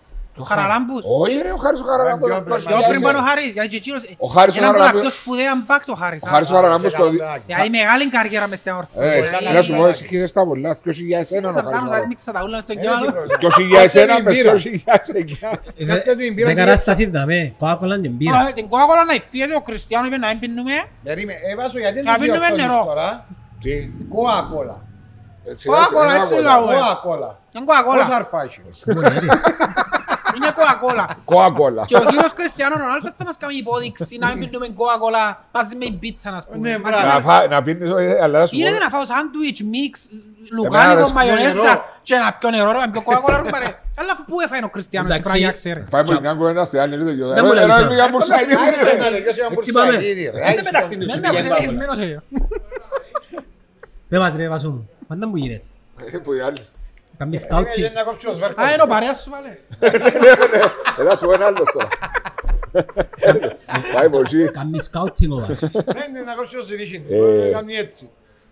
Ο Χαραλάμπους. Όχι, ρε, ο Χάρη ο Πιο Χαραλάμπο. πριν, Πιο πριν Μαγιάζε. πάνω ο Χάρης, γιατί και εκείνος Ο Χάρης ο είναι από τα Χαραλάμπου- πιο σπουδαία μπακς ο Χάρης. Ο Χάρη ο Χαραλάμπο. Το... Ε, Δηλαδή μεγάλη καριέρα μες στην ορθή. Ε, Σαν να σου πω, Λαλάμπου. εσύ είχες τα πολλά. 2001 ο Σαν πάνω, θα Χάρη. μίξα τα ούλα στον Ένα κεφάλι. πρόβλημα. 2001 με Πήρα. 2009. Κάθε Ε, του Δεν εμπειρία. κατάσταση είδαμε, κόκολα την πήρα. Α, Την κόκολα να υφίεται, ο Κριστιανό είπε να εμπινούμε. Περίμενε, έβαζω γιατί Θα δεν πίνουμε διορθώνεις νερό. τώρα. Τι. Coca-Cola. έτσι, Κόκολα, έτσι, ένα έτσι κόκολα. λαό. ε. Ωραία. Coca-Cola. Είναι Πώς κόκολα. αρφάχει. Είναι κόκολα. Κόκολα. Και ο κύριος Κριστιανό Ρονάλτο θα μας κάνει υπόδειξη να μην πίνουμε κόκολα μαζί με πίτσα, ας πούμε. Ναι, Μαζί μπράβο. Να με- φά- Να πίνεις, ε, αλλά σου πω, Γίνεται να φάω σάντουιτς, μίξ, Εμένα λουκάνικο, αρέσει νερό. μαγιονέζα και να πιω νερό, να πιω κόκολα, ρε πάρε. Αλλά αφού πού έφαγε ο Κριστιανό, έτσι Εντάξει. πράγμα ξέρει. Πάει από μια κουβέντα στην άλλη, δεν το Ε, Δεν μου λέει, Ένα Ζαν. μια μπουρσαϊνή, Άσε ρε. να λεγγύσει ένα Έτσι πάμε. μπουρσαϊδίδι, ρε. Δεν μεταχτύνουν Δεν τους τα πηγαίνει βρήκες κόκολα. μένος εγώ. Πε μας ρε Βασό μου, πάντα μου γίνεται έτσι. Ε, Που είναι άλλη. Ε, Κάνεις Είναι σκάουτσι. για να κόψει ο Σβέρκος. Α, είναι ο παρέας σου, βάλε. Ελά σου ένα άλλο τώρα. Πάει πολύ. Κάνεις σκάουτσι ο Βασός. Δεν είναι Ναι, να κόψει ο Ζηνίχιν. Ε. Κάνει έτσι.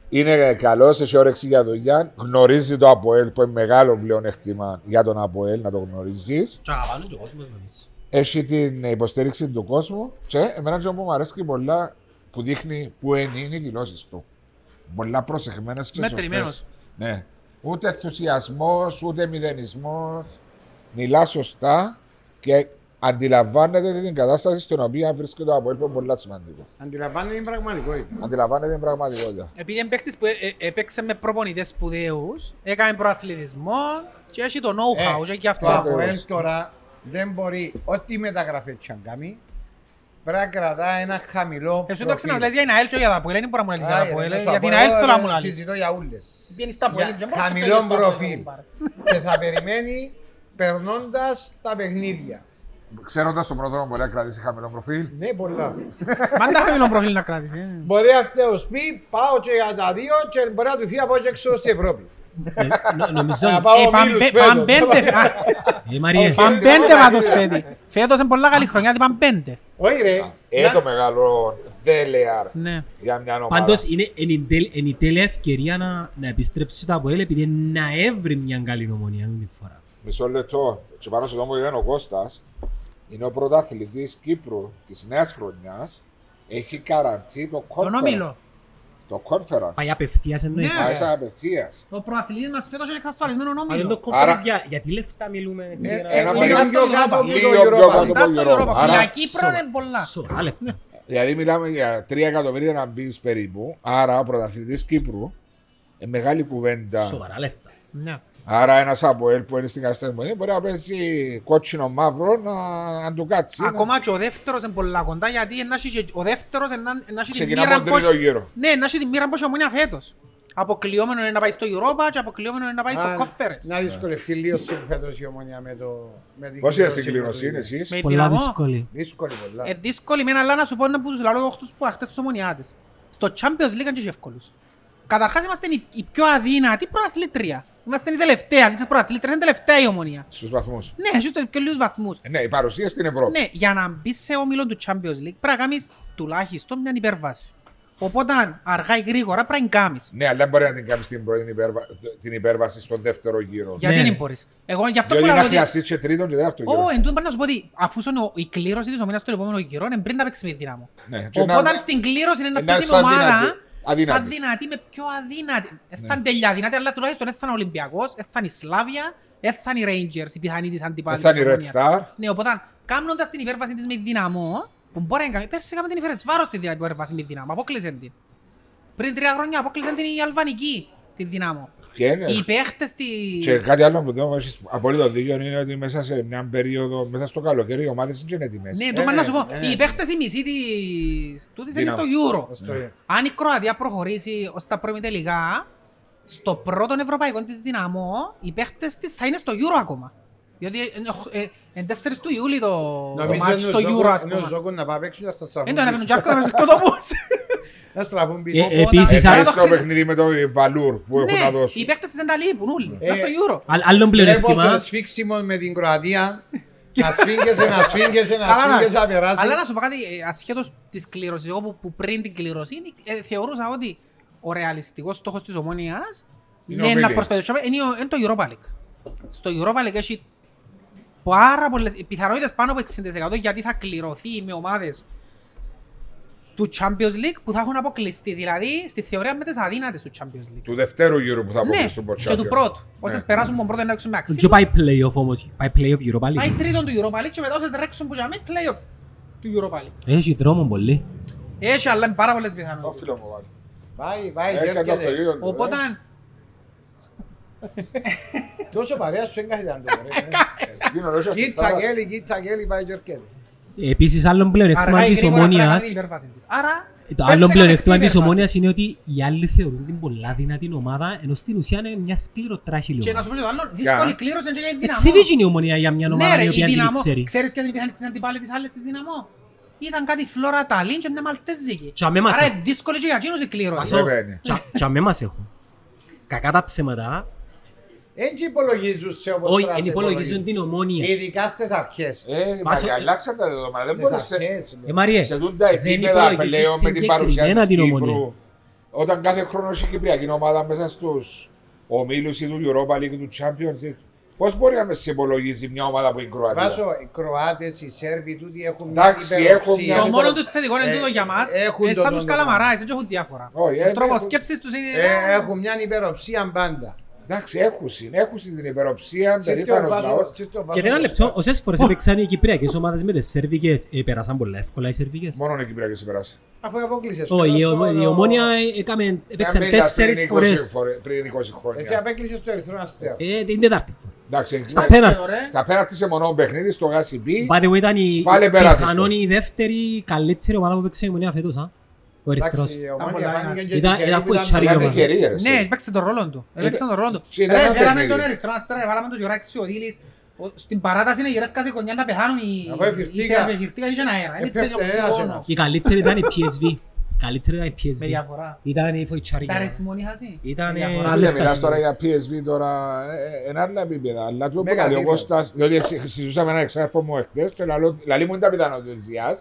Είναι καλός, έχει όρεξη για δουλειά. Γνωρίζει το ΑΠΟΕΛ που είναι μεγάλο πλεονέκτημα για τον ΑΠΟΕΛ να το γνωρίζεις. Τσα αγαπάνε και ο κόσμος νομίζω. Έχει την υποστήριξη του κόσμου. Και εμένα ξέρω που μου αρέσει πολλά που δείχνει που είναι, είναι οι δηλώσεις του. Πολλά προσεχμένε και Μετρημένος. σωστές. Ναι. Ούτε ενθουσιασμός, ούτε μηδενισμός. Μιλά σωστά και αντιλαμβάνεται την κατάσταση στην οποία βρίσκεται το ΑΠΟΕΛ που είναι πολύ σημαντικό. Αντιλαμβάνεται ε. την πραγματικότητα. Αντιλαμβάνεται την πραγματικότητα. Επειδή είναι παίκτης που ε- ε- έπαιξε με προπονητές σπουδαίους, έκανε προαθλητισμό και έχει το know-how Ε, και γι' αυτό. Το Ακριβώς. ΑΠΟΕΛ τώρα δεν μπορεί, ό,τι μεταγραφέ κι αν κάνει, πρέπει να κρατά ένα χαμηλό Εσύ προφίλ. το ξέρεις Ε, να λες για την ΑΕΛ και για τα ΑΠΟΕΛ, δεν μπορεί να μου λες για τα Άι, ρε, ΑΠΟΕΛ, μες στο για την ΑΠΟΕΛ, ΑΕΛ θέλω να ε, μου λες. Συζητώ για ούλες. Πιένεις τα ΑΠΟΕΛ, για δεν μπορείς να χαμηλό παίζεις τα ΑΠΟΕΛ, προφίλ. πάρε. και θα περιμένει περνώντας τα παιχνίδια. Ξέροντας τον πρόδρομο μπορεί να κρατήσει χαμηλό προφίλ. Ναι, πολλά. Μάντα χαμηλό προφίλ να κράτησε. ε. μπορεί αυτός πει πάω και για τα δύο και μπορεί να του φύγει από και έξω στην Ευρώπη. Ε, Νο- Νομίζω, Να πάω Ε, ο παν- Μίλους πε- φέτος. παν πέντε- α, ε Μαριέ, παν πέντε βάτος φέτη. Φέτος είναι πολλά καλή χρονιά, γιατί παν πέντε. Όχι ρε. Ε, να- το μεγάλο δέλεαρ Ναι. για μια ομάδα. πάντως είναι εν η τέλ- εν η τέλεια ευκαιρία να, να επιστρέψει το ΑΠΟΕΛ επειδή να έβρει μια καλή νομονία αυτή τη φορά. Μισό λεπτό. Και πάνω σε αυτό που είπε ο Κώστας, είναι ο πρωταθλητής Κύπρου της νέας χρονιάς. Έχει καραντί το Τον conference. όμιλο. Το conference. Πάει απευθείας εννοείς. Ναι. Πάει σαν απευθείας. Ο προαθλητής μας φέτος έχει εξασφαλισμένο Αλλά όμιλο. είναι το conference Άρα- για, για τι λεφτά μιλούμε έτσι. Ε, για να- Ένα λίγο περίπου- πιο κάτω από το Λίγο Europa πιο League. κάτω. Κοιτάς το Europa. Europa. Άρα- Για Κύπρο Σοβα- είναι πολλά. Σοβαρά λεφτά. Δηλαδή μιλάμε για 3 εκατομμύρια να μπεις περίπου. Άρα ο πρωταθλητής Κύπρου ε, μεγάλη κουβέντα. Σοβαρά λεφτά. Ναι. Άρα ένας από ελ που είναι στην Καστέλμονη μπορεί να παίζει κότσινο μαύρο να, να του κάτσει. να- Ακόμα και ο δεύτερος είναι πολλά κοντά γιατί να έχει και- ο δεύτερος να να έχει την Ξεκινάμε μοίρα τον τρίτο πως- γύρο. Ναι, να έχει την μοίρα πως η ομόνια φέτος. Αποκλειόμενο είναι να πάει στο Europa και αποκλειόμενο είναι να πάει στο Α, Conference. Να δυσκολευτεί λίγο σε φέτος η ομονία με το... με την Πόσοι είναι κλήρωση στην κλήρωση, είναι του- εσείς. Με Πολλά δυναμό. δύσκολη. Δύσκολη πολλά. Ε, δύσκολη με ένα αλλά να σου πω έναν που τους λαλώ εγώ τους που αχτές τους ομονιάτες. Στο Champions League είναι και εύκολους. Καταρχάς είμαστε η, η πιο αδύνατη προαθλήτρια. Είμαστε η τελευταία, στις προαθλήτρες είναι τελευταία η ομονία. Στους βαθμούς. Ναι, έχει τους πιο λίγους βαθμούς. Ναι, η παρουσία στην Ευρώπη. Ναι, για να μπει σε όμιλο του Champions League πρέπει να κάνεις τουλάχιστον μια υπερβάση. Οπότε αργά ή γρήγορα πρέπει να την κάνεις. Ναι, αλλά μπορεί να την κάνεις την πρώτη υπέρβα- την υπέρβαση στο δεύτερο γύρο. Γιατί Ναι. δεν μπορείς. Εγώ γι' αυτό που Διότι να λέω ότι... χρειαστεί και τρίτον και δεύτερο Ω, γύρο. εν τούτο πρέπει να σου πω ότι αφού είναι ο- η κλήρωση της ομίλας του επόμενου γύρω είναι πριν να παίξεις με τη δυναμό. Ναι, και να- Οπότε στην κλήρωση είναι να να πέσει με σαν ομάδα δυνατή. Αδύνατη. Ναι. σαν δυνατή με πιο αδύνατη. Ε, Θα είναι τελειά δυνατή, αλλά τουλάχιστον δεν θα είναι ο Ολυμπιακός, δεν θα είναι η Σλάβια, δεν θα είναι οι Rangers, η πιθανή της αντιπάλης. Ε, θα είναι η της Red Ομόνιας. Star. Ναι, οπότε κάνοντας την υπέρβαση της με δυναμό, που μπορεί να κάνει, πέρσι έκαμε την υπέρβαση βάρος την υπέρβαση με δυναμό, αποκλείσαν την. Πριν τρία χρόνια αποκλείσαν την η Αλβανική, τη δυναμό. Και είναι- Οι παίχτες τη... Και κάτι άλλο που δεν έχεις απόλυτο δίκιο είναι ότι μέσα σε μια περίοδο, μέσα στο καλοκαίρι, οι ομάδες δεν είναι έτοιμε. Ναι, Ε, το πάνω να ναι, σου πω, ε, ναι. οι παίχτες η μισή της... Τούτης είναι Δυναμό. στο Euro. Στο- Αν η Κροατία προχωρήσει ως τα πρώιμη τελικά, στο πρώτο ευρωπαϊκό της δυναμό, οι παίχτες της θα είναι στο Euro ακόμα. Διότι ε, εν 4 του Ιούλη το το Νομίζω μάτς είναι στο ο Ζόκο- Euro, ας είναι ο πούμε. Ζόκο να πάει παίξουν, να στα στραφούν Εν το έπαιρνε ο πίσω. Τζάρκο, θα παίζει και το πούς. Να στραφούν πίσω. Ε, επίσης, Άρα Έχει το το χρήσ- παιχνίδι με τον Βαλούρ που έχουν να Ναι, οι δώσουν. παίχτες της δεν τα λείπουν όλοι. Ε, Είναι στο Euro. Α- Άλλο Βλέπω στο πλεονέκτημα. σφίξιμο με την Κροατία. Να σφίγγεσαι, να σφίγγεσαι, να Αλλά να- σφίγγεσαι, να περάσεις. Αλλά να σου πω κάτι, ε, ασχέτως της κλήρωσης, εγώ που- που πριν την κλήρωση, ε, θεωρούσα ότι ο ρεαλιστικός στόχος της Ομόνοιας Είναι ναι, ο να Μίλης. προσπαθήσουμε, είναι, ο- είναι το Europa League. Στο Europa League έχει πάρα πολλές πιθανότητες πάνω από 60% γιατί θα κληρωθεί με ομάδες του Champions League που θα έχουν αποκλειστεί. Δηλαδή, στη θεωρία με τις αδύνατες του Champions League. Του δευτέρου γύρου που θα Ναι, πούμε στον Ποτσάκη. και του πρώτου. Ναι, Όσες περάσουν από τον πρώτο να έξουν με Και αξία. πάει playoff όμως, πάει playoff Europa Πάει League. τρίτον του Europa League και μετά όσες ρέξουν που για μένα, play-off του Europa League. Έχει δρόμο πολύ. Έχει, αλλά είναι πάρα πολλές πιθανότητες. Πάει, πάει, Έκανε Ε, το έρχεται. αυτοκίνητο. Οπότε, Τόσο παρέα σου έγκαθε ήταν το, ρε. Ε, Κοίτα γέλη, κοίτα γέλη, πάει και έρχεται. Επίσης άλλο αργά πλεονέκτημα ή της γρήγορα πρέπει να κάνει ομόνιας. Ε, την υπέρβαση της. Άρα, Το πέρσι άλλο έκανε πλεονέκτημα αυτή η της υπέρβαση. ομόνιας είναι ότι οι άλλοι θεωρούν την πολλά δυνατή ομάδα, ενώ στην ουσία είναι μια σκληροτράχηλη Και να ομάδα. σου πω και το άλλο, δύσκολη κλήρωση είναι και για τη δυναμό. Έτσι δεν είναι η ομόνια για μια Ναι ομάδα ρε, η η οποία δεν την δυναμό. ξέρεις. Ξέρεις ποια είναι η πιθανή της αντιπάλης της άλλης της δυναμό. ήταν κάτι φλόρα Ταλίν και μια Μαλτέζικη. Τσα με μας Άρα έχουν. είναι δύσκολη και για εκείνους η κλήρωση. Ασό. Βέβαια. Τσα- τσα με μας έχουν. Κακά τα ψέματα. Δεν και υπολογίζουν σε όπως Όχι, τώρα δεν σε υπολογίζουν την ομόνια. Ειδικά στις αρχές. Ε, Βάσο- μα αλλάξαν τα δεδομένα. Δεν Στις μπορείς σε, αρχές. Ε, Μαριέ, σε τούντα δεν επίπεδα υπολογίζεις πλέον με την παρουσία συγκεκριμένα της την ομόνια. Κύπρου. Όταν κάθε χρόνο έχει η Κυπριακή ομάδα μέσα στους ομίλους ή του Europa League ή του Champions League, πώς μπορεί να με σε υπολογίζει μια ομάδα που είναι Κροατία. Βάζω οι Κροάτες, οι Σέρβοι, τούτοι έχουν Εντάξει, υπεροψία. έχουν μια- Το Ε, μόνο τους θετικό είναι ε, τούτο για μας, έχουν είναι το σαν τον τους το καλαμαράες, δεν έχουν διάφορα. Όχι, ε, Ο τρόπος έχουν- σκέψης τους είναι... Ε, Έχουν μια υπεροψία πάντα. Εντάξει, έχουσιν, έχουσιν την υπεροψία, περήφανος λαός. Και Και ένα ε. λεπτό, όσες φορές έπαιξαν οι Κυπριακές ομάδες με τις Σερβικές, ε, πέρασαν πολλά εύκολα οι Σερβικές. Μόνο η Κυπριακή σε περάσει. Αφού απόκλεισες. Όχι, η τώρα ομο- στο- η ομόνια ε, έκαμε- έπαιξαν Αν πήγα τέσσερις πριν 20 φορές. φορέ- Πριν 20 Εσύ χρόνια. απέκλεισες το Ερυθρό Αστέρα. Ε, την τετάρτη φορά. Εντάξει, Στα εντάξει, πέναρτ. Ωραία. Στα πέναρτη σε μονό παιχνίδι στο Γάσι Μπι. By the way, ήταν η Πάλι πέρασες πιθανόν το. η δεύτερη καλύτερη ομάδα που έπαιξε η Μονία φέτος, α. Ο Ερυθρός. Εντάξει, η πολλά ομόνια φάνηκε είναι. και Ήταν- τυχερή ήταν που φουτσαρή ήταν η Ήταν ομάδα. τυχερή. τυχερή, ρε, εσύ. Ναι, έπαιξε τον ρόλο του. Έπαιξε τον ρόλο του. Εσύ ήταν Ρε, ένα φέραμε παιχνίδι. τον Ερυθρό Αστέρα, βάλαμε τον Γιωράξη Οδύλης. Ο- Στην παράταση είναι γυρεύκασε η κονιά να πεθάνουν οι Αφού εφηρτήκα. οι Σέρβοι, εφηρτήκα, είχε ένα Ε, αέρα. Είναι Επέφτανε ένας οξυγόνος. ένας. Η καλύτερη ήταν η PSV. Καλύτερη ήταν η Με PSV. διαφορά. Ήταν η Φοητσαρή. Τα ρυθμόν είχα ζει. Ήταν, Με ε, διαφορά. άλλες Φίλε, μιλάς τώρα κατηγορίες. για PSV τώρα, ε, ε, ένα άλλο επίπεδα. Αλλά του Μέγα που λέει ο επίπεδο. Κώστας, διότι συ- συζητούσαμε έναν εξάρφο μου εχθές και λαλό- λαλή μου είναι τα πιθανό της Διάς,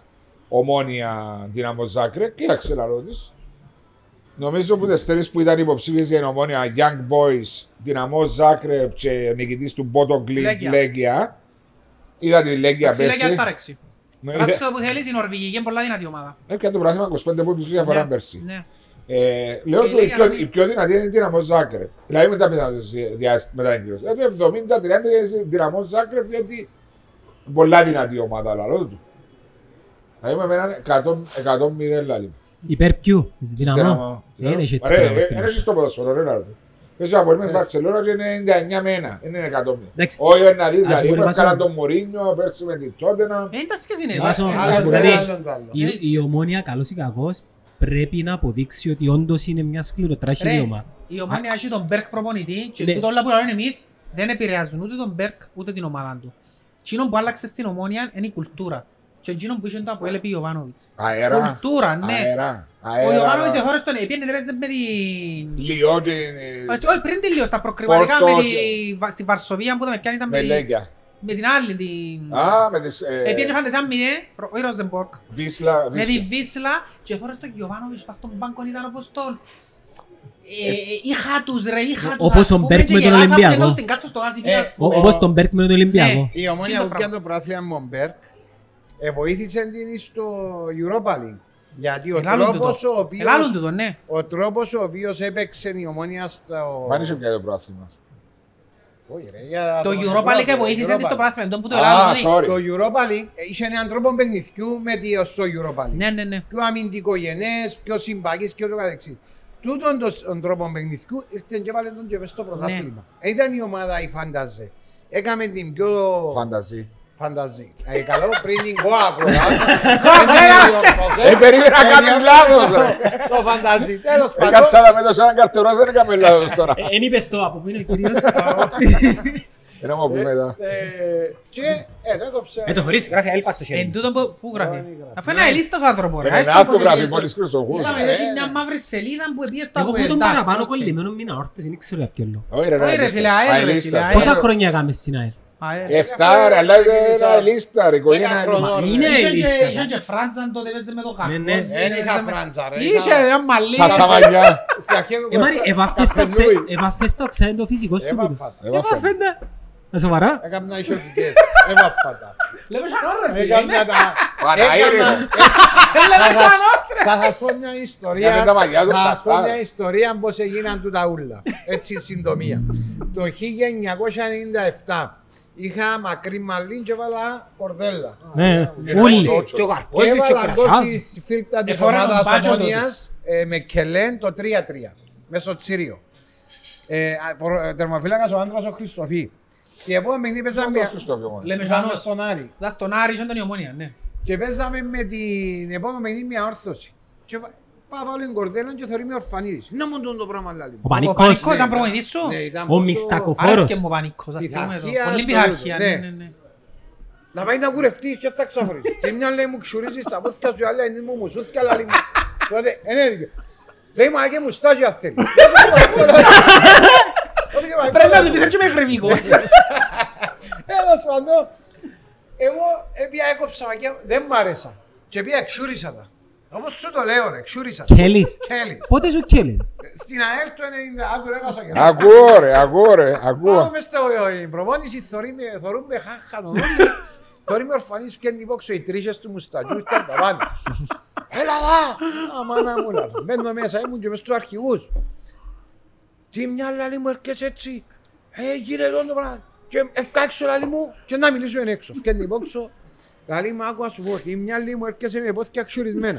ομόνια δυναμό Ζάκρε, κοίταξε λαλό της. Νομίζω που τις τρεις που ήταν υποψήφιες για την ομόνια, Young Boys, δυναμό Ζάκρε και νικητής του Bottom League, Λέγκια. Λέγκια. Είδα τη Λέγκια Εντάξει, λέγε πέρσι. ατάρεξη. Ναι, Κράψε το που θέλεις, η Νορβηγική είναι πολλά δυνατή ομάδα. Έπιανε Ε, το πράγμα 25 πόντους διαφορά Ναι, πέρσι. ναι. Ε, λέω Και ότι λέει η, πιο, αναλύ- η πιο δυνατή είναι η δυναμό Ζάκρεπ. Δηλαδή μετά μετά μετά την κλήρωση. Έπρεπε 70-30 είναι η δυναμό Ζάκρεπ διότι πολλά δυνατή ομάδα λαλό του. Δηλαδή με έναν 100-0 λαλή. Υπέρ ποιου, της δυναμό. Δυναμό. Δεν έχει έτσι Ρε, πράγμα ε, στην ε, Ελλάδα. έχεις το ποδοσφαιρό ρε λαλό του. Πες από εμείς Ε. Βαρσελόνα και είναι 99 με ένα, δεν είναι 100. Εντάξει. Όχι να δεις, Ας δηλαδή μπορεί που να έκανα σου- τον Μουρίνιο, πέρσι με την Τότενα. Ε, είναι τα σχέση είναι. Ε, Ε, βάζω- να σου Άλλον πω το κάτι. ένα, άλλον το άλλο. Η, η ομόνια, καλός ή κακός, πρέπει να αποδείξει ότι όντως είναι μια σκληροτράχηλη Ρε, ομάδα. Η ομόνια έχει τον Μπέρκ προπονητή και Ναι. τούτα όλα που λαλούν εμείς δεν επηρεάζουν ούτε τον Μπέρκ ούτε την ομάδα του. Εκείνο που άλλαξε στην ομόνια είναι η κουλτούρα. Και εκείνο που είχε το Αποέλ επί Ιωβάνοβιτς. Αέρα, Κουλτούρα, ναι. αέρα, Ο αέρα. Ιωβάνοβιτς εχώρες τον επίεν έπαιζε με την... Λιό και, ε, Όχι, πριν τη λίγο, στα προκριματικά Πόρτο, με τη... βα- στη Βαρσοβία που ήταν με ποιαν ήταν με με τη- Λέγκια. με την άλλη. την- Α, με τις... ε, Επίεν και είχαν σαν μηδέ, ρο- όχι Ροζεμπορκ. Βίσλα, Με τη Βίσλα. Βίσλα και φορές τον Γιωβάνοβιτς πας στον πάγκο ήταν όπως τον... Ε, είχα τους ρε, είχα τους. Όπως ας ο πούμε, Μπέρκ και με τον γελάσαμε Ολυμπιακό. ενώ Στην κάτω στο Άσι Ε, Πίας. Ο- Όπως τον Μπέρκ με τον Ολυμπιακό. Η Τι ομόνια είναι που το πιάνε το πρόθλημα Μομπέρκ ε, βοήθησε την στο Europa League. Γιατί ο Ελάλουν του τρόπος ο το. Ελάλουν του το, οποίος, ναι. ο τρόπος ο οποίος έπαιξε η ομόνια στο... Πάνε σε ποια το πρόθυμα. Όχι, ρε, για Το Europa League βοήθησε της το πράθυμα, τον που το Α, Ελλάδο. Το sorry. Europa League ε, είχε έναν τρόπο παιχνιδιού με τη, στο Europa League. Ναι, ναι, ναι. Πιο αμυντικογενές, πιο συμπαγής και ούτω καθεξής. Τούτον το- τον τρόπο παιχνιδιού ήρθε και βάλε τον και μες στο πρωτάθλημα. Ναι. Ε, Ήταν η ομάδα η Φανταζέ. Έκαμε την πιο... Φανταζή. Φανταζή. Ε, καλό πριν την κοάκρο. Ε, περίμενα να κάνεις λάθος, ρε. Ε, Το φανταζή. Τέλος πάντων. Έκατσα να με δώσω έναν καρτερό, δεν έκαμε λάθος τώρα. Εν είπες το από πού είναι ο κύριος. Ένα μου ε, πει μετά. Ε, Και ε, το έκοψε. Με το χωρίς γράφει έλπα στο χέρι. Εν μου. τούτο που- που γράφει. Αφού Ναι. είναι ελίστας ο άνθρωπος. Ε, ρε, Είναι έστω Ε, ένα όπως αυτογραφή, είναι. μόλις κρυστογούς. Έλα, ρε, Έχει μια μαύρη σελίδα που επίες ε, στα Εγώ έχω τον κουβεντά, παραπάνω οκ. κολλημένο μήνα όρθες, δεν ξέρω για ποιο λόγο. Όχι ρε, ε, ρε, ρε, φίλε, αέρα, ρε, φίλε, αέρα. Πόσα χρόνια έκαμε στην ΑΕΛ. Α, ε. Εφτά ρε, αλλά είναι Ξεκίνησα. ένα λίστα ρε, οικογένεια Δέκα είναι χρονών, λίστα. ρε. Είναι Είχε και- λίστα. είχε και Φράντζαν τότε, έπαιζε με το Ναι, Γαρκόζι, ναι. Ε, Δεν έπαιζε είχα με- φράντζα ρε. Είχε ένα μαλλί. Σαν τα μαλλιά. Στην αρχή Ε, Μάρι, εβάφες τα ξέ- καπνούι. εβάφες τα ξένο το φυσικό σου. που το- Έβαφα τα. Ε, βάφε. Εβάφεν τα. Ε, Σοβαρά. Έκαμε να ισοτικές. Έβαφα τα. Λέμε σοβαρά, Ε, ρε, φίλε. ναι. Έκαμε τα... Ε, Παναήρη, ρε. έκανα- Ε, Θα σας- σανός, Θα σας πω μια ιστορία. Έκαμε τα μαλλιά του Θα σας πω ξαφνικά. μια ιστορία πώς έγιναν του ταούλα. Έτσι συντομία. Το 1997 είχα μακρύ μαλλί και έβαλα κορδέλα. Ναι, όλοι. Και ο Και Καρπόζης και ο έβαλα γκολ Κρασάς. της φίλτα της Εφόρα τον ομάδας Μπάτσο ομόνιας ε, με Κελέν το 3-3 μέσα στο Τσίριο. Ε, α, προ- ε, Τερματοφύλακας ο άντρας ο Χριστοφή. Και επόμενη παιχνίδι παίζαμε Πώς Χριστόφιο μόνο. Λέμε παίζαμε σανός. στον Άρη. Δα στον Άρη και τον Ιωμόνια, ναι. Και παίζαμε με την επόμενη παιχνίδι μια όρθωση. Και βα- πάω βάλω την κορδέλα και θεωρεί με ορφανίδης. Να μου τον το πράγμα λάλη. Ο Ο Πανικός. Πανικός, αν ναι. προπονητής σου. Ναι, ήταν Ο το- Μιστακοφόρος. Άρεσκε μου ο Πανικός, ας θυμούμε το. Πειθαρχία Πολύ στο- πειθαρχία, ναι. ναι, ναι, ναι. Να πάει να κουρευτείς και θα ξαφρείς. Τι μια λέει μου ξουρίζεις τα πόθηκια σου, η άλλη είναι μου μουσούθηκια, αλλά μου. Τότε, είναι δίκιο. Λέει μα και μουστάκια θέλει. Πρέπει να το πεις έτσι με γρυβικός. Έλα σπαντώ. Εγώ έπια έκοψα μαγιά, δεν μ' άρεσα. Και έπια εξούρισα τα. Όμως σου το λέω ρε, εξούρισα. Κέλεις. Κέλλης. Ε, Πότε σου κέλεις. Στην ΑΕΛ του 90, άκου ρε βάζω κεράσι. Ακούω ρε, ακούω ρε, Πάω ακούω. μες στο ε, η προπόνηση, θωρεί με- θωρούν με χάχανον όλοι. Θωρεί με ορφανείς, φτιάχνει υπόξω οι τρίσες του μουστατιού, ήταν τα πάντα. Έλα δα! Αμάνα μου λαλό. Μπαίνω μέσα, ήμουν και μες στους αρχηγούς. Τι μια λαλή μου έρχεσαι έτσι. Ε, γύρε εδώ το πράγμα. Και ευκάξω λαλή μου και να μιλήσουμε έξω. Φτιάχνει υπόξω. Λαλή μου, άκου να σου πω, τι μια λαλή μου έρχεσαι με πόθηκια ξουρισμένα.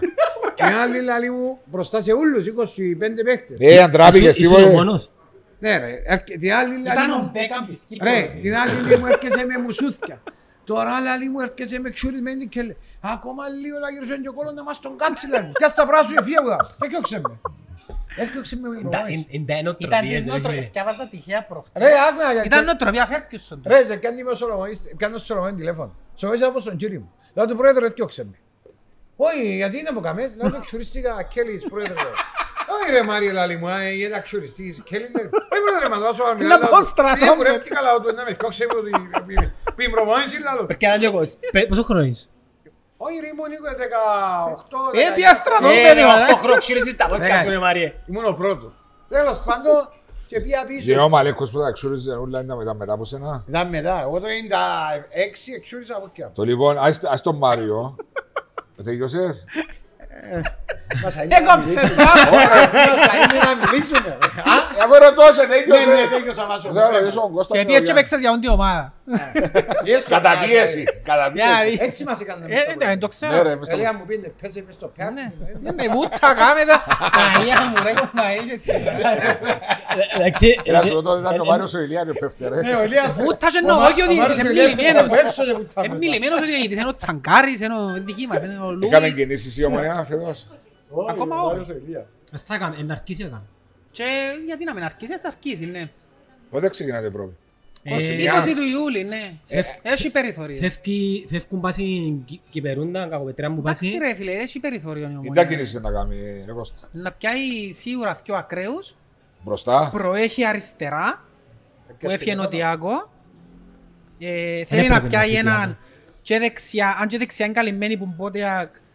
Και άλλη λαλή μου μπροστά σε όλους, 25 παίχτες. Ε, αν τράπηκες, Ήσουν- ήσουν ο τίποτε. μόνος. Ναι ρε, έρχε- την άλλη λαλή Ήταν μου- ο Μπέκαμ της Κύπρου. Ρε, την άλλη λέει μου έρχεσαι με μουσούθια. Τώρα λαλή μου έρχεσαι με ξουρισμένη και λέει Ακόμα λίγο να γυρίσω και ο κόλλο να μας τον κάτσει λέει μου Πιάσ' τα πράσου και φύγε μου Έκιωξε με Έκιωξε με με Εντά- εν- προβάεις εν- τα ενοτροπίες, Ήταν της ρε, νότροφης. φίλε. Διάβαζα τυχαία προχτές. Ρε, άκουνα για Ήταν νοτροπία Ferguson. Ρε, δεν κάνει με ο Σολομονής, πιάνω στο Σολομονή τηλέφωνο Σολομονής από στον κύριο μου Λέω του πρόεδρο έκιωξε με Όχι, γιατί είναι από καμές Λέω του ξουρίστηκα Κέλλης πρόεδρε λέω. Όχι ρε Μάριο λαλή μου, α, γιατί να ξουριστείς Κέλλη λέει «Ε, πρόεδρε, μα δώσω να μιλάω, Να λέω πω του. στρατό, «Ε, μου». κουρεύτηκα, λέω του, να με εκκόξε μου, τη- τη- την προπόνηση, λέω του. Πρέπει να είναι εγώ. Πε- Πόσο χρόνο είσαι. Όχι ρε, ήμουν 18, 19. Έπια στρατό, Ε, παιδί ρε, μου. ο χροξύρισης τα πόδια Δεκαετία. σου, ρε, Μαριέ. Ήμουν ο πρώτος. Τέλος πάντων, και πήγα Και ο πίσω. Μαλέκος που τα ξούριζε όλα ήταν μετά, μετά από σένα. Ήταν μετά, εγώ το 96 εξούρισα από εκεί. Το λοιπόν, ας ας τον Μάριο. Ε, Τελειώσες. Έκοψε, μπράβο. Θα είναι να μιλήσουμε. ρε. Α, Εγώ ρωτώ σε, Ναι, ναι, τελειώσες. τέλειωσα βάζω. Θα ρωτήσω τον Κώστα. Και Μιρογιάννη. πήγε παίξες για όντι ομάδα. Yes, Καταπίεση, Για να καταπίεση. δεις. Έτσι μας έκανε μες Ε, στο δεν πράγμα. το Ναι Ναι, ξέρω. ρε, μες στο- Ελέα ε, μου πίνε, πέσε μες στο πιάτο. ε, Ναι. Ναι, με βούτα, κάμετα. Παναγία μου, ρε, κομμαΐ, έτσι. Ε, Εντάξει. Έλα ε, σου ρωτώ, ήταν ε, ο Μάριος ο Ηλιάριος πέφτει ρε. Ναι, ο Ελέας- Βούτα και ο νο, Μά- όχι ο ο διαιτητής, Μάριος είναι Ελέας ήταν μιλημένος. από έξω και βουτάμε Είναι στα. Ε, μιλημένος ο διαιτητής, είναι ο Τσαγκάρης, είναι ο δική μας, είναι ο Έκαμε Λούις. κινήσεις Ε, η ομονία φέτος. Όχι, Ακόμα ο όχι. Μάριος Ελέας. ε, Θα έκαμε, εν αρκίσει έκαμε. Και γιατί να μην αρκίσει, ας αρκίσει, ναι. Πότε ξεκινάτε η Ευρώπη. Ε, 20 του Ιούλη, ναι. Έχει περιθώριο. Φεύγει, φεύγουν πάση κυ- Κυπερούντα, κακοπετρά μου Εντάξει πάση. ρε φίλε, έχει περιθώριο η Τι τα ομονία. κινήσεις να κάνει ρε Κώστα. Να πιάει σίγουρα δυο ακραίους, Μπροστά. προέχει αριστερά, που έφυγε ο Τιάκο. Ε, θέλει έπρεπε να να πιάει φύγει, έναν Τιάκο. και δεξιά, αν και δεξιά είναι καλυμμένη που μπότε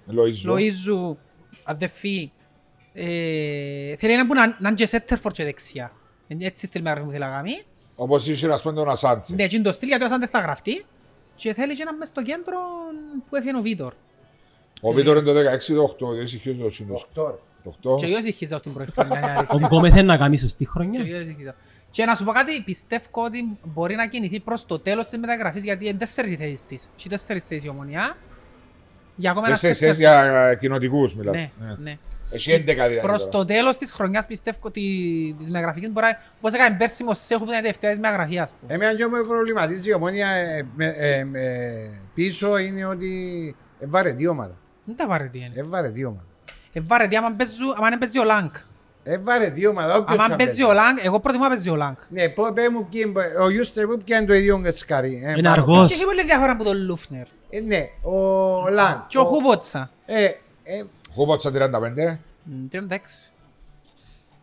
Λοίζου. Λοΐζου, αν δεν φύγει. Ε, Θέλει έναν που να να είναι και σέντερφορ και δεξιά. Ε, Έτσι στυλ με αγάπη μου θέλει να κάνει. Όπως είχε ας πούμε τον Ασάντσι. Ναι, εκείνο το στυλ γιατί ο Σάντερ θα γραφτεί. Και θέλει και έναν μες στο κέντρο που έφυγε ο Βίτορ. Ο Βίτορ είναι το 16 το 8, ο Ιωσήχιος το 8. Οκτώ, ρε. Το 8. Και εγώ ησυχίζω την πρώτη χρονιά. είναι αλήθεια. Ο Γκόμεθ να κάνει σωστή Και ναι. χρονιά. εγώ ησυχίζω. Και να σου πω κάτι, πιστεύω ότι μπορεί να κινηθεί προς το τέλος της μεταγραφής γιατί είναι τέσσερις οι θέσεις της. Και τέσσερις θέσεις η ομονιά. Για ακόμα ένα Τέσσερις θέσεις σέντερ. για ε, κοινοτικούς μιλάς. Ναι, Ναι. ναι. Εσύ 11 δηλαδή. Προς τώρα. το τέλος της χρονιάς πιστεύω ότι της μεταγραφικής μπορεί να... Όπως έκανε πέρσι με Σέχου που ήταν η τελευταία της μεταγραφή, ας πούμε. Εμένα και με προβληματίζει η ομόνια ε, με- ε, με- πίσω είναι ότι έβαρε δύο ομάδα. Δεν τα βαρετή είναι. Έβαρε δύο ομάδα. Ε, βαρετή άμα παίζουν- άμα δεν παίζει ο Λάγκ. Έβαρε δύο ομάδα. όποιος Άμα και αν παίζει ο Λάγκ, εγώ προτιμώ να παίζει ο Λάγκ. Ναι, πω- πέ μου ποιοι είναι- ο Ιούστερ που πιάνει το ίδιο σκαρί. ε, Είναι πάρα αργός. Και έχει πολύ διαφορά από τον Λούφνερ. πολύ. Ε, Ναι, ο Λαν. Και ο Χουμπότσα. Ε, ε, Χούμποτσα 35. Μ, 36.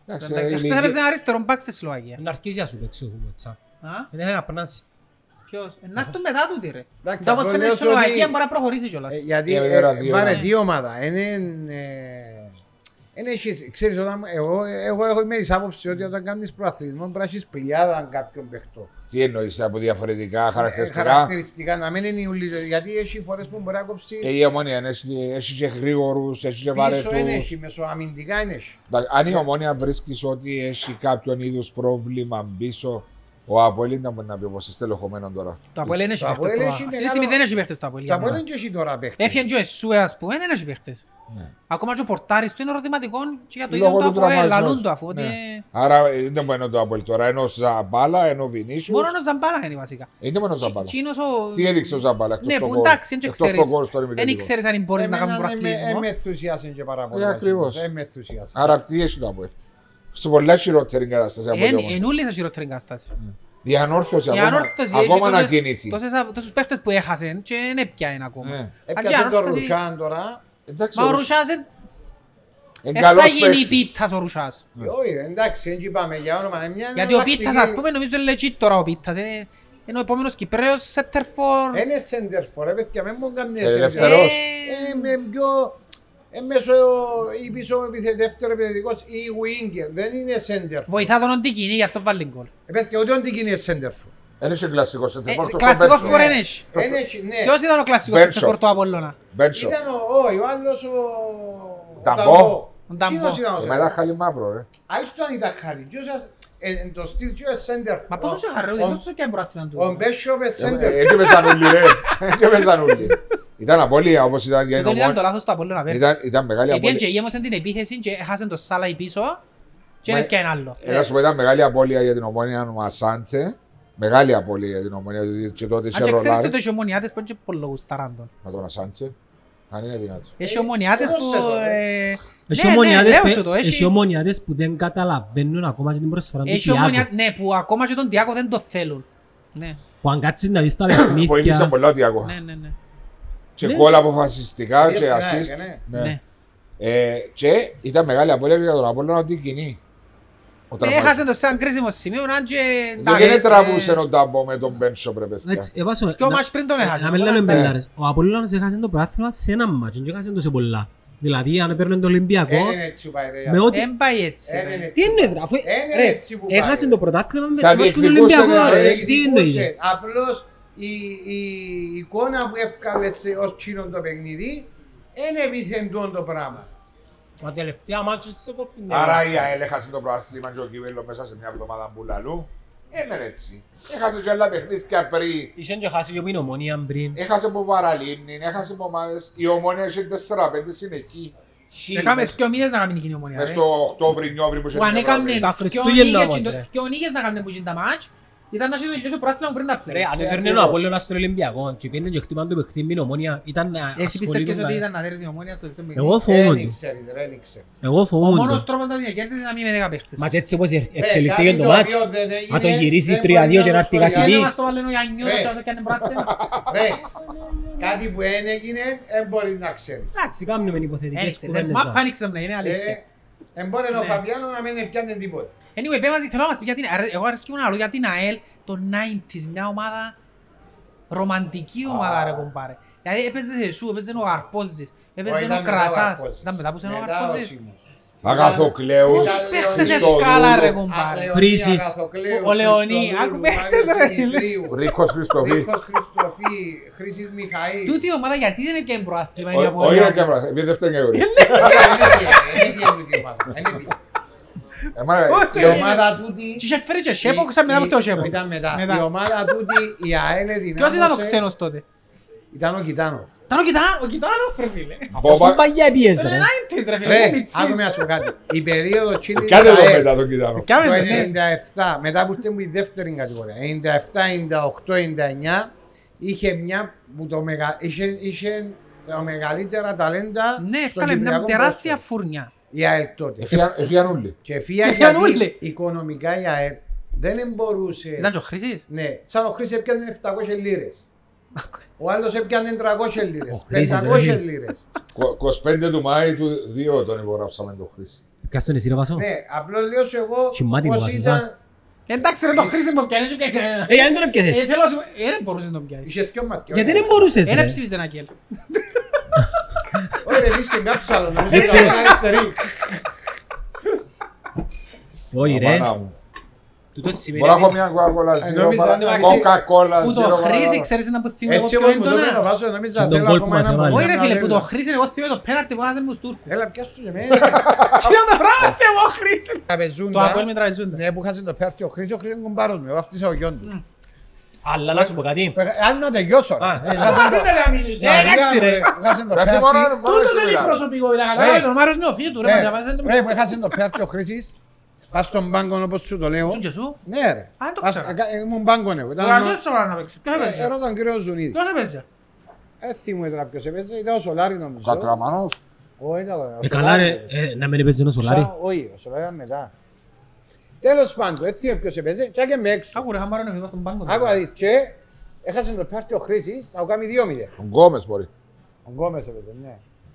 Εντάξει, ε, Χτες ηλικία- έπαιζε ένα αριστερό μπακ στη Σλοβακία. Εν αρκίσει να σου παίξει ο Κουμοτσά. Α, Δεν θέλει να περνάσει. ποιος. Ε, Να έρθουν μετά τούτοι ρε. Εντάξει, Τα όμως αυτό φαίνεται λέω η σου Σλοβακία ότι- μπορεί να προχωρήσει κιόλας. ε, γιατί Ε, ε, έβαρε δύο έβαρε ομάδα. δύο ομάδα. Είναι, ε, εν έχεις- ξέρεις, όταν- εγώ, εγώ, εγώ είμαι της άποψης ότι όταν κάνεις προαθλητισμό πρέπει να έχεις πηλιάδα αν κάποιον παιχτό. Τι εννοείς από διαφορετικά Ε, χαρακτηριστικά. χαρακτηριστικά, να μην είναι ουλί, γιατί έχει φορές που μπορεί να κόψεις Ε, Η ομόνια είναι, έχει- έχει και γρήγορους, έχει και πίσω δεν βαρετούς. έχει, μεσοαμυντικά δεν έχει. Εντάξει, Αν Ναι. η ομόνια βρίσκεις ότι έχει κάποιον είδους πρόβλημα πίσω, ο Αποέλ δεν μπορεί να πει πως είσαι στελεχωμένο τώρα. Το Αποέλ δεν έχει Το παίχτες Αποέλ τώρα. έχει Αυτή τη μεγάλο- στιγμή δεν έχει παίχτες το Αποέλ. για Τα πόδια μένα. δεν και έχει τώρα παίχτη. Έφυγε και ο Εσούε, ας πούμε, δεν έχει παίχτες. Ακόμα και ο Πορτάρης του είναι ερωτηματικός και για το Λόγω ίδιο το του Αποέλ. τραυματισμού. Λαλούν το αφού ότι... Ναι. ε, Άρα ε, δεν μπορεί να είναι το Αποέλ τώρα. Ενώ Ζαμπάλα, ενώ Βινίσιους. Μόνο ο Ζαμπάλα είναι βασικά. Δεν μπορεί να είναι ο Ζαμπάλα. Τσίνος ο... Τι έδειξε ο Ζαμπάλα. εκτός Ναι, το που γκολ. εντάξει, δεν Εκτός ξέρεις. το γκολ στο ημιτελικό. Δεν ήξερες αν μπορείς να κάνεις Δεν με προαθλητισμό. ενθουσιάζει και πάρα πολύ. Ε, ακριβώς. Δεν με ενθουσιάζει. Άρα τι έχει το Αποέλ. Σε πολλά χειρότερη κατάσταση από Εν την ομόνια. εν ούλης σε χειρότερη κατάσταση. Η ανόρθωση Η ακόμα, ανόρθωση ακόμα έχει να τόσες- κινηθεί. τόσες α- Τόσους παίχτες που έχασαν και δεν έπιανε ακόμα. Ε, Αν και Έπιασε τον ανόρθωση- Ρουσάν τώρα. Εντάξει, Μα ο ο- Ρουσάς δεν είναι δεν καλός θα γίνει παίκτης. πίτας ο Ρουσάς. Όχι, ρε, εντάξει, δεν είπαμε για όνομα. είναι Ε, μια Γιατί ο εναλλακτική- πίτας ας πούμε νομίζω είναι legit τώρα ο πίτας. Είναι είναι ο επόμενος Κυπρέος setter for... Ε, Είναι σέντερφορ, ρε παιδιά, μην μου κάνεις Ε, center. ελευθερός. Ε, με πιο... ε, μέσω ή πίσω επιθε- δεύτερο επιθετικός ή winger. Δεν είναι σέντερ. Βοηθά τον Οντικίνη, γι' αυτό βάλει γκολ. Επειδή ούτε ότι είναι σέντερ. Δεν είσαι κλασικός, είναι Ε, τυπός του Κλασικό Μπέντσον. φορ ενέχει. Ναι. Ποιος ήταν ο κλασικός Ε, Μπέρτσο. center for του Απόλλωνα. Μπέντσον. Ήταν ο, όχι, ο άλλος ο... ο Ταμπό. Ο Ταμπό. Εκείνος ήταν ο Ε, Μετά σέντερ. χάλι μαύρο, ρε. Άιστο ήταν η Ταχάρη. Ποιος ας- ε, εν το στυλ ποιος είναι σέντερ. Μα πόσο σε χαρώ, Ο- δεν ξέρω ποια είναι η προάθλια του. Ο Μπέσοπ είναι σέντερ. Έτσι πέσαν όλοι, ρε. Ε, Έτσι πέσαν όλοι. Ήταν απώλεια όπως ήταν για Και την τον ήταν το ομόνια. λάθος του Απόλλωνα Ήταν- πέρσι. Ήταν μεγάλη Επειδή και απώλεια. γέμωσαν την επίθεση και έχασαν το Σάλα η πίσω και Μα- έπιανε ένα άλλο. Ε, να σου πω, ήταν μεγάλη απώλεια για την ομόνια ο Μασάντε. Μεγάλη απώλεια για την ομόνια. διότι Και τότε Αν είχε και ξέρεις ότι ρολάρι. έχει ομονιάτες που είναι και πολλούς γουσταράντων. Να τον Ασάντε. Αν είναι δυνατό. Έχει Ε, ομονιάτες εγώ που... σε δω, ε, Έχει ναι, ομονιάδες λέω παι- σου το, έχει- έχει ομονιάδες που δεν καταλαβαίνουν ακόμα και την προσφορά του Έχει Τιάκου. ομονιά... Ναι, που ακόμα και τον Τιάκο δεν το θέλουν. Ναι, Που αν κάτσεις να δεις τα Βοήθησε παιχνίδια... πολλά ο Τιάκο. ναι, ναι. ναι. Και Ναι, γκολ και- αποφασιστικά και Πήγε στην assist. ΑΕΚ, Ναι. ναι. Ναι. Ε, και ήταν μεγάλη απώλεια για τον Απόλλωνα ότι κοινή. Ο Ναι, τραυματισμός. έχασε το σε ένα κρίσιμο σημείο, αν και... Δεν είναι εντάξει, τραβούσε ε, τον τάμπο με τον Μπέντσο πρέπει Ναι, Εντάξει, ε, βάσο, Δυο να- μάτς πριν τον έχασε. Να μην λέμε Ναι. μπελάρες. Ο Απόλλωνας έχασε το πράθυμα σε ένα μάτς, δεν έχασε το σε πολλά. Δηλαδή, αν έπαιρνε το Ολυμπιακό, Ε, είναι έτσι που πάει, ρε, με Γιάννη. ό,τι... Δεν πάει έτσι. Ε, ναι, ρε. είναι Τι έτσι. εννοείς ρε, αφού... Ε, είναι ρε, έτσι που πάει, έχασε ρε. το πρωτάθλημα Θα με το μάτς του διεκδικούσε, Ολυμπιακού, ρε, ρε. διεκδικούσε. Τι εννοείς. Απλώς η- η εικόνα που έφκαλε σε ως κοινό το παιχνίδι είναι επιθεντών το πράγμα. Τα τελευταία μάτια της Ευρώπης. Άρα η ΑΕΛ έχασε το προάθλημα και ο Κιβέλο μέσα σε μια εβδομάδα μπουλαλού. Έμενε έτσι. Έχασε και άλλα παιχνίδια πριν. Είχαν και χάσει και από την ομόνια πριν. Ε, Έχασε από παραλίμνη, έχασε από ομάδες. Η ομόνια είχε 4-5 συνεχή. Χι Έκαμε μες- Ε, δυο μήνες να κάνει η κοινή ομονία. μες ρε. το Οκτώβρη-Νιόβρη που είχε Που αν την έκαμε Ευρώπη. Τα δυο Χριστούγεννα νίκες όμως, και ε. ρε. το- δυο νίκες να κάνουν που γίνει τα μάτς, ήταν να έχει τελειώσει ο πρόθυλα πριν τα play. Ρε, αν έφερνε ο ακριβώς. Απόλλωνας στον Ολυμπιακό και πήγαινε και χτύπαν το παιχνίδι με την ομόνια, ήταν να Ε, Εσύ πιστεύεις ασχολούνταν ότι τα- ήταν να δέρει την ομόνια στο τελευταίο παιχνίδι. Εγώ Ε, Δεν φοβούμουν το. ήξερε, δεν ήξερε. Εγώ Ο φοβούμουν μόνος το. τρόπος να διακέρδιζε είναι να μην με δέκα παίχτες. Μα και έτσι όπως Ε, εξελιχθήκε κάτι το το μάτς, οποίο δεν έγινε, Αν το γυρίσει δεν 3-2 μπορεί και να έρθει το η Βασιλή. Γιατί σχολιάσει. να μας το βάλουν ο Ιαννιώτος Ρε. και να σε κάνει πρόθυλα. Ρε, κάτι που δεν έγινε, δεν μπορεί να ξέρεις. Εντάξει, κάνουμε υποθετικές Έτσι, κουβέντες. Ε, Μα τώρα. πάνηξε να είναι αλήθεια. Ε. Δεν μπορεί ο Ναι. Φαβιάνο να μην πιάνει τίποτα. Anyway, πέμε μας, θέλω να μας πει για την ΑΕΛ. Εγώ αρέσκει μου να λέω για την ΑΕΛ, το 90s, μια ομάδα, ρομαντική ομάδα ρε κομπάρε. Δηλαδή έπαιζες εσύ, έπαιζες ο Γαρπόζης, Όχι, έπαιζε ήταν ο μετά Κρασάς. Αρπόζης. Ήταν μετά που ήταν ο Μετά Γαρπόζης. Σίμος. Αγαθοκλέους, Πόσους Ήταν παίχτες Χριστοδούλου, ευκάλα ρε Αγλαιονία, κομπάρε. Βρίζεις. Αγαθοκλέου, Ο Λεωνί, Χριστοδούλου, άκου παίχτες, ρε, λέει. Μάριος Δημητρίου, Ρίκος Χριστοφή. Νίκος Χριστοφή, Χρήσης Μιχαήλ. Τούτη η ομάδα γιατί δεν έκανε προάθλημα η Ο- Όχι Ιαπωνία. ρε Κέμπρα, επειδή δεν φταίνει εγώ. Δεν έπιε τούτη η ομάδα, δεν έπιε. Εμένα Όχι, Η ομάδα τούτη... Και είχε φέρει και Σέπο, ξα μετά από το η- Σέπο. Ήταν μετά. Μετά. Η ομάδα τούτη, η ΑΕΛ δυνάμωσε... Ποιος ήταν ο ξένος τότε. Ήταν ο Κιτάνοφ. Ήταν ο Κιτάνο, ο Κιτάνο ρε φίλε. Μπόμπα- Πόσο παγιά πιέζε, Ήταν ρε. 90s ρε φίλε, Ρε, ο Μιτσής. άκου με να σου πω κάτι. Η περίοδο τσίνη της Κάτε εδώ ΑΕΛ, μετά τον κοιτάνω. Το Κάμε το, ναι. 97, μετά που ήρθε μου η δεύτερη κατηγορία, 97, 98, 99, είχε μια που το μεγα... είχε, είχε τα μεγαλύτερα ταλέντα Ναι, στον έφκανε μια Κυπριακό τεράστια ποδόσφαιρο. φούρνια. Η ΑΕΛ Ε, τότε. Έφυγαν όλοι. Και φύγα Και φύγαν γιατί όλοι. οικονομικά η ΑΕΛ δεν μπορούσε... Ήταν και ο Χρήσης. Ναι, σαν ο Χρήσης έπιανε 700 λίρες. Ο άλλος έπιανε 300 λίρες, Χρήστος, 500 ρε. λίρες. 25 του Μάη του 2 τον υπογράψαμε τον Χρήση. Πιάσε τον εσύ ρε Βάσο. Ναι, απλώς λέω σου εγώ Χυμάτι μου πώς βάζεις, ήταν... Εντάξει ρε το Χρήση μου πιάνε και Ε, γιατί δεν τον Ε, έπιασες. θέλω να σου πω, ε, δεν μπορούσες να τον πιάσεις. Είχες δυο μάτια. Γιατί δεν μπορούσες Ένα ρε. ψήφιζε ένα κέλ. Ωραία, εμείς και κάποιος άλλος, Ε, νομίζω Έτσι. ότι ήταν αριστερή. Όχι ρε. Αμάνα μου. Τούτο σημαίνει Μπορώ να έχω ότι μια κοκακόλα ζύρο, Νόμιζα, ναι, εντάξει. κοκακόλα Που το ζύρο. Χρήση ξέρεις να που θυμούμαι εγώ Έτσι πιο όμως μου το πήρε ο έντονα. Βάσος, νόμιζα Τον θέλω γκολ που ακόμα μας έναν έβαλε. Όχι ρε να φίλε, που το δέλα. Χρήση εγώ θυμούμαι το πέναρτι που χάσαμε με τους Τούρκους. Έλα πιάσου το για μένα. Τι ήταν το πράγμα, θυμώ Χρήση. Το Αποέλ με Τραπεζούντα. τραπεζούντα. Ναι, που χάσε το πέρτη ο Χρήστος, ο Χρήστος είναι κουμπάρος μου, εγώ βαφτίσα ο γιον Ναι. του. Αλλά να σου πω κάτι. Ε, Αν να τελειώσω ρε. Α, έλα. Χάσε το- Ναι, Ε, Εντάξει Ρε, ρε. που χάσε το Κάτσε πέρτη. μωρά, μωρά, Τούτος εσύ δεν είναι μιλάμε. προσωπικό, ήταν Ρε. καλά. Ο Μάριος είναι ο φίλος του, ρε, Ναι, μα διαβάζεις το. Ρε, που χάσε το πέρτη ο Χρήστης, πας στον πάγκο όπως σου το λέω. Σου και σου. Ναι ρε. Α, δεν το Πας- ξέρα. εκα- Ήμουν πάγκον εγώ. Το Ήταν ο- καρδιό της ομάδας να παίξει. Ποιος Ε, έπαιζε. Ερώ τον κύριο Ζουνίδη. Ποιος έπαιζε. Ε, θυμούμαι τώρα ποιος έπαιζε, ήταν ο Σολάρη νομίζω. Κατραμανός. Όχι, ήταν ο Ε, Σολάρη. Καλά ρε, ε, να μην έπαιζε ο Σολάρη. Σαν- Όχι, ο Σολάρη ήταν μετά. Τέλος πάντων, έτσι είναι ποιος έπαιζε, και άκε με έξω. Άκου ρε, χαμάρω να φύγω στον πάγκο. Άκου να δεις, και έχασε το πέρτη ο Χρήσης, να το κάνει 2-0. Ο Γκόμες μπορεί. Ο Γκόμες έπαιζε, ναι.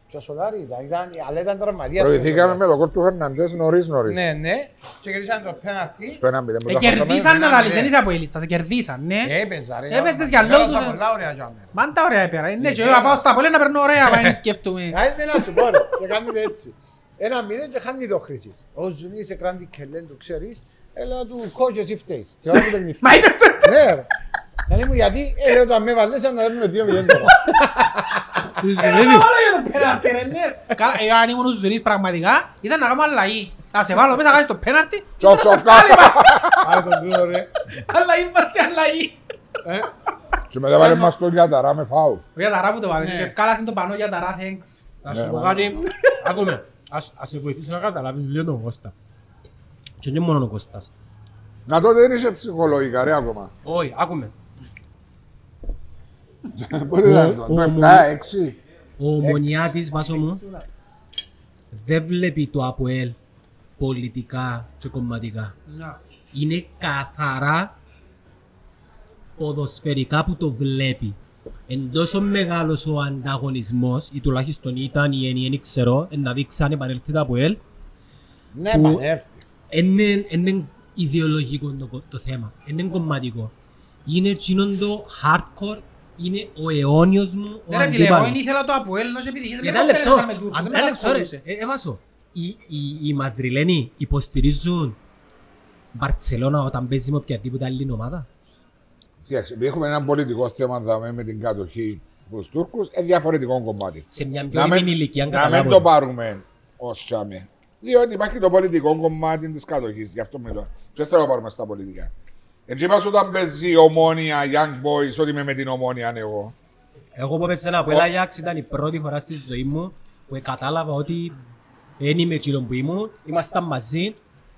Και ο Σολάρι ήταν, ήταν, αλλά ήταν τραυματίας. Προηγηθήκαμε με το κόρτ του Φερναντές νωρίς νωρίς. Ναι, ναι, και κερδίσαν το πέναρτη. Στο 1-0 με Ε, το κερδίσαν να ναι, λαλείς, ναι. δεν είσαι από η λίστα, σε κερδίσαν, ναι. Έπαιζα ρε. Έπαιζες για Πέρασα λόγους, ε. πολλά ωραία για μένα. Μα είναι τα ωραία πέρα, είναι και εγώ να πάω στα πόλια να περνώ ωραία, πάει να σκέφτομαι. Άιντε να σου πω ρε, και κάνετε έτσι. Ένα μηδέν και χάνει το Χρήσης. Ο Ζουνής εκράνει κελέν, το ξέρεις, έλα του κόκκι εσύ φταίεις. Και όλα του παιχνίδι. Μα είπες το. Ναι ρε. Δηλαδή μου γιατί, ε, λέω, όταν με βαλές αναλύνουμε 2-0 τώρα. Καλά, ε, αν ήμουν ο Ζουρής πραγματικά, ήταν να κάνω αλλαγή. Να σε βάλω μέσα, να κάνεις το πέναρτι, και να Τσοφ, σε τσοφ, βγάλει, τσοφ. μα. Άρα τον τούτο ρε. Αλλαγή, είμαστε αλλαγή. Ε, Και μετά βάλε μας τον Γιαταρά με φάου. Ο Γιαταρά που το βάλε, Ναι. και ευκάλασε τον πανό Γιαταρά, thanks. Να σου Ναι, πω ναι. κάτι. Άκουμε. Ας, ας σε βοηθήσω να καταλάβεις λίγο τον Κώστα. Και δεν μόνο ο Κώστας. Να τότε δεν είσαι ψυχολογικά ρε ακόμα. Όχι, άκουμε. Πότε ήταν Ο- αυτό, ο- το 7-6. Ο Ομονιάτης, βάσο μου, δεν βλέπει το ΑΠΟΕΛ πολιτικά και κομματικά. Να. Είναι καθαρά ποδοσφαιρικά που το βλέπει. Εν τόσο μεγάλος ο ανταγωνισμός, ή τουλάχιστον ήταν ή είναι, ή δεν ξέρω, ε, να δείξει αν επανέλθει το ΑΠΟΕΛ, Ναι, Που- επανέρθει. είναι, είναι ιδεολογικό το, κο- το θέμα, είναι κομματικό. Είναι εκείνον το hardcore, είναι ο αιώνιος μου, Ναι, ο ρε φίλε, εγώ αντίπαλος. ήθελα το Αποέλ, να σε επιτυχίες, Ε, δεν Ένα με λεπτό, θέλεσαν με Τούρκους, δεν με ένα λεπτό ρε, απασχολούσε. Ε, ε, βάσο. Οι, οι, οι Μαδριλένοι υποστηρίζουν Μπαρτσελώνα όταν παίζει με οποιαδήποτε άλλη ομάδα. Κοιτάξτε, επειδή έχουμε ένα πολιτικό θέμα δαμε, με την κατοχή του Τούρκου, είναι διαφορετικό κομμάτι. Σε μια πιο Να μην, ήμινη ηλικία, αν να μην το καταλάβω. πάρουμε ως τσάμε. Διότι υπάρχει το πολιτικό κομμάτι της κατοχής, γι' αυτό μιλώ. Δεν θέλω να πάρουμε στα πολιτικά. Έτσι είπα όταν παίζει η ομόνια Young Boys, ότι είμαι με την ομόνια αν εγώ. Εγώ που έπαιζα ένα από Ajax ήταν η πρώτη φορά στη ζωή μου που κατάλαβα ότι δεν είμαι εκείνο που ήμουν, ήμασταν μαζί,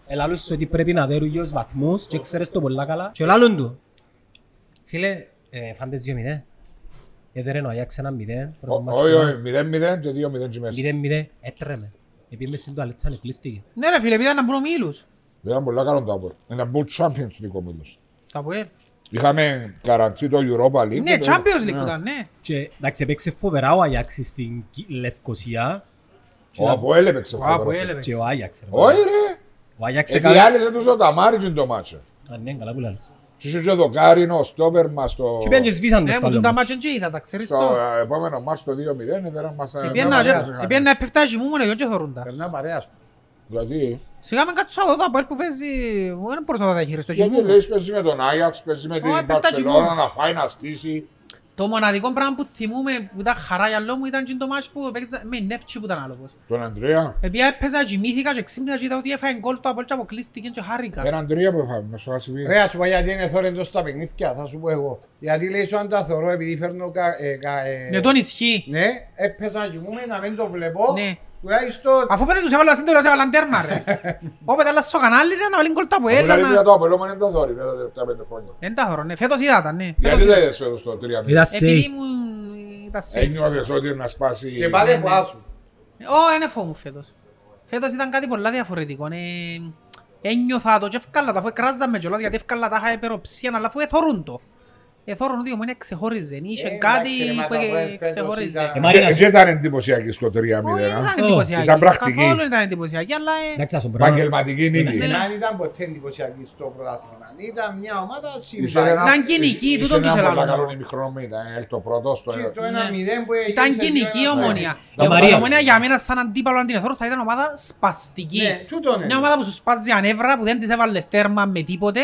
ελάλουσες ότι πρέπει να δέρουν γιος βαθμούς και ξέρεις το πολλά καλά. Και ελάλουν του. Φίλε, ε, φάντες 2-0. Έδερε ο Ajax ένα 0. Ο- Όχι, όχι, 0-0 και 2-0 και μέσα. Μηδέν μηδέν, έτρεμε. Επειδή μες στην τουαλέτα ανεκλείστηκε. Ναι ρε φίλε, πήγαν να μπουν ομίλους. Ήταν πολύ καλό το άπορ. Ένα Bull Champions League ομίλος. Το Αποέλ. Είχαμε καραντή το Europa League. και Ναι, το- Champions League ήταν, ναι. Και εντάξει, έπαιξε φοβερά ο Άγιαξ στην Κυ- Λευκοσία Ο Αποέλ έπαιξε φοβερό. και ο Άγιαξ. ρε. Όχι ρε, Ο Άγιαξ ε, έκανε... διάλυσε τους ο Ταμάρι και το μάτσο. Α, ναι, καλά που λάλλεις. Και είχε και ο Δοκάρινο, ο Στόπερ μας το... Και πήγαν και σβήσαν το Ναι, μου στάλο τον τα μας. μάτσεν και είδα, τα ξέρεις Το το. ε, επόμενο μας το 2-0 ήταν μας... ε, Επιένα μας και- έχασαν. επιένα έπεφτα και μου μόνο εγώ και θεωρούν Ε. τα. Περνά παρέας σου. Δηλαδή, Σιγά με κάτω εδώ το Αποέλ που παίζει, εγώ δεν μπορούσα να τα χειριστώ. και γιατί μου. λες παίζει με τον Άγιαξ, παίζει με Ω, την πέφτα και Μπαρσελόνα μου. να φάει να στήσει. Το μοναδικό πράγμα που θυμούμαι που ήταν χαρά για λόγο μου ήταν και το μάτς που παίξα με νεύτσι που ήταν άλογος. Τον Αντρέα. Επειδή έπαιζα κοιμήθηκα και ξύπνησα και είδα ότι έφαγε γκολ το Αποέλ και αποκλείστηκε και χάρηκα. Έναν Αντρέα που έφαγε, με στο Ασημί. Ρε, ας σου πω γιατί είναι θόρυντος στα παιχνίδια, θα σου πω εγώ. Γιατί λέει σου αν τα θωρώ επειδή φέρνω κα- ε, κα- ε, Ναι, τον ισχύει. Ναι, έπαιζα να κοιμούμε να μην το βλέπω. Ναι. Τουλάχιστον Αφού πέντε τους έβαλα στην τελειώση έβαλαν τέρμα ρε. Όποτε άλλα στο κανάλι ρε να βάλει γκολ το Αποέλ. Δηλαδή, να- για το Απόλλωμα είναι το Θόρυβο τα τελευταία πέντε χρόνια. Δεν τα θωρώ, ναι. Φέτος είδα τα, ναι. Γιατί Φέτος δεν σου έδωσε το 3-0. Ήταν Επειδή safe. μου ήταν safe. Ένιωθες ότι να σπάσει... και πάλι φάσου. Ω, είναι φόβο μου φέτος. Φέτος ήταν κάτι πολλά διαφορετικό. ναι. Ένιωθα το και ευκάλα τα, αφού εκράζαμε κιόλας γιατί ευκάλα τα είχα υπεροψία, αλλά αφού εθωρούν το. Εθωρούν ότι η ομονία ξεχώριζε. Είχε Ε, κάτι εντάξει, ρε, μα που τα βρε, φέτος ξεχώριζε. ήταν- Ε, Και- Μάρια, Και ήταν εντυπωσιακή στο 3-0. Όχι, δεν α. ήταν εντυπωσιακή. Ήταν πρακτική. Καθόλου δεν ήταν εντυπωσιακή, αλλά... ε, εντάξει, ας τον πράγμα. Επαγγελματική νίκη. Ναι. Δεν ήταν ποτέ εντυπωσιακή στο πρωτάθλημα. Ήταν μια ομάδα Είχε ένα- συμβατή. Ήταν κοινική, είχε τούτον τους ένα πολλά έλαβαν. καλό ημιχρόνο, ήταν έλθει το πρώτο στο Και το ε, 1-0 που έγινε Ναι. Ήταν σε κοινική η δύο-ένα. ομονία. Τα Εγώ, Μαρία. Η ομονία για μένα σαν αντίπαλο αν την εθώρω θα ήταν ομάδα σπαστική. Ναι, τούτο είναι. Μια ομάδα που σου σπάζει ανέβρα που δεν της έβαλες τέρμα με τίποτε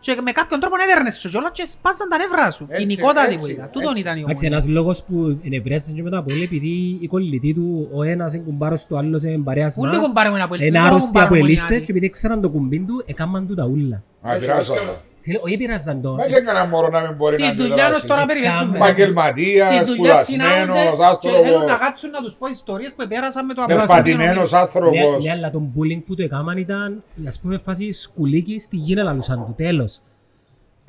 και με κάποιον τρόπο έδερνες σου κιόλας και σπάζαν τα νεύρα σου. Έτσι, Κοινικότατη έτσι, που ήταν. έτσι. Τούτον ήταν η Εντάξει, ομονία. ένας λόγος που ενευρέστηκε και μετά από όλοι, επειδή οι κολλητοί του, ο ένας είναι κουμπάρος του, ο άλλος είναι παρέας Πού λοιπόν λίγο μας, κουμπάρουμε από ελιστές, είναι λίγο άρρωστοι από κουμπάρουμε ελίστες άλλοι. και επειδή ξέραν το κουμπί του, έκαναν του τα ούλα. Α, πειράζομαι. Φίλε, όχι πειράζαν το. Δεν έκανα μόνο να μην μπορεί να Στη δουλειά τους αντιδράσει. τώρα περιμένουμε. Επαγγελματίας, Στη δουλειά σπουδασμένος συνάγονται και θέλουν να άνθρωπος, κάτσουν να τους πω ιστορίες που επέρασα με το απλό περπατημένος Ναι, άνθρωπος. ναι, αλλά τον bullying που το έκαναν ήταν, ας πούμε, φάση σκουλίκι στη γύνα λαλούσαν του, τέλος.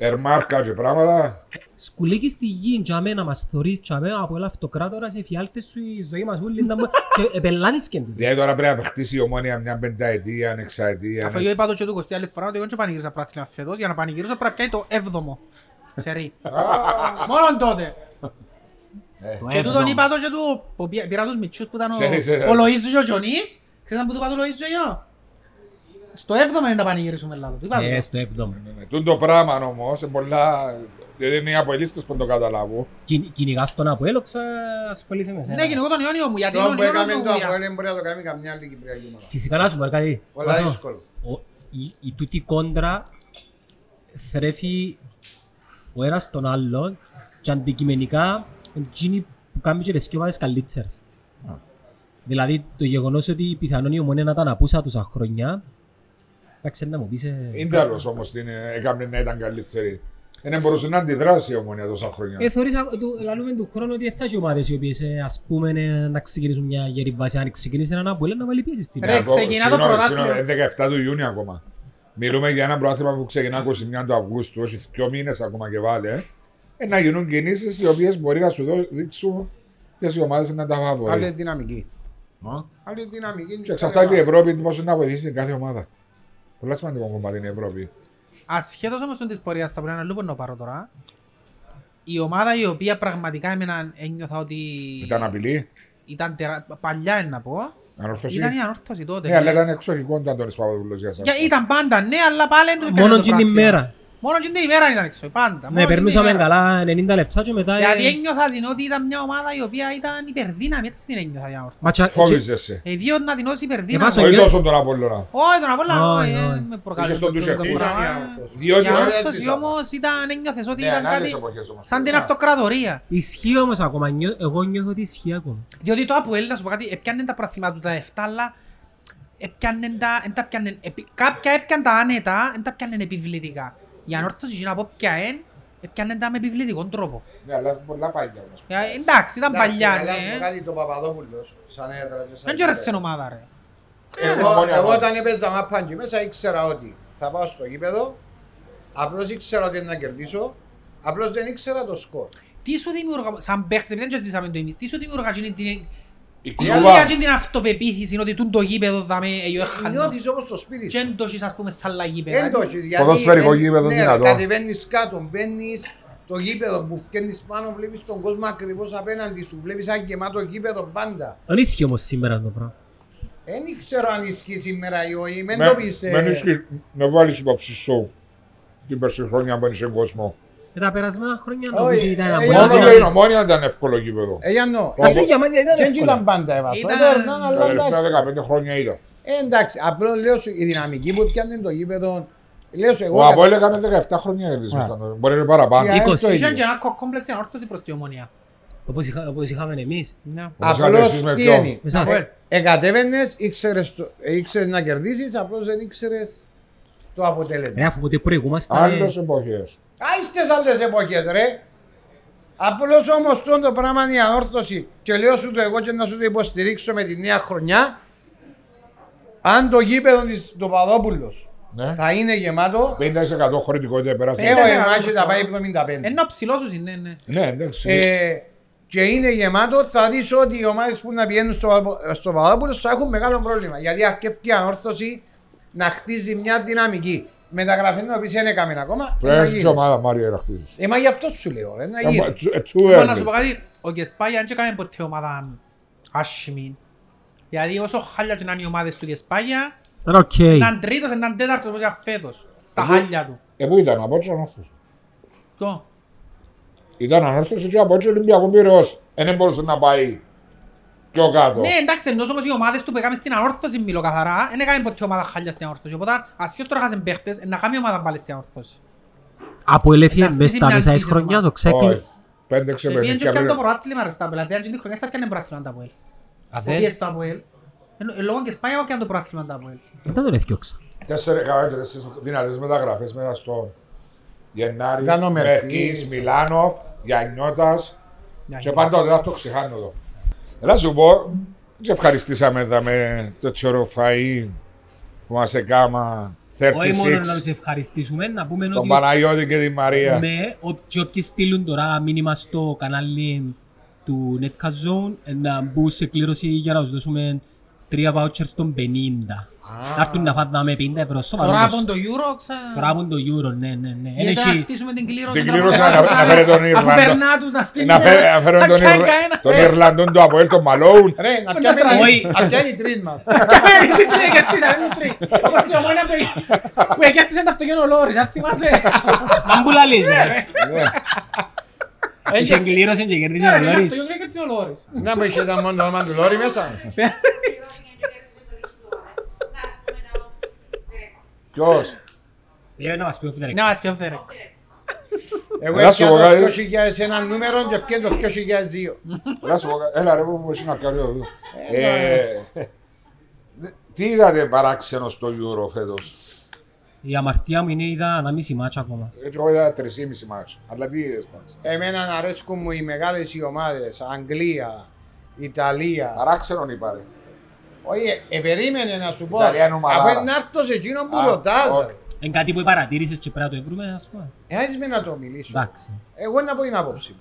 Ερμάρκα και πράγματα. σκουλίκι στη γη για μένα μας θωρείς για μένα από ένα αυτοκράτορα σε φιάλτες σου η ζωή μας ούλη να μου και επελάνεις και τούτο. Δηλαδή τώρα πρέπει να χτίσει η ομόνια μια πενταετία, ανεξαετία. Αφού εγώ είπα το και του Κωστή άλλη φορά ότι εγώ δεν πανηγύρισα πράθυνα φέτος, για να πανηγυρίσω πρέπει να πιάει το έβδομο. Σε ρί. Μόνον τότε. Και τούτον είπα το και του, που πή- πήρα τους μητσούς που ήταν ο- Ε. Ξέρεις, ε, ο Λοΐζος και ο Τζονής, ξέρεις που του είπα του Λοΐζου εγώ. Στο έβδομο είναι να πανηγυρίσουμε λάδο, του είπα του. Ε, στο 7ο. Ναι, Τούν το πράγμα όμω, σε πολλά. Δηλαδή είναι οι απολύστε που το καταλάβω. Κιν- Κυνηγάς τον Αποέλ, ξα- ασχολείσαι με Ναι, σένα. γενικό τον Ιόνιο μου, γιατί είναι ο Το που Ιόνιος έκαμε μου το Αποέλ δουλειά. δεν μπορεί να το κάνει καμιά άλλη Κυπριακή ομάδα. Φυσικά να σου πω κάτι. Πολλά Βάσο, δύσκολο. ο- η- Η τούτη κόντρα θρέφει ο ένας τον άλλον και αντικειμενικά γίνει που κάνουν και τις δυο ομάδες καλύτερες. Δηλαδή το γεγονός ότι πιθανόν η ομονία να ήταν απούσα τόσα χρόνια Εντάξει, να μου πεις... ε, Είναι τέλος όμως την έκαμε να ήταν καλύτερη. Δεν μπορούσε να αντιδράσει η ομόνια τόσα Ε, χρόνια. θεωρείς, α, του- λαλούμε του χρόνου ότι θα έχει ομάδες οι οποίες ε, ας πούμε ε, να ξεκινήσουν μια γερή βάση. Αν ξεκινήσει έναν Αποέλ να βάλει πίεση στην Ρε, Ακόμα- ξεκινά το συγγνώμη, πρωτάθλημα. συγγνώμη, 17 ε, του Ιούνιου ακόμα. Μιλούμε για ένα πρωτάθλημα που ξεκινά 21 του Αυγούστου, όχι δύο μήνες ακόμα και βάλε. ε, να γίνουν κινήσεις οι οποίες μπορεί να σου δω- δείξουν ποιες οι ομάδες είναι να τα Άλλη φαβορεί. δυναμική. Άλλη δυναμική. είναι Και και εξαρτάται η κάθε Ευρώπη πόσο να βοηθήσει την κάθε ομάδα. Πολλά σημαντικό κομμάτι είναι η Ευρώπη. Ασχέτως όμως των της πορείας, το πρέπει να λούπω να πάρω τώρα, η ομάδα η οποία πραγματικά εμένα ένιωθα ότι Ήταν απειλή, ήταν τερα... παλιά να πω, ανορθωσή. ήταν η ανόρθωση τότε. Ναι, αλλά ήταν εξοχικό ο Αντώνης Παπαδόπουλος για σας. Για, ήταν πάντα ναι, αλλά πάλι δεν του Μόνο το την πράσινο. ημέρα. Μόνο την ημέρα ήταν έξω, πάντα. Ναι, Μόνο Δηλαδή, περνούσαμε την ημέρα. καλά 90 λεπτά και μετά... ε, Γιατί ένιωθα την ότι ήταν μια ομάδα η οποία ήταν υπερδύναμη, έτσι την ένιωθα την ανόρθωση. Μα τσα- Φόβιζεσαι. Ε, δύο να την ως υπερδύναμη. Εβάσω- Όχι νιώ- τόσο τον Απόλλωνα. Όχι, τον Απόλλωνα, Όχι, όχι, ε, όχι. με Είχες τον προκαλούσε το Τούσεφ. πράγμα. Ήταν η ανόρθωση. Η Διότι... ανόρθωση έζησα. όμως ήταν, ένιωθες ότι Ναι, ήταν ανάλυσε κάτι εποχές Ναι. όμως. σαν την αυτοκρατορία. Ισχύει όμως ακόμα, νιώ- εγώ νιώθω ότι ισχύει ακόμα. Διότι το Αποέλ, να σου πω κάτι, έπιανε τα προαθήμα του τα 7, αλλά έπιανε τα, εν τα πιάνε, επι, κάποια έπιανε τα άνετα, δεν τα πιάνε επιβλητικά. Η ανόρθωση για να πω ποια είναι, έπιανε τα με επιβλητικό τρόπο. Ναι, αλλά πολλά πάγια όμως. Ε, εντάξει, ήταν Εντάξει, παλιά, αλλά σου πω ναι. κάτι, το Παπαδόπουλος, σαν έδρα και σαν Δεν γήπεδο. ξέρω σε ομάδα, ρε. Εγώ, Μόνο εγώ εγώ. όταν έπαιζα μαπάντζι μέσα ήξερα ότι θα πάω στο γήπεδο, απλώς ήξερα ότι να κερδίσω, απλώς δεν ήξερα το σκορ. Τι σου δημιουργά, σαν παίχτες, επειδή δεν ζήσαμε το εμείς, τι σου δημιουργά εκείνη την... Η Τι σου κουβά. δημιουργά εκείνη την αυτοπεποίθηση ότι τούν το γήπεδο δαμε, εγώ έχανα. Νιώθεις όμως το σπίτι Και σου. εν το έχεις, ας πούμε, σαν άλλα γήπεδα. Δεν το έχεις, γιατί Ποδοσφαιρικό εν- γήπεδο ναι, ρε, δυνατό. Κατεβαίνεις κάτω, μπαίνεις το γήπεδο που φκένεις πάνω, βλέπεις τον κόσμο ακριβώς απέναντι σου, βλέπεις ένα γεμάτο γήπεδο πάντα. Δεν ισχύει όμως σήμερα το πράγμα. Δεν ήξερα αν ισχύει σήμερα ή όχι, μεν Με- το πεις. ε. με ενίσχυ- Να βάλεις υπόψη σου την περσή χρονιά που είσαι κόσμο. Ε, Τα περασμένα χρόνια Όχι, νομίζω ήταν ε, ένα ε, πολύ Μόνο ε, δυνατό. λέει η ομόνια ήταν εύκολο γήπεδο. Ε, Γιάννο, Όπως- Ας για μας ήταν δεν εύκολα. ήταν πάντα έβαθο, Ήταν- έπαιρναν, Τα αλλά τελευταία εντάξει. 15 χρόνια ήταν. Ε, εντάξει, απλώ λέω σου η δυναμική που πιάνει το γήπεδο. Λέω σου εγώ. Ο Απόλλων έκανε 17 χρόνια κερδίσμα. ήταν. Μπορεί να είναι παραπάνω. Για- Είχε 20. και ένα κο- κόμπλεξ ανόρθωση προς τη ομονία. Όπως, είχα, όπως είχαμε εμείς. Ναι. Όπως Απλώς είχατε εσείς με τι ποιον. είναι. Ε, Με σας. Εκατέβαινε, ήξερε ε, να κερδίσει, απλώ δεν ήξερε το αποτέλεσμα. Ρε αφού ποτέ προηγούμασταν... ε, Άλλες εποχές. Άιστε άλλες εποχές, ρε. Απλώς όμως το πράγμα είναι η ανόρθωση. Και λέω σου το εγώ και να σου το υποστηρίξω με τη νέα χρονιά. Αν το γήπεδο της του Παδόπουλος Ναι. θα είναι γεμάτο, 50% χωρητικότητα εγώ πέρασε. Ε, εμάχη θα πάει 75. Ενώ ψηλός σου είναι, ναι. Ναι, εντάξει. Ε, και είναι γεμάτο, θα δεις ότι οι ομάδες που να πηγαίνουν στο, Παπα- στο Παπαδόπουλο θα έχουν μεγάλο πρόβλημα. Γιατί αρκεύει η ανόρθωση να χτίζει μια δυναμική. Μεταγραφή να πει δεν έκαμε ακόμα. δεν θα Πρέπει να έχεις γίνει. ομάδα Μάριο να χτίσεις. Ε, μα γι' αυτό σου λέω, ρε, να Ε, μα, γίνει. τσου- ε, τσου Λοιπόν, έρνε. να σου πω κάτι, ο Κεσπάι αν και κάνει ποτέ ομάδα άσχημη. Γιατί όσο χάλια και να είναι οι ομάδες του Κεσπάγια, Ήταν οκ. έναν τρίτος, έναν τέταρτος όπως ήταν φέτος, στα Εγώ- χάλια του. Ε, πού ήταν, από έτσι ανόρθωση. Ποιο? Ήταν ανόρθωση και από έτσι Ολυμπιακό Πυραιός. Ε, Δεν μπορούσε να πάει πιο κάτω. Ναι, εντάξει, ενώ όμως οι ομάδες του που έκαμε στην ανόρθωση μιλώ καθαρά, δεν έκαμε ποτέ ομάδα χάλια στην ανόρθωση. Οπότε, ασχέτως τώρα χάσαν παίχτες, να κάνει ομάδα πάλι στην ανόρθωση. Από ελέφιε Να μες στείλει στα μια μισά της αντίθετη χρονιάς, ο Όχι. Ξέκλι. Πέντε Και πήγαινε και ξεπερνήκια έκανε το πριν. πρωτάθλημα ρε στα πελατεία, αν και την χρονιά θα έκανε πρωτάθλημα τα Αποέλ. αφέ- Πήγε στο Αποέλ. Ενώ- ε, Λόγω Κεσπάι εγώ έκανε το πρωτάθλημα τα Αποέλ. Δεν τον έφτιαξα. Τέσσερα έκαναν και τέσσερις δυνατές μεταγραφές μέσα στο Γενάρη. Ήταν ο Μερκής. Μερκής, Ε, Μιλάνοφ, Γιαννιώτας. Ναι, Και πάντα δεν θα το ξεχάνω εδώ. Ελά σου πω, σε ευχαριστήσαμε εδώ με το τσοροφαΐ που μας έκαμα 36. Όχι μόνο να τους ευχαριστήσουμε, να πούμε Τον ότι Παναγιώτη και τη Μαρία. με ό- και όποιοι στείλουν τώρα μήνυμα στο κανάλι του Netcast Zone ε, να μπουν σε κλήρωση για να τους δώσουμε τρία vouchers των 50. Να έρθουν να φάνε 50 ευρώ Τώρα από σοβαρούς. το Euro ξα... Μπράβο το Euro, ναι, ναι, ναι. Εν Γιατί να έχει- στήσουμε την κλήρωση. Την να κλήρωση πούμε, να- να φέρει τον Ιρλανδό. Αφού περνά τους να στείλουμε. Να φέρ- να φέρουν να τον κάνει Ιρ- κανένα. Ε, τον Ιρλανδόν του Αποέλ, τον Μαλόουν. Ρε, να Όχι. πιάνει- να πιάνει η τρίτη μας. Κάμε εσύ τρία, γιατί σαν είναι τρία. Όπως και ο Μόνα που- που εγκιάστησε τα αυτοκίνητο Λόρις, αν θυμάσαι. Να μου λαλείς, ρε. Είχε Έχεις- κλήρωση και κερδίζει Ναι, ο ρε, Λόρις. αυτοκίνητο εγκέρδισε ο Λόρις. Να που είχε τα μόνο το όνομα του Λόρι μέσα. Ποιος. Πρέπει Ε, να μας πει ο Φιδερέκ. Να μας πιο φθέρε. Εγώ Να σου έφτιαξα πω κάτι. το 2001 νούμερο και έφτιαξα το 2002. Να σου πω κα- Έλα ρε που εσύ να κάνει εδώ. Ε, δε- Τι είδατε παράξενο στο Euro φέτος. η Η αμαρτία μου είναι είδα ανάμιση μάτσα ακόμα. Έτσι, Εγώ είδα 3,5 μάτς. Αλλά τι είδες πάντως. Εμένα αρέσκουν μου οι μεγάλες οι ομάδες. Αγγλία, Ιταλία. Παράξενον είπα ρε. Όχι, ε, ε, περίμενε να σου πω. Ιταλία είναι ομάδα. Αφού είναι άρθρο σε εκείνο που Α, ρωτάς. οκ. Είναι κάτι που παρατήρησες και πρέπει να το βρούμε, ας πούμε. Έχεις με να το μιλήσω. Εντάξει. Εγώ να πω την άποψη μου.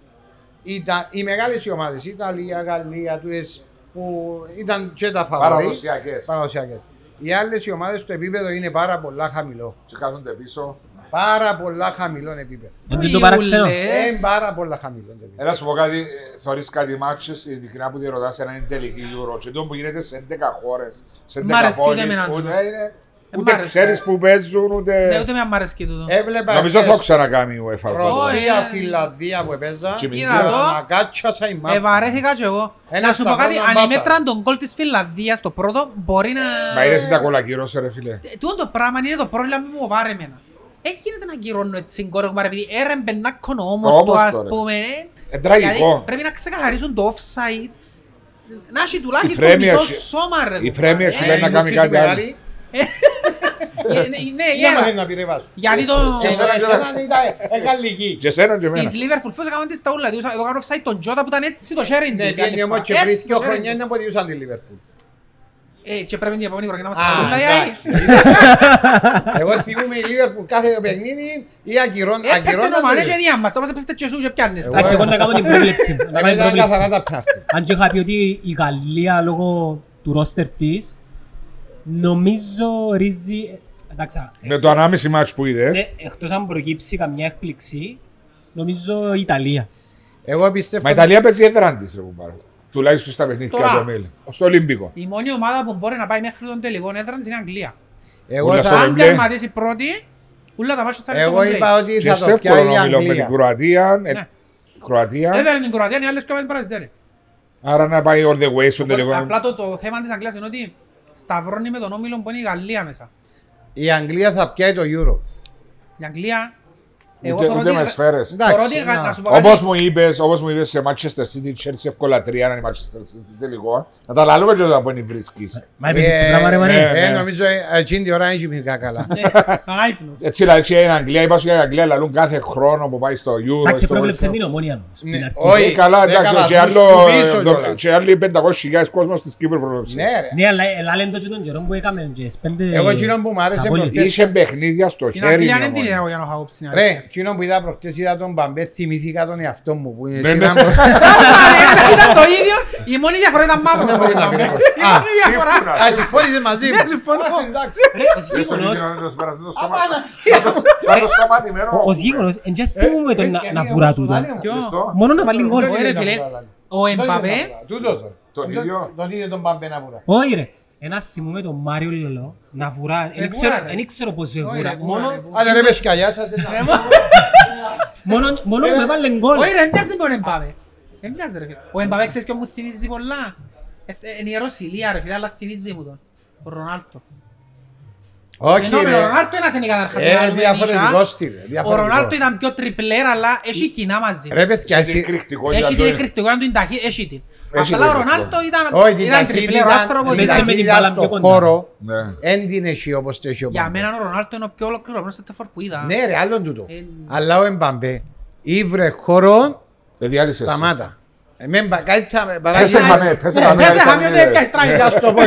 Ιτα- Οι μεγάλες οι ομάδες, Ιταλία, Γαλλία, του ΕΣ, που ήταν και τα φαβορείς, Παραδοσιακές. παραδοσιακές. Οι άλλες οι ομάδες το επίπεδο είναι πάρα πολλά χαμηλό. Και κάθονται πίσω. Πάρα πολλά χαμηλό επίπεδο. Είναι το παράξενο. Ε, Ε, Είναι πάρα πολλά χαμηλό το επίπεδο. Ένα σου πω κάτι, ε, θωρείς κάτι μάξες, ειλικρινά που τη ρωτάς ένα είναι τελική Euro. Και το που γίνεται σε 11 χώρες, σε 10 Μ' αρέσει και ούτε πόλεις, εμένα ούτε, τούτο. Ε, είναι- μ' ούτε αρέσει. ξέρεις που παίζουν, Ναι, ούτε... ούτε με αμάρεσε και τούτο. Ε, Έβλεπα Νομίζω χθες θα ξανακάμει η UEFA. Ω, ε. Ρωσία, Φιλανδία που έπαιζα. Και και Κοίτα το. Ανακάτσασα η μάπα. Ε, βαρέθηκα και εγώ. Ένα Να σου πω σταυρό κάτι, να αν μπάσα. ημέτραν τον κόλ της Φιλανδίας το πρώτο, μπορεί να... Μα είδες τι τα κολακύρωσε ρε φίλε. Τε- Τούτο το πράγμα είναι το πρόβλημα που μου βάρε εμένα. Ε, γίνεται να κυρώνω έτσι κόρεγμα ρε επειδή έρεν μπενάκον όμως Όμως το ας το, ρε. πούμε. ε. Ε, τραγικό. Δηλαδή, Πρέπει να ξεκαθαρίσουν το offside. Να έχει τουλάχιστον Premier μισό League- σώμα ρε. η κουμπάρε. Premier Ε, League Λέει να είναι κάνει πιο κάτι άλλο. μεγάλη. ε, ναι, Ναι, Για να γέρα. μάθει να πειρεύεις. Γιατί το... Και σε εσένα ήταν ε, γαλλική. Και εσέναν και εμένα. Της Liverpool φως έκαναν τις τα ούλα. Δηλαδή, εδώ κάνω offside τον Jota που ήταν έτσι το sharing. Ναι, πιένει όμως και πριν δύο χρόνια να αποδιούσαν τη Λίβερπουλ. Ε, και πρέπει την επόμενη χρονιά να μας τα Α, ούλα. εντάξει. δηλαδή. Εγώ θυμούμαι η Λίβερπουλ κάθε παιχνίδι ή αγκυρών- Έπεφτε αγκυρώνονται. Ε, το μανέ και διάμα. Το μας έπεφτε και σου και πιάνεις. τα. Εντάξει, εγώ να κάνω την πρόβλεψη. μου, να κάνω Εμένα την ήταν καθαρά πρόβλεψη. τα πέναλτι. Αν και είχα πει ότι η Γαλλία λόγω του ρόστερ της, νομίζω ρίζει... Εντάξει, ε, Με το ανάμιση μάτς που ε, είδες. εκτός αν προκύψει καμιά έκπληξη, νομίζω η Ιταλία. Εγώ πιστεύω... Μα η Ιταλία παίζει έδραν της ρε κουμπάρα. Τουλάχιστον στα παιχνίδια Ε, Τώρα. του Μέλ. Στο Ολυμπικό. Η μόνη ομάδα που μπορεί να πάει μέχρι τον τελικό έδρανς είναι η Αγγλία. Εγώ Ούλα θα- στο Αν Wembley. τερματίσει πρώτη, ούλα τα μάτια θα είναι στο Εγώ Wembley. είπα ότι Και θα σε το εύκολο πιάει η να μιλώ με την Αγγλία. Κροατία. ε, Ναι. Κροατία. Έδερε την Κροατία, οι άλλες και ομάδες παρασιτέρε. Άρα να πάει all the way στον τελικό. Απλά το, το θέμα της Αγγλίας είναι ότι σταυρώνει με τον όμιλο που είναι η Γαλλία μέσα. Η Αγγλία θα πιάει το Euro. Η Αγγλία, εγώ Ούτε, θεωρώ ούτε ότι- με σφαίρες. Εντάξει, θεωρώ ότι η Γα- να. να σου πω κάτι. Όπως μου είπες, όπως μου είπες σε Manchester City, Chelsea εύκολα τρία να είναι Manchester City τελικό. Να τα λαλούμε και όταν πόνοι βρίσκεις. Μα είπες έτσι Ε, πράγμα ρε ναι. Μαρία. Ε, νομίζω ε, εκείνη την ώρα δεν έχει πήγα καλά. Ναι, ανάυπνος. Έτσι λέει και η Αγγλία, είπα σου για την Αγγλία, λαλούν κάθε χρόνο που πάει στο Euro. Εντάξει, στο- πρόβλεψε την ομόνια όμως. Ναι, την αρχή. όχι. Ε, καλά, Δέκα εντάξει, ε, βαθμούς και άλλο- του πίσω δο- κιόλας. και άλλοι 500.000 κόσμος της Κύπρου προβλέψε. Ναι ρε. Ναι, αλλά ελάλεν το και τον καιρό που έκαμε και στις πέντε... Εγώ εκείνο που μου άρεσε τσαπόλια. προχτές- Είχε παιχνίδια στο Την χέρι. Αγγλία μου, δεν την μόνο. είδα εγώ για να έχω άποψη, είναι Ρε, αλήθεια. εκείνο που είδα προχτές είδα τον Μπαμπέ, θυμήθηκα τον εαυτό μου που είναι Ναι, σειρά ναι. μου. Άρα, Ήταν το ίδιο, η μόνη διαφορά ήταν μαύρος. Δεν μπορεί να πει. Η Α, μόνη διαφορά. Α, συμφώνησε μαζί μου. Ναι, συμφωνώ. Α, Εντάξει. Ε, Ρε, ο Και στον γείγονος- ίδιο είναι το σπερασμένο στόμα. Σαν Ε, το σταματημένο. Ο- Ο γίγονος, εν και Ε, θυμούμαι τον να- να βουρά τούτο. Χριστό, Μόνο να βάλει γκολ. Ωραία, Λοιπόν, φίλε. Ο Εμπαπέ, Τον ίδιο. Τον ίδιο τον Μπαμπέ να βουρά. Όχι ρε. Ένα θυμούμαι τον Μάριο Λελό να βουρά. Ε, Δεν ξέρω- βουρά, ρε. δεν ξέρω πώς δεν Όχι, ρε, βουρά. βουρά, Μόνο- ρε, βουρά. Άντε ρε πες γεια σας. έτσι. μόνο- Μόνο που έβαλε γκολ. Όχι ρε, μοιάζει με τον Εμπαπέ. Ε, μοιάζει, ρε φίλε. Ο Εμπαπέ ξέρεις ποιον μου θυμίζει πολλά. Ε, ε, Είναι η Ρωσιλία ρε φίλε, αλλά θυμίζει μου τον. Ο Ρονάλτο. Όχι Ενώ με ρε. τον Ρονάλτο ένας είναι καταρχάς. Ε, να κάνουμε διαφορετικό νύχια. στυλ, ρε, Ο διαφορετικό. Ρονάλτο ήταν πιο τριπλέρ, αλλά έχει κοινά μαζί. Ρε παιδιά, Είναι εσύ... εκρηκτικό Έχει για το- την εκρηκτικότητα του, είναι ταχύ, έχει την. Έχει Απλά ο την Ρονάλτο Όχι, ήταν, την ήταν ταχύτητα- τριπλέρ ο άνθρωπος. την Μέσα ήταν- με την ταχύτητα μπάλα στο πιο κοντά. χώρο, Ναι. Εν την έχει όπως το έχει ο Για Μπαμπέ. μένα ο Ρονάλτο είναι ο πιο ολοκληρωμένος τετφόρ που είδα. Ναι ρε, άλλον τούτο. Ε, Αλλά ο Εμπαμπέ ήβρε χώρο, Δεν Ε, διάλυσες. σταμάτα. Εμέν πα- κάτι θα- παρά- Πέσε χαμέ, πέσε Ναι, χαμέ. Πέσε ήταν, χαμέ ότι ε, έπιασες τράγη. Να σου το πω.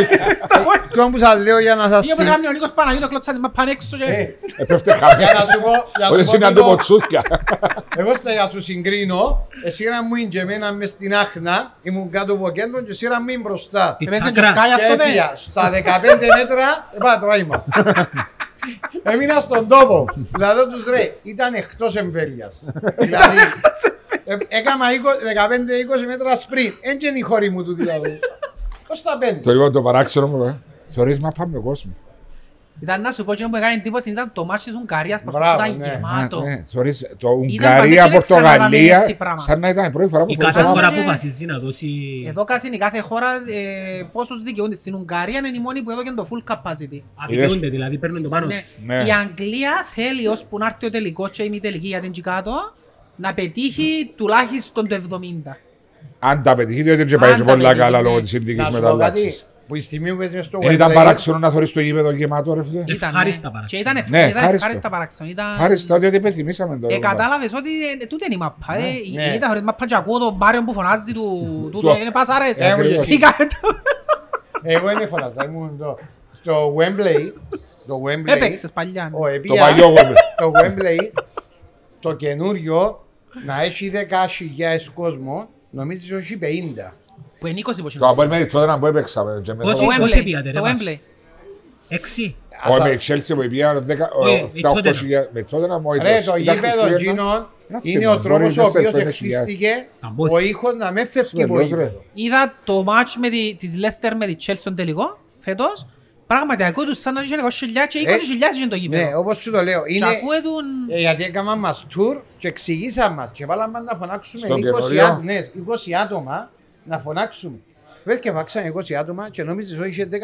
Αυτό που σας λέω για να σας Ή όπως συ- έκανε ο Νίκος Παναγιώτο κλωτσά την μαπάν έξω και... Έπεφτε χαμέ. για να σου πω- για να Όλοι σου πω είναι τούτο. αντιμοτσούκια. Εγώ στα για σου συγκρίνω, εσύ να μου είναι και εμένα μες στην άχνα, ήμουν κάτω από κέντρο και εσύ να μου είναι μπροστά. Η Έπαιζε τσάκρα. τζοσκάλιας Και τότε. έφυγα. Στα 15 μέτρα ε, έπα τρώημα. Έμεινα στον τόπο. Δηλαδή τους ρε, ήταν εκτός εμβέλειας. Δηλαδή, ε, έκανα 15-20 μέτρα σπριν. Έγινε η χώρη μου του δηλαδή. Πώς τα Το πέντε. λίγο το παράξενο μου, ε. Θεωρείς μα πάμε κόσμο. Ήταν να σου πω, εκείνο που έκανε εντύπωση ήταν το μάτσι της Ουγγαρίας που Μπράβο, ήταν ναι. γεμάτο. Α, ναι, Θεωρείς το παντού και δεν ξαναδάμε Ουγγαρία-Πορτογαλία έτσι πράγμα. σαν να ήταν η πρώτη φορά που Η φορούσα κάθε μάπα. χώρα και- αποφασίζει να δώσει... Ε. Εδώ κασίνει κάθε χώρα ε, πόσους δικαιούνται. Στην Ουγγαρία είναι η μόνη που έδωκε το full capacity. Αδικαιούνται, δηλαδή παίρνουν το πάνω Ναι. τους. Ναι. Η Αγγλία θέλει ώσπου να έρθει ο τελικός και η μη τελική για την Τζικάτο να Ναι. πετύχει τουλάχιστον το 70. Αν τα πετύχει, διότι δεν Αν πάει και τα πολλά πετύχει, καλά ναι. λόγω της συνθήκης Να σου πω κάτι, μεταλλάξης. που η στιγμή που παίζεις στο Δεν ήταν Wembley, παράξενο να θεωρείς το γήπεδο γεμάτο, ρε φίλε. Ήταν, Ευχάριστα ναι. παράξενο. Και ήταν, ευ- Ναι, ήταν ευχάριστο. ευχάριστα παράξενο. Ήταν... Ευχαριστώ, διότι υπενθυμίσαμε το. Ε, ρεύμα. κατάλαβες ότι ε, τούτη είναι η μαπά. ε. Η- ναι. Ήταν χωρίς μαπά και ακούω τον Μάριον που φωνάζει του... Το- Τούτο είναι πασάρες. Ε, Ακριβώς. Τι κάνει το- Εγώ δεν φωνάζα, ήμουν εδώ. Στο Wembley, το Wembley, Έπαιξες παλιά. ναι. Ε, ο Το Επία, παλιό γόμπι. το Wembley, το καινούριο, να έχει 10.000 κόσμο, νομίζεις όχι 50. Που είναι 20 πόσο. Το απόλυμα τότε να που έπαιξα. με- και με Πώς το- Το Πώς Wembley, έπιατε, ρε, Το μας. Wembley. Έξι. Ο- με η Chelsea που πήγαν δέκα- ο- Ε, η 7-8 Tottenham. χιλιάδες. Με τότε να μου Ρε, το γήπεδο εκείνων είναι ο τρόπος ο οποίος εχτίστηκε Ταμπός. ο ήχος να με φεύγει από Σβελός, γήπεδο. Είδα το match με τη, της Leicester με τη Chelsea στον τελικό φέτος. Πραγματικά ακούω τους σαν να είχε 20.000 και 20.000 είχε το Ναι, γήπεδο. όπως σου το λέω, Και είναι... ακούω τον... ε, Γιατί έκαναν μας tour και εξηγήσαν μας και βάλαμε να φωνάξουμε Στον 20, καινούριο. άτομα, ναι, 20 άτομα να φωνάξουμε. Βέβαια και φάξαν 20 άτομα και νόμιζες ότι είχε 10.000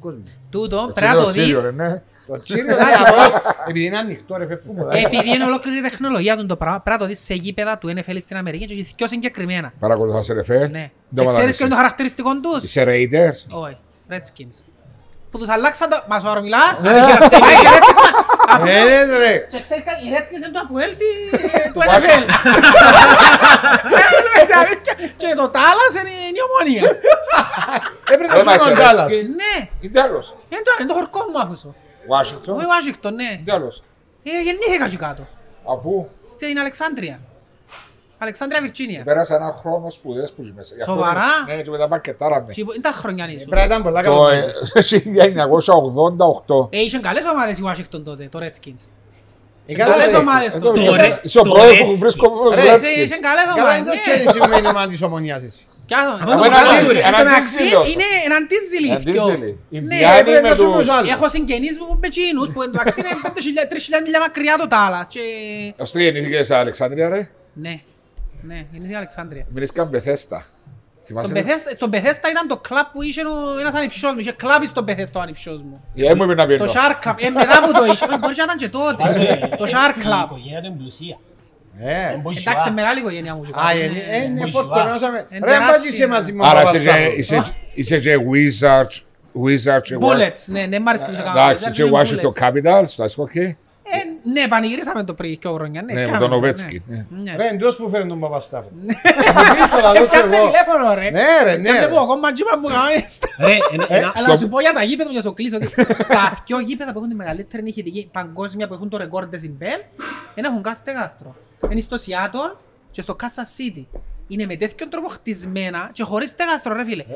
κόσμο. Τούτο πρέπει να το δεις. ναι. Το τσίριο ρε, απλώς, επειδή είναι ανοιχτό ρε φεύγουμε. δάκρυα. Επειδή είναι ολόκληρη η τεχνολογία του το πράγμα, πρέπει να το δεις σε γήπεδα του NFL στην Αμερική και έχει δυο συγκεκριμένα. Παρακολουθάς NFL. Ναι. Ε, Δεν Και μου ξέρεις αρέσει. ποιο είναι το χαρακτηριστικό τους. Είσαι Raiders. Όχι, Redskins. Που τους αλλάξαν το... Μα σοβαρό μιλάς. Μα είχε Redskins, μα- αφού- Ε, ρε, ρε. Και ξέρεις κάτι, οι Redskins είναι το Αποέλ τη- του NFL. Ε, τα αλήθεια. Και το Τάλλας είναι η ομόνια. Έπρεπε Δεν να μας σου αρέσει. κοντάλα. Ναι, Ή τέλος. είναι το- είναι το χορκό μου άφησο. Washington. Ο Ουάσιγκτον, ναι. Ή τέλος. Ε, Γεννήθηκα και κάτω. Από Στην Αλεξάνδρεια. Αλεξάνδρεια, Βιρτσίνια. Ε, πέρασε ένα χρόνο σπουδές που ζει μέσα. Γι' αυτό Σοβαρά? Ναι, και μετά πακετάραμε. Και Ήταν χρονιανή σου. Ε, Πρέπει να ήταν πολλά Το καλό. ε, 1988. Ε, είχαν καλές ομάδες οι Washington τότε, το Redskins. Ε, καλά, Καλές ρε. ομάδες Εδώ τότε. βγήκε- ρε- Είσαι ο το πρώτος ρε- που βρίσκω Ρε, Ε, Redskins. είσαι- Είχαν καλές Καλά, δεν ομάδες, το ναι. ξέρεις σημαίνει ομάδα της ομονίας εσύ. Κι άλλο, Αφού το είναι καλό αντίζηλοι, είναι, εν τω είναι μεταξύ, αντίζηλοι. Είναι εναντίζηλοι οι δυο. Αντίζελοι. έπρεπε Ινδιάνοι να με σου τους... τους άλλους. Έχω συγγενείς μου που είναι Πεκίνους, που εν τω μεταξύ είναι 5.000, 3.000 μιλιά μακριά το Τάλλας. Και... Ως τι γεννήθηκες σε Αλεξάνδρεια ρε. Ναι, ναι, γεννήθηκα Αλεξάνδρεια. Μιλήσκαν Μπεθέστα. Στον Θυμάσαι. Bethesda- Στον Bethesda ήταν το κλαμπ που είχε ο- ένας ανυψιός μου, είχε κλαμπ στον Bethesda ο ανυψιός μου. Η ΑΕ μου είπε να πιένω. Το Shark Club, ε, μετά που το είχε, ε, μπορεί και να ήταν και τότε, το Shark Η Club. οικογένεια του είναι πλουσία. Ε. Εντάξει, μεγάλη οικογένεια μου. και Α, πάλι, ε, ναι. ε, είναι Μπουσουά. φορτωμένος αμε- Ε, Ρε, τεράστια. μπας είσαι μαζί μου. Άρα Παπασταύρου. είσαι και- είσαι- είσαι και Wizards. Wizards και Wa- Bullets, ναι, ναι, μ' άρεσε που σε κάνω. Εντάξει, και Washington Bullets. Capitals, το άσχο και. Ε, Ναι, πανηγυρίσαμε το πριν και ο Ρόνια, ναι. Ναι, με κάναμε τον το, ναι. Οβέτσκι. ναι. Ναι. Ρε, εντός που φέρνει τον Παπασταύρου. Μου πίσω, θα δώσω Έπιαμε εγώ. τηλέφωνο ρε. Ναι, ρε, ναι, Έπιαμε ρε. που εγώ μαντζίπα μου γάμιστα. Ε, Ε, Ρε, ένα- ένα- Αλλά να σου πω για τα γήπεδα μου για να σου κλείσω. ότι Τα δυο γήπεδα που έχουν τη μεγαλύτερη νυχητική παγκόσμια που έχουν το ρεκόρ της Ιμπέλ, δεν έχουν καν στεγάστρο. Είναι στο Seattle και στο Kansas City. Είναι με τέτοιον τρόπο χτισμένα και χωρίς στεγάστρο ρε φίλε. Ε.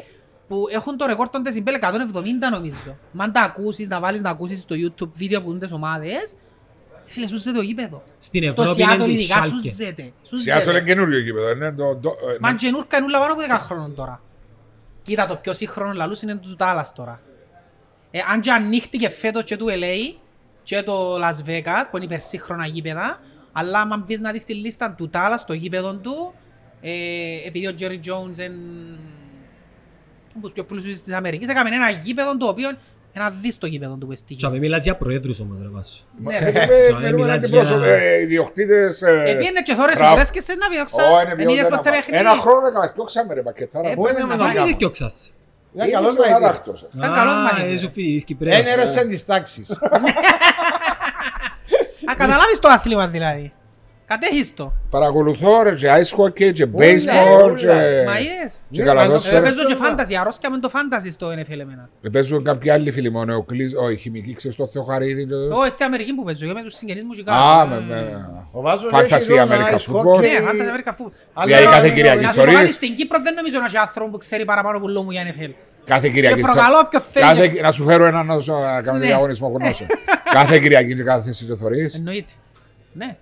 Που έχουν το ρεκόρ των Decibel 170 νομίζω. Μα αν τα ακούσεις, να βάλεις να ακούσεις στο YouTube βίντεο που δουν τις ομάδες, φίλε, σου ζέτε το γήπεδο. Στην Στο Ευρώπη είναι Seattle του ειδικά σου Σάλκε. ζέτε. Σου Seattle είναι ζέτε. καινούριο γήπεδο. Είναι το- το- ε, Μα τζενούρκα είναι όλα πάνω από 10 χρόνων τώρα. Κοίτα το πιο σύγχρονο λαλούς είναι του Τάλλας τώρα. Ε, αν και ανοίχτηκε φέτος και του LA και το Las Vegas που είναι υπερσύγχρονα γήπεδα, αλλά αν πεις να δεις τη λίστα του Τάλλας, το γήπεδο του, ε, επειδή ο Jerry Jones είναι τους πιο πλούσιους της Αμερικής, έκαμε ένα γήπεδο το οποίο ένα δις το γήπεδο του που Και εστίγησε. απ' μιλάς για προέδρους όμως ρε Βάσο. Ναι, Ε, ρε. με- Τώρα με ρούμενα Δηλαδή, μιλάς αντιπρόσωπο, για- ε, ιδιοκτήτες, ε, Επίενε και θόρες Κραβ. τους βρέσκες να Ω, βιώξα, είναι εν είδες βιωμένα ποτέ πα- παιχνίδι. Ένα χρόνο έκανα πιο ξάμερε πακετάρα. Ε, Πού πρέπει είναι να να πάει. κάνω. Τι δίκιο ξάς. Ήταν καλό Ήμουν μαγειρί. κατάκτος, ε. Ήταν καλός μαγειρί, ρε. Είσαι φοιτητής Κυπρέας. ναι, Ένα ρε σαν της τάξης. Α, καταλάβεις το άθλημα δηλαδή. Κατέχιστο. Παρακολουθώ ρε και ice hockey και όλα. baseball και... Ε, Μα yes. Και Ναι, μα Ε, καλαδόστερα. το- Παίζω και φάνταση, αρρώσκια με το φάνταση στο NFL εμένα. Ε, Παίζουν κάποιοι άλλοι φίλοι μόνο, ο Κλής, ο η χημική, ξέρεις το Θεοχαρίδη. το- Εγώ στην Αμερική που παίζω, εγώ με τους συγγενείς μου και Α, κάτω. με, με. Ο Βάζος Fantasy έχει ρόλο, American ice football. hockey. Ναι, φάνταση Αμερικά φού. Αλλά Δηλαδή δεν κάθε είναι Κυριακή, ο- Να σου πω κάτι, ιστορίες. στην Κύπρο δεν νομίζω να έχει άνθρωπο που ξέρει παραπάνω από λόγου για NFL. Κάθε Κυριακή. θα- προκαλώ ποιον θέλει κάθε- να ξέρει. Να σου φέρω έναν να σου- να κάνουμε Ναι. διαγωνισμό γνώσεων. Κάθε Κυριακή και κάθε θέση το θωρείς. Εννοείται. Ναι.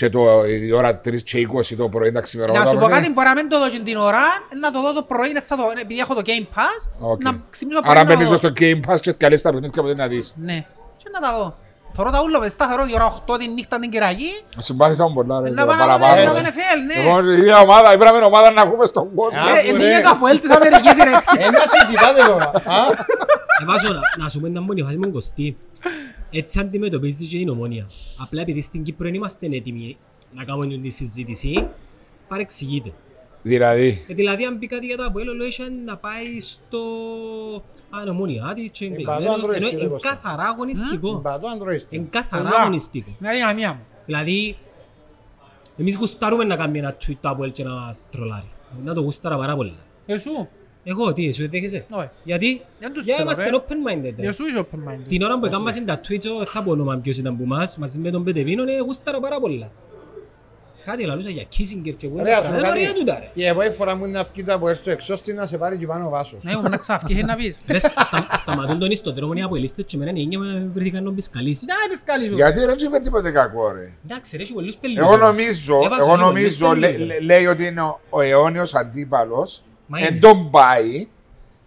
Και το, η ώρα 3 και 20 το πρωί τα ξημερώματα. Να σου πω είναι. κάτι, μπορεί να μην το δω και την ώρα, να το δω το πρωί, να θα το- ε, επειδή έχω το Game Pass, Οκ. να ξυπνήσω Άρα να το μπαίνεις δω. μες στο Game Pass και καλείς τα παιχνίδια που δεν να δεις. Ναι, και να τα δω. Θωρώ τα ούλα πεστά, θωρώ η ώρα 8 την νύχτα την Κυριακή, Συμπάθησα μου πολλά ρε. Ε, να τώρα, πάω να δω Ε, παραπάνω. να δω NFL, ναι. Λοιπόν, η ίδια ομάδα, η πράγμενη ομάδα να ακούμε στον κόσμο. Ε, Ε, άκου, Είναι ρε. είναι το Αποέλ της Αμερικής, ρε. έτσι. Ένα συζητάτε τώρα. Α, Ε, Βάζω να- να σου πω ένα μόνο, χάσιμο κοστί. Έτσι αντιμετωπίζει και την ομόνια. Απλά επειδή στην Κύπρο δεν είμαστε έτοιμοι να κάνουμε τη συζήτηση, παρεξηγείται. Δηλαδή, Ε, δηλαδή, αν πει κάτι για το Αποέλ, ο Λόισαν να πάει στο ανομόνια. Ε, Άντι, και Εμπατό ανδροϊστικό, Είναι Κώστα. καθαρά αγωνιστικό. Μπα, το ανδροίστη. Είναι καθαρά Ουλά. αγωνιστικό. Μια δυναμία μου. Δηλαδή, εμείς γουστάρουμε να κάνουμε ένα tweet από έλτσε να μας τρολάρει. Να το γουστάρα πάρα πολύ. Εσού, Εγώ, τι, εσύ δέχεσαι. όχι. Γιατί, Δεν τους για θέλω, ε. είμαστε ρε. open-minded. ρε. Εσού είσαι open-minded. Την ώρα που έκαμπασαν τα tweets, εγώ θα πω όνομα ποιος ήταν που μας, μαζί με τον Πετεβίνο, ε, γουστάρα πάρα πολλά. Κάτι λαλούσα για Kissinger και Ρε, ας γουστάρα. σου Δεν πω κάτι. ωραία τούτα, ρε. Η επόμενη φορά μου είναι αυκή που έρθω εξώστη να σε πάρει και πάνω ο Βάσος. Ναι, μου να ξαφκείς να πεις. Ρε, στα- σταματούν τον ιστοτρόμο, είναι από ελίστες και εμένα είναι ίνια με βρήθηκαν να μπεις καλής. Δεν να πεις καλή σου. γιατί δεν είπε τίποτε κακό ρε. Εντάξει, ρε, έχει πολλούς πελούς. Εγώ νομίζω, Έβαζε εγώ λίγο, νομίζω λίγο, λέ- λίγο. λέ- λέει ότι είναι ο- ο αιώνιος αντίπαλος. Μα είναι. Δεν τον πάει,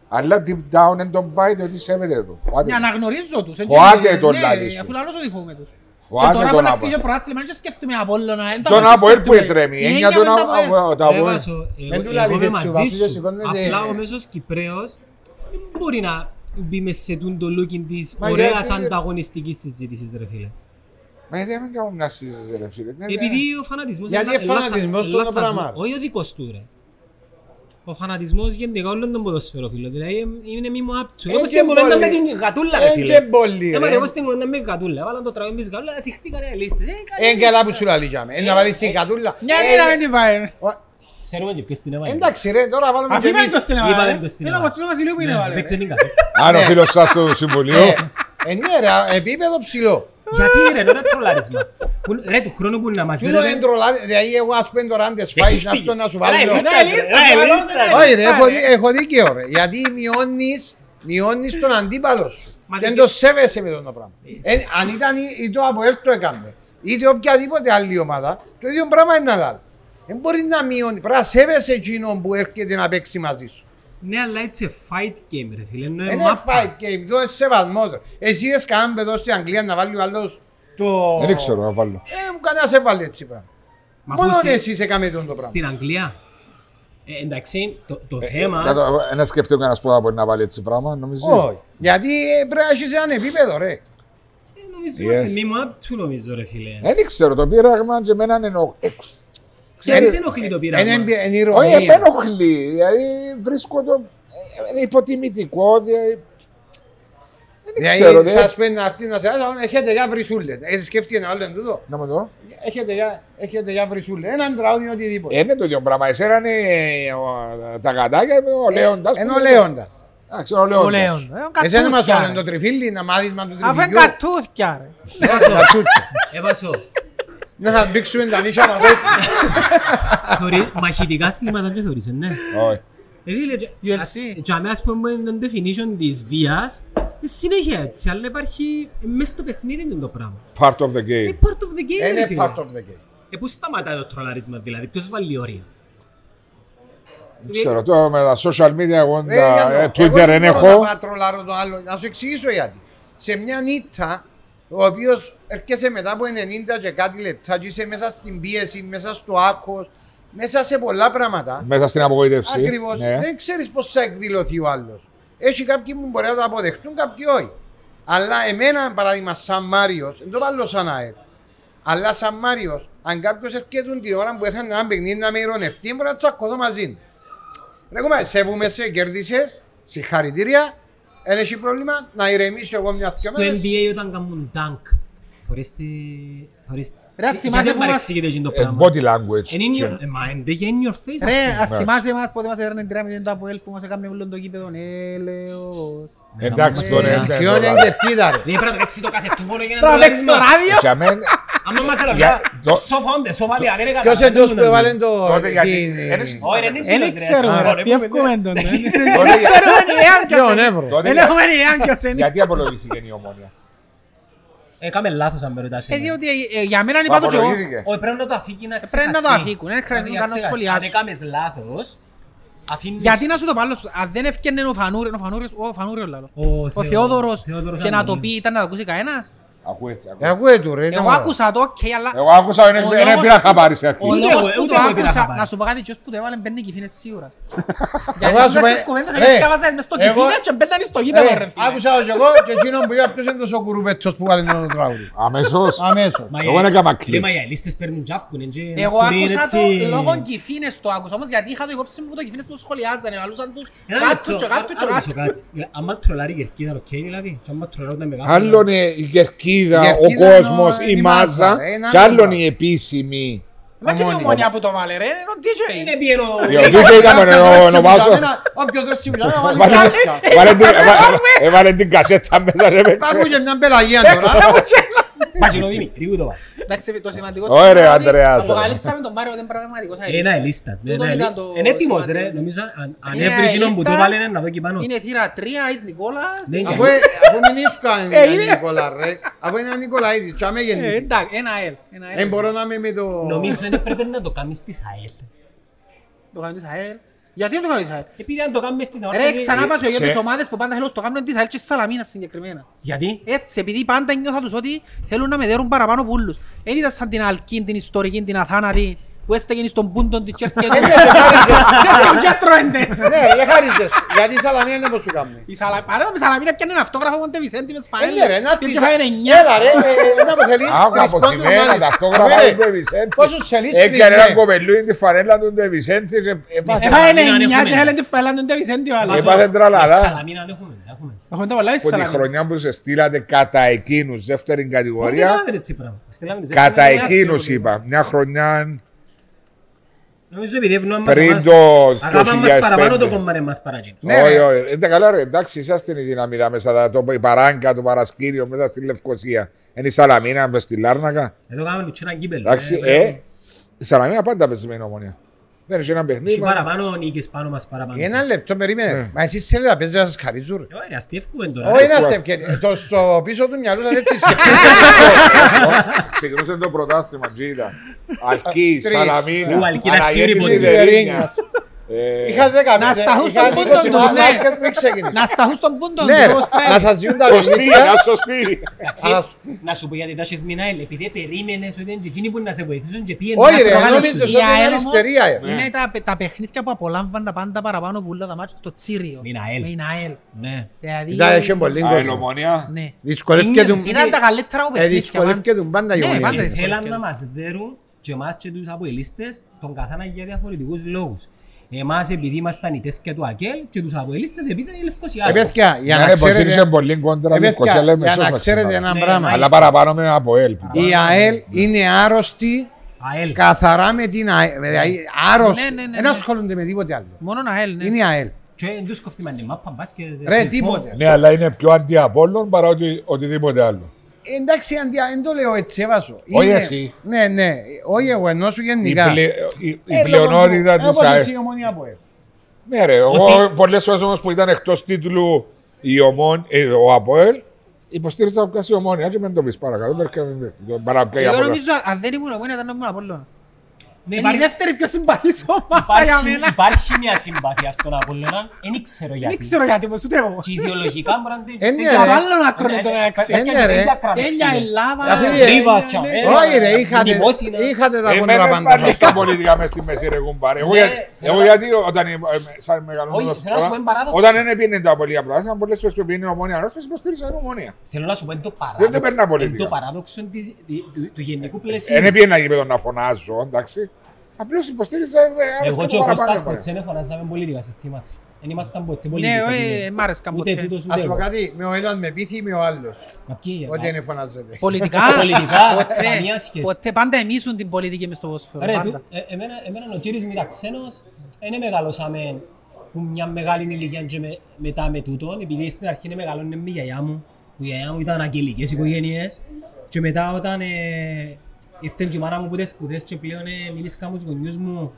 αλλά deep down δεν τον πάει διότι σέβεται το. Φοβάται Ναι, το. αναγνωρίζω τους. έτσι, Φοάται τον ναι, λαλί σου. Αφού λαλώσω ότι φοβούμαι τους. Φοάται Και τώρα τον που να Απόελ. ξύγει ο προάθλημα, δεν σκέφτομαι Απόλλωνα. δεν το Τον απολύτω Αποέλ που σκέφτομαι. ετρέμει, Η έννοια έννοια τον ε, με τα Αποέλ. Αποέλ. Ρε, Βάσο, Εν ε, εγώ- του εγώ λαλείς είμαι έτσι, ο μαζί Βασίλης σου. σηκώνεται- Απλά ο μέσος Κυπρέος δεν μπορεί να μπει μες σε τούν το looking της Μα ωραίας γιατί- ανταγωνιστικής συζήτησης, ρε φίλε. Μα γιατί δεν κάνουμε μια συζήτηση ρε φίλε. Ναι, ναι. Επειδή ο φανατισμός... Ε, Γιατί είναι λάθα- φανατισμός το λάθος πράγμα, μου. ρε. Όχι ο δικός του, ρε. Ο φανατισμός γενικά όλων των ποδοσφαίρων, φίλε. Δηλαδή ε, είναι μη μου άπτσο. Ε, Όπως και την κουβέντα πολύ. με την γατούλα, ρε Εν και φίλε. πολύ Ε, ρε. μωρέ, όπως την κουβέντα με την γατούλα. Έβαλαν το τραγούδι με την γατούλα, θυχτήκανε οι λίστες. Ε, καλή Εν καλά που σου λαλήκαμε. Ε, Εν να βάλεις την κατούλα. Μια Ε, νύρα με την Bayern. ο- Ξέρουμε και ποιος την έβαλε. Ναι, Εντάξει ρε, τώρα βάλουμε Αφήμε εμείς. Ε, το στην Είπαμε εβάλε. ποιος την Είναι ο έβαλε. Κοτσίνος Βασιλείου που Ναι, είναι εβάλε. παίξε την καφέ. Αν ο Ναι. φίλος σας του συμβουλίου. Ε, Ε, ναι ρε, επίπεδο ψηλό. Γιατί ρε, είναι ένα τρολάρισμα. Που- Ρε, του χρόνου που να μας Τι είναι δίνετε- δεν τρολάρει, δηλαδή εγώ ας πούμε τώρα αν τις φάεις Έχει αυτό να σου Ρε, βάλει το... λίστα, Ε, ρε, λίστα, ε, καλό, λίστα, ναι. ρε. Όχι ρε, έχω, δί- έχω δίκαιο ρε, γιατί μειώνεις, μειώνεις τον αντίπαλο σου. Μα Δεν δεν- το σέβεσαι με τον το πράγμα. Ε, αν ήταν ή- ή το από το έκαμε, είτε οποιαδήποτε άλλη ομάδα, το ίδιο πράγμα είναι να λάλλει. Δεν μπορεί να μειώνεις, πρέπει να σέβεσαι εκείνον που έρχεται να παίξει μαζί σου. Ναι, αλλά it's a fight game, ρε φίλε. Ε, Είναι ναι, Είναι μάπα. fight game, το είναι σεβασμός. ρε. Εσύ είδες κανέναν παιδό στην Αγγλία να βάλει ο άλλος το... Δεν ξέρω να βάλω. Ε, μου κανένας έβαλε έτσι πράγμα. Μα Μόνο πού στη- εσείς έκαμε τον το πράγμα. Στην Αγγλία. Ε, εντάξει, το, το θέμα. Να το- Ένα σκεφτεί κανένας πότε μπορεί να βάλει έτσι πράγμα, νομίζω. Όχι. Γιατί ε, πρέπει να έχεις έναν επίπεδο, ρε. ε, νομίζω είμαστε Yes. Ε. μη μου του νομίζω, ρε φίλε. Δεν ξέρω, το πείραγμα και εμένα είναι εξ. Ξέρεις, δεν ενοχλεί το πείραμα. Είναι εν Όχι, ηρωνία. εμένα ενοχλεί. Δηλαδή βρίσκω το. ε, Είναι υποτιμητικό. δηλαδή, Δεν ξέρω. Δηλαδή, δηλαδή. σας παίρνει αυτή να σε άσχα, έχετε για βρυσούλες. Ε, σκέφτηκε ένα άλλο τούτο. Να μου το. Έχετε για, έχετε για βρυσούλες. Έναν τραγούδι οτιδήποτε. Ε, Είναι το ίδιο πράγμα. Εσένα είναι ε, ο- τα γατάκια με ο Λέοντας. Ε, Ενώ λέοντας. Εντάξει, ο Ο Λέοντας. Λέον. Ε, ο Εσένα μας κατούθκια, όναν ρε. το τριφύλλι, να μάθεις μα το Αφού είναι τριφυλιό. κατούθκια, ρε. Έβασο. Έβασο. Να σας μπήξουμε τα νύχια μας έτσι. Θεωρεί- Μαχητικά αθλήματα δεν θεωρείς, ε, ναι. Όχι. Ε, φίλε, τζα- UFC. ας- τζαμέ, ας πούμε, τον definition της βίας, ε, συνέχεια έτσι, αλλά υπάρχει μέσα στο παιχνίδι είναι το πράγμα. Part of the game. Είναι part of the game, ρε Είναι φίλε. Ε, ναι, part of the game. Ε, πού σταματάει το τρολάρισμα, δηλαδή, ποιος βάλει όρια. Δεν Ξέρω, τώρα με τα social media εγώ Ρε, για τα να- ε, εγώ Twitter δεν μπορώ έχω. να πάω τρολάρω τον άλλο. Να σου εξηγήσω γιατί. Σε μια νύχτα, ο οποίος έρχεσαι μετά από 90 και κάτι λεπτά, και είσαι μέσα στην πίεση, μέσα στο άγχος, μέσα σε πολλά πράγματα. Μέσα στην απογοήτευση. Ακριβώς. Ναι. Δεν ξέρεις πώς θα εκδηλωθεί ο άλλος. Έχει κάποιοι που μπορεί να το αποδεχτούν, κάποιοι όχι. Αλλά εμένα, παράδειγμα, σαν Μάριος, δεν το βάλω σαν ΑΕΛ. Αλλά σαν Μάριος, αν κάποιος έρχεται την ώρα που έχανε ένα παιχνίδι να με ηρωνευτεί, μπορεί να τσακωθώ μαζί του. Ρε κομμάτι, σέβομαι σε, κέρδισες, συγχαρητήρια, δεν έχει πρόβλημα να ηρεμήσω εγώ μιας Στο δυο μέρες. este, NBA όταν κάνουν dunk, θωρείς τη- θωρείς Ρε, αν θυμάσαι Γιατί που δεν μας... παρεξηγείται εκείνο το Ε, πράγμα. Body language. Εν είναι και- your- ε, Μα εν δεν είναι in your face, ας Ρε, πούμε. αν θυμάσαι μας πότε μας έρανε 3-0 το Αποέλ που μας έκαμε όλο το Ναι, γήπεδο. Έλεος. Εντάξει, Ε, τώρα ε, είναι Ποιον είναι κερκίδα ρε. Ρε, πρέπει να παίξεις το κασετόφωνο για να Τώρα το παίξεις το λάβεις, μα. ράδιο. Για μένα, Άμα μας έλαβε, Ε, Για- το- σοφόντε, σοφάλι, αν είναι Ποιος καλά, είναι τόσο δεν που έβαλε το... τότε γιατί- την- δεν έχεις- Όχι, ρε, είναι Δεν ψηλός, ρε, ξέρουμε, ας ρε, πούμε, τι εύκολα είναι τότε. Τότε Δεν για- ξέρουμε ιδέα ποιος Ποιον είναι. εύρω. τότε Δεν για- έχουμε ιδέα ποιος είναι. γιατί απολογήθηκε η ομόνια. Ε, Έκαμε λάθος αν με ρωτάς. Ε, εμένα. διότι ε, για μένα είναι Μα πάντως και εγώ. Απολογήθηκε. Όχι, πρέπει να το αφήκει να ξεχαστεί. Πρέπει να το αφήκουν, δεν χρειάζεται Πρέπει να κάνω ξεχαστεί. σχολιάσω. Αν έκαμες λάθος, αφήνεις... Γιατί να σου το πάλω, αν δεν ευκαιρνε ο Φανούριος, ο Φανούριος, ο Φανούριος λαλό. Ο Θεόδωρος και να το πει ήταν να το ακούσει κανένας. Ακούετε, ακούετε. Ε, Ακούε του ρε. ήταν Εγώ ωραίο. άκουσα το, οκ, αλλά Εγώ άκουσα Ο ένα ένα λόγος- πήρα χαμπάρι σε αρχή. ο Ούτε λόγος εγώ, που ούτε το εγώ πήρα άκουσα, χαμπάρι. να σου πω κάτι, ποιος που το έβαλε μπαίνει και φύνες σίγουρα. Εγώ Γιατί να μέσα σου πω- στις κουβέντες ρε, και καβάζα μες στο εγώ- κηφίνε και μπαίνανε στο Ε, γήπεδο ρε φίλε. Άκουσα ως εγώ και εκείνον που είπα ποιος είναι τόσο κουρουπέτσος που βάλει το τραγούδι. Αμέσως. Αμέσως. Μα Εγώ ε, δεν έκαμα Ρε, κλικ. μα οι αλίστες παίρνουν και αύκουν, εν και Εγώ να κουρίν, άκουσα το έτσι. λόγω κυφίνες το άκουσα όμως γιατί είχα το υπόψη μου που το κυφίνες που σχολιάζανε, λαλούσαν τους Ένα κάτω λεπτό, και κάτω και άρα ρωτήσω κάτω. κάτι. Άμα τρολάρει η Κερκίδα, οκ, δηλαδή. Και άμα τρολάρουν τα μεγάλα, Άλλο είναι η Η κερκίδα, ο κερκίδα κόσμος, είναι η η μάζα μάζα, ε, είναι και άλλο άλλον πράγμα. η επίσημη. Μα και είναι η Ομόνια. ομόνια που το βάλε ρε, είναι ο DJ. Είναι πιένο... Διότι και Κάποιον ήταν ρε, ο- ο σε Νοβάσο. βιταμίνα, Όποιος ρε συμβουλιά να βάλει Βάλε- κάποια. βάλε την- Έβαλε την κασέτα μέσα ρε Θα παίξε. ακούγε μια μπελαγία τώρα. Μα και ο Δημητρίου το βάλε. Εντάξει, το σημαντικό Ωραία, σήμερα είναι ότι Ανδρέας. Αποκαλύψαμε τον Μάριο ότι είναι πραγματικός. Ένα ελίστας. ναι, Τούτο ένα ήταν ελί- το Είναι έτοιμος σημαντικό. ρε. Νομίζω αν- αν Είναι έβρει εκείνον που το ελίστας. βάλε είναι να δω εκεί πάνω. Είναι θύρα 3, είσαι Νικόλας. Ναι, Αφού ε- αφού μην ήσουκα είναι η Νικόλα ρε. Αφού είναι η Νικολαίδη. Τι αμέ Ε, γεννήθηκε. Εντάξει, ένα ελ. Ένα ελ. Δεν μπορώ να είμαι με το... Νομίζω ότι πρέπει να το κάνεις στις ΑΕΛ. Το κάνουν της ΑΕΛ. Γιατί δεν το κάνουν της ΑΕΛ. Επειδή αν το κάνουμε στις ΑΕΛ... Ρε, ξανά πας για σε- τις ομάδες που πάντα θέλω το κάνουν της ΑΕΛ και Σαλαμίνας συγκεκριμένα. Ε, Γιατί? Έτσι, επειδή πάντα νιώθα τους ότι θέλουν να με δέρουν παραπάνω από όλους. Δεν ήταν σαν την Αλκίν, την ιστορική, την αθάνατη, που έστεγεν στον πούντον την Τσέρκια. Ε, ναι, σε χάριζε. Τσέρκια, και τρώεν τες. Ναι, ρε, χάριζες. Γιατί η Σαλαμία δεν μπορούσε να κάνει. Η Σαλα- Παρά τα με Σαλαμίνα πιάνε ένα αυτόγραφο Μοντε Βισέντη με Ε, σφαίρες. ναι, ρε, να Και έρθει. έτσι φάγαινε εννιά. Έλα, ρε, ε, ε, να μου θέλεις Άκου τρεις από τη πόντους μέρα μάλιστα. τα αυτόγραφα Αμέ, του ρε, Ντε Βισέντη. Πόσους θέλεις Έκανε ένα κρίνε. κοπελούι τη φανέλα του Ντε Βισέντη και έπασε- Έφαγε Σαλαμίνα αν 9 και έχουμε. έλεγε τη φαίλα του Ντε Βισέντη ο άλλος. Έπαθε τραλαλά. Σαλαμίνα έχουμε. έχουμε. Έχουμε τα πολλά που τη ύστερα. χρονιά που σε στείλατε κατά εκείνους δεύτερη Πότε κατηγορία. κάναμε έτσι πράγμα. Στείλαμε τις Κατά δεύτερες. εκείνους είπα. Μια χρονιά Νομίζω επειδή ευνοούμε μας πριν εμάς. το Αγάπα μας παραπάνω το 2005. κόμμα ρε μας παρακίνο. Ναι, Όχι, ρε. όχι. Είναι καλά, ρε. Εντάξει, είσαστε η δυναμίδα μέσα. τα- Το, η παράγκα, το παρασκήνιο μέσα στη Λευκοσία. Είναι η Σαλαμίνα, μες στη Λάρνακα. Εδώ κάναμε και έναν κύπελο. Εντάξει, Ναι. Ε, ε. Η Σαλαμίνα πάντα παίζει με την ομονία. Δεν έχει ένα παιχνίδι. Έχει μα- Ναι. παραπάνω νίκες πάνω μας παραπάνω. Ένα λεπτό, περίμενε. Μα εσείς θέλετε να παίζετε να σας χαρίζουν, ρε. Ε, ωραία, αστεύκουμε τώρα. Όχι να σε ευκαιρία. Το στο πίσω του μυαλού σας έτσι σκεφτείτε. Ναι. Ξεκινούσε το πρωτάθλημα, Τζίδα. Αλκή, Τρεις. Σαλαμίνα. Ου, Αλκή, να Αναγέννηση σύρει πολύ. Ιδερίνιας. Ε, Είχα δέκα Να σταθούν στον στον πόντο τους, ναι. Πριν ξεκινήσω. Να σταθούν στον πούντο Ναι, του, όπως ρε, πρέπει. να σας διούν τα Σωστή, ναι. μια παιχνίδια. σωστή. Εντάξει, Αλλά ας- Να σου πω γιατί τα έχεις μείνει, επειδή περίμενες ότι είναι και εκείνοι που να σε βοηθήσουν και πήγαινε να Όχι σε ρε, προκαλέσουν. νόμιζες ότι Η είναι ΑΕΛ όμως αριστερία. ε. Είναι τα, τα παιχνίδια που απολάμβανα πάντα παραπάνω που όλα τα μάτια στο Τσίριο. Με την ΑΕΛ. Με την ΑΕΛ. Ναι. Δηλαδή... Ήταν είχε πολύ κόσμο. Αελομονία. Ναι. Δυσκολεύκεται τον- Ήταν τα καλύτερα μου ε, παιχνίδια. δυσκολεύκεται τον πάντα η Ναι, ομονία. πάντα. Θέλαν να μας δέρουν και εμάς και τους αποελίστες τον καθένα για διαφορετικούς λόγους. Εμάς επειδή ήμασταν η τέθκια του ΑΚΕΛ και τους αποελίστες επειδή ήταν η Λευκοσιά. Ε, παιδιά, για να Ναι, ρε, ποτήρισε ξέρετε... πολύ κόντρα ε, με παιδιά, 20 λέμε για να σώμα ξέρετε σήμερα. ένα Ναι, πράγμα. μα- Αλλά παραπάνω με από ΕΛ. Η ΑΕΛ είναι άρρωστη ΑΕΛ. καθαρά με την ΑΕΛ. Δηλαδή, άρρωστη. Ναι, ναι, ναι, Δεν ναι. ασχολούνται με τίποτε άλλο. Μόνο ΑΕΛ, ναι. Λοιπόν. Είναι η ΑΕΛ. Και τους κοφτήμαν την μάπα, μπας και... Ρε, τίποτε. Ναι, αλλά είναι πιο αντι Απόλλων παρά ότι, οτιδήποτε άλλο. Ε, Εντάξει, αντί, δεν το λέω έτσι, έβασο. Όχι Είναι- εσύ. Ναι, ναι. Όχι εγώ, ενώ σου Η, γενικά. πλε, η, η Ε, λόγω πλειονότητα του- της όπως ΑΕΛ. εσύ η ομονία που έχω. Ναι, ρε. Εγώ πολλές φορές όμως που ήταν εκτός τίτλου η ομόν, ε, ο Απόελ, υποστήριζα που η ομόνια. Έτσι μην το πεις παρακάτω. πρέπει να μην- το παραπέει Εγώ από όλα. νομίζω αν δεν ήμουν εγώ ήταν ήμουν Απόλλωνα. Ναι, Είναι η είναι- δεύτερη πιο συμπαθής ομάδα για Υπάρχει, μένα. υπάρχει μια συμπάθεια στον Απόλλωνα, δεν ξέρω γιατί. Δεν ξέρω γιατί, πως ούτε εγώ. Και ιδεολογικά μπορεί να την- Ε, ναι, την- ρε. Άλλον άκρον το μεταξύ. Κάποια ναι, ρε. καινούργια κρατήξη, Τέλεια ρε. Ελλάδα. Αφού ναι, Ρίβας, ναι, τσαμ, ναι. ε. Όχι ε, ρε, είχατε, δημόσινα. είχατε τα Ε, με κόντρα με πάντα. βάλεις τα πολιτικά μες στη μέση ρε κουμπάρε. Εγώ Ναι, γιατί- θέλω Εγώ να- γιατί όταν είμαι- ε, με- σαν μεγαλώνοντας Όχι, θέλω να σου πω τώρα, ένα παράδοξο. Όταν δεν έπινε το απολύτια πράγματα, πολλές φορές που πήγαινε η ομόνια αρρώστιες, υποστήριζα την ομόνια. Θέλω να σου πω, είναι το Δεν το παίρνα παράδοξο, πολιτικά. είναι το παράδοξο της- του- του- του γενικού πλαισίου. Δεν έπινε ένα γήπεδο να φωνάζω, εντάξει. Απλώς υποστήριζα ε, άρεσε Εγώ και και ο το παραπάνω, Κώστας εμόνια. Κοτσένε φωνάζαμε πολύ λίγα σε θύματα. Δεν ήμασταν ποτέ πολύ Ναι, ειδικοί, ε, ναι. μ' άρεσκαν Ούτε ποτέ. τούτος, ούτε Ας πω εγώ. κάτι, με ο ένας με πείθει, με ο άλλος. Μα ποιοι, Ό,τι μα- είναι φωνάζεται. Πολιτικά, Πολιτικά, ποτέ, καμία σχέση. ποτέ, πάντα εμίσουν την πολιτική μες στο ποδόσφαιρο. Ρε, πάντα. του- ε, εμένα, εμένα ο κύριος μου ήταν ξένος, δεν μεγαλώσαμε που μια μεγάλη ηλικία και με, μετά με τούτον, επειδή στην αρχή είναι μεγαλώνε με η γιαγιά μου, που η γιαγιά μου ήταν αγγελικές οικογένειες και μετά όταν ε, ήρθε και η μάνα μου που ήταν σπουδές και πλέον ε, μίλησκα με τους γονιούς μου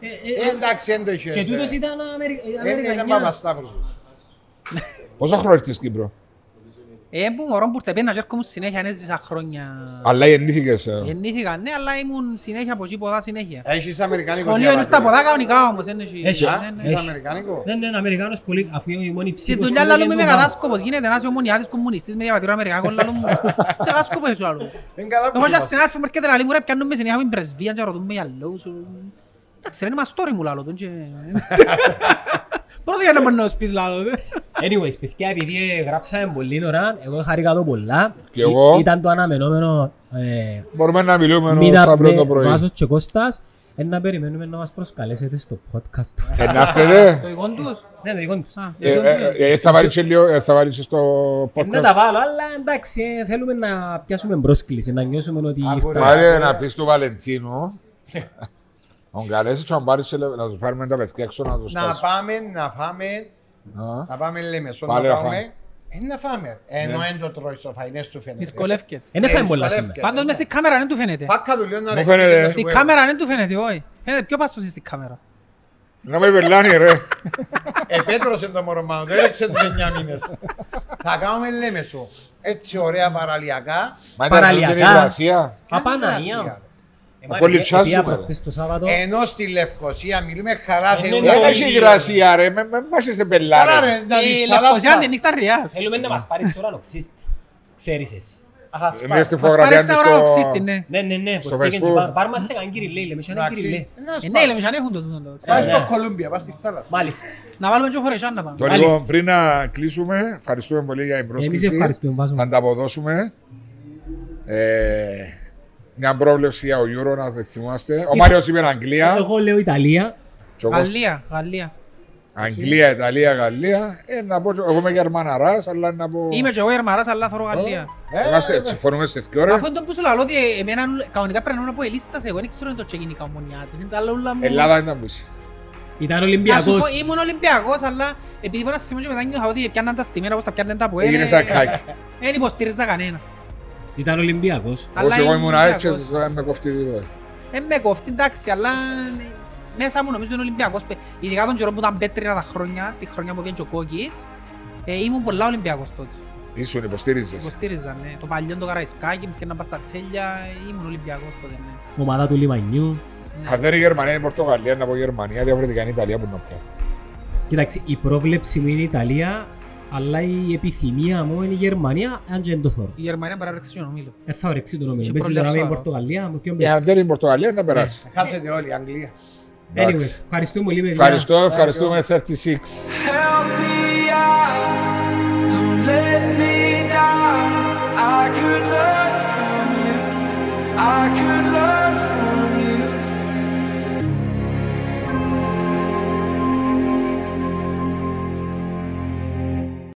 ε, Ε, ε, ε, Εντάξει, δεν το είχες. και ε. τούτος ήταν Αμερι- Ε, Αμερικανιά. Ήταν Παπασταύρου. Πόσα χρόνια ήρθες στην Κύπρο. Ε, που μωρό που ήρθε και έρχομαι συνέχεια, έζησα χρόνια. Αλλά γεννήθηκες. ε. Γεννήθηκα, ναι, αλλά ήμουν συνέχεια από εκεί ποδά συνέχεια. Έχεις Αμερικάνικο Σχολείο είναι στα διαβατήριο. ποδά κανονικά όμως, δεν έχει. Έχει, ναι, Α, ναι. Έχεις Αμερικάνικο. Ναι, ναι, Αμερικάνος πολύ, αφού η μόνη Στη ψήφος δουλειά που λαλούμε είναι με μου, μάμα. κατάσκοπος, γίνεται ένας ομονιάδης κομμουνιστής με διαβατήριο Αμερικάκο λαλούμε. Σε κατάσκοπο είσαι λαλούμε. Δεν Έχω καταλάβω. ένα συνάδελφο που έρχεται λαλεί μου ρε πιάνουν με συνέχεια με την πρεσβεία και ρωτούν με για λόγους. Εντάξει ρε είναι μαστόρι μου λαλό τον και... Πρόσεχε να μην νος πεις λαλό. δε. Anyways, παιδιά, επειδή ε, γράψαμε πολύ ώρα, εγώ χαρήκα εδώ πολλά. Κι εγώ. Ή- Ήταν το αναμενόμενο ε, Μπορούμε να μιλούμε Μην ως αύριο το πρωί. Βάσος και Κώστας, ε, να περιμένουμε να μας προσκαλέσετε στο podcast. Ενάφτετε. Το εικόν τους. Ναι, το δικό τους. Ε, ε, ε, Θα βάλεις και λίγο, ε, θα βάλεις και στο Ε, Να τα podcast. βάλω, αλλά εντάξει, ε, θέλουμε να πιάσουμε πρόσκληση, να νιώσουμε ότι Αγόρι. ήρθαμε. Πάρε να πεις του Βαλεντίνου. Να Τον καλέσεις και να πάρεις και λέ- να τους πάρουμε τα παιδιά έξω να τους Να στάσουμε. πάμε, να πάμε, Α. να πάμε λέμε. Σον Πάλι να να Ναι. πάμε. Ε, να φάμε. Ενώ δεν το τρώει στο φαϊνές του φαίνεται. Δυσκολεύκεται. Δεν έφαγε Ε, πολλά δυσκολεύκεται. σήμερα. Πάντως μες στη κάμερα δεν του φαίνεται. Φάκα του λέω να Μου φαίνεται. ρεχτείτε Στη σου, ε. κάμερα δεν του φαίνεται, όχι. Φαίνεται πιο παστός στη κάμερα. Να με περλάνει ρε. Επέτρωσε το μωρό μου, δεν έξε το 9 μήνες. Θα κάνουμε λέμε σου. Έτσι ωραία παραλιακά. Μα ήταν τούτη η Παραλιακά. Ιλουασία. Απαναία. Ε, Ε, κολλητσιάζουμε, ρε. το Σάββατο. Ενώ στη Λευκοσία μιλούμε χαρά Ε, Θεού. ναι, Δεν ναι. έχει υγρασία ρε. Με- με- Μας είστε Καλά πελάρες. ρε, να Η δεις Λευκοσία σαλάτα. την νύχτα ριάς. Θέλουμε να μας πάρεις τώρα νοξίστη. Ξέρεις εσύ. Αχα, σπάει. Μες στη Μας φωτογραφία πάρεις του σαν ώρα οξύστη, στο... ναι. Ναι, ναι, ναι. Στο προσθήκεν και Facebook. πά- Πάρ' μας σε κανένα κυριλέ, λέμε σε έναν Εντάξει. κυριλέ. Ε, να Ε, σπάει. Ναι, λέμε σαν έχουν το τούτο. το ξέρω. Πάει στο ναι. Κολούμπια, πάει στη θάλασσα. Μάλιστα. Να βάλουμε και φορεσάν να πάμε. Τον Μάλιστα. λοιπόν, πριν να κλείσουμε, ευχαριστούμε πολύ για την πρόσκληση. ευχαριστούμε, βάζουμε. Θα τα αποδώσουμε. Ε, μια πρόβλεψη για ο Euro, να το θυμάστε. Ο Μάριος είπε Αγγλία. Εγώ λέω Ιταλία. και εγώ- Γαλλία, Γαλλία. Αγγλία, Ιταλία, Γαλλία. Ε, να πω, εγώ είμαι Γερμαναράς, αλλά να πω... Είμαι και εγώ Ερμαράς, αλλά θωρώ Γαλλία. Ε, Είμαστε, συμφωνούμε σε δυο Αφού ρε. είναι το που σου λαλώ ότι εμένα κανονικά πρέπει να είναι από ελίστας, εγώ δεν ξέρω αν το τσεκίνηκα ομονιά της, είναι τα άλλα όλα μου. Ελλάδα ήταν που είσαι. Να σου Ήταν πω, Ολυμπιακός. ήμουν Ολυμπιακός, αλλά επειδή ήμουν σημείο και μετά νιώθα ότι πιάνναν τα στημένα όπως τα πιάνναν τα που Έγινε σαν κάκι. Δεν υποστήριζα κανένα. Ήταν Ολυμπιακός. Όπως Αλλά εγώ ήμουν ήμουν έτσι, Ολυμπιακός. δεν με κοφτεί τίποτα. Ε, με κόφτει, εντάξει, αλλά ε, μέσα μου νομίζω είναι Ολυμπιακός. Πε- Ειδικά τον καιρό που ήταν πέτρινα τα χρόνια, τη χρονιά που πήγαινε και ο Κόκκιτς, ε, ήμουν πολλά Ολυμπιακός τότε. Ήσουν, υποστήριζες. Υποστήριζα, ναι. Το παλιό το Καραϊσκάκι, μου φτιάχναν πασταρτέλια, ε, ήμουν Ολυμπιακός τότε, ναι. Ομάδα του Λιμανιού. Ναι. Αν δεν είναι Γερμανία, είναι Πορτογαλία, να πω Γερμανία, διαφορετικά είναι Ιταλία που να πω. Κοίταξε, η πρόβλεψη μου είναι η Ιταλία, αλλά η επιθυμία μου είναι η Γερμανία, αν και δεν το θέλω. Η Γερμανία παράρρεξε τον ομίλο. Ε, θα ορεξεί το νόμιλο. Και Μπες τώρα με προβλέψω, την άρα. Πορτογαλία, μου ποιον Ε, Αν μπες. δεν είναι Πορτογαλία, να περάσει. Χάσετε όλοι η Αγγλία. Anyways, Ναι. εντάξει. ευχαριστούμε πολύ παιδιά. Ευχαριστώ, ευχαριστούμε 36.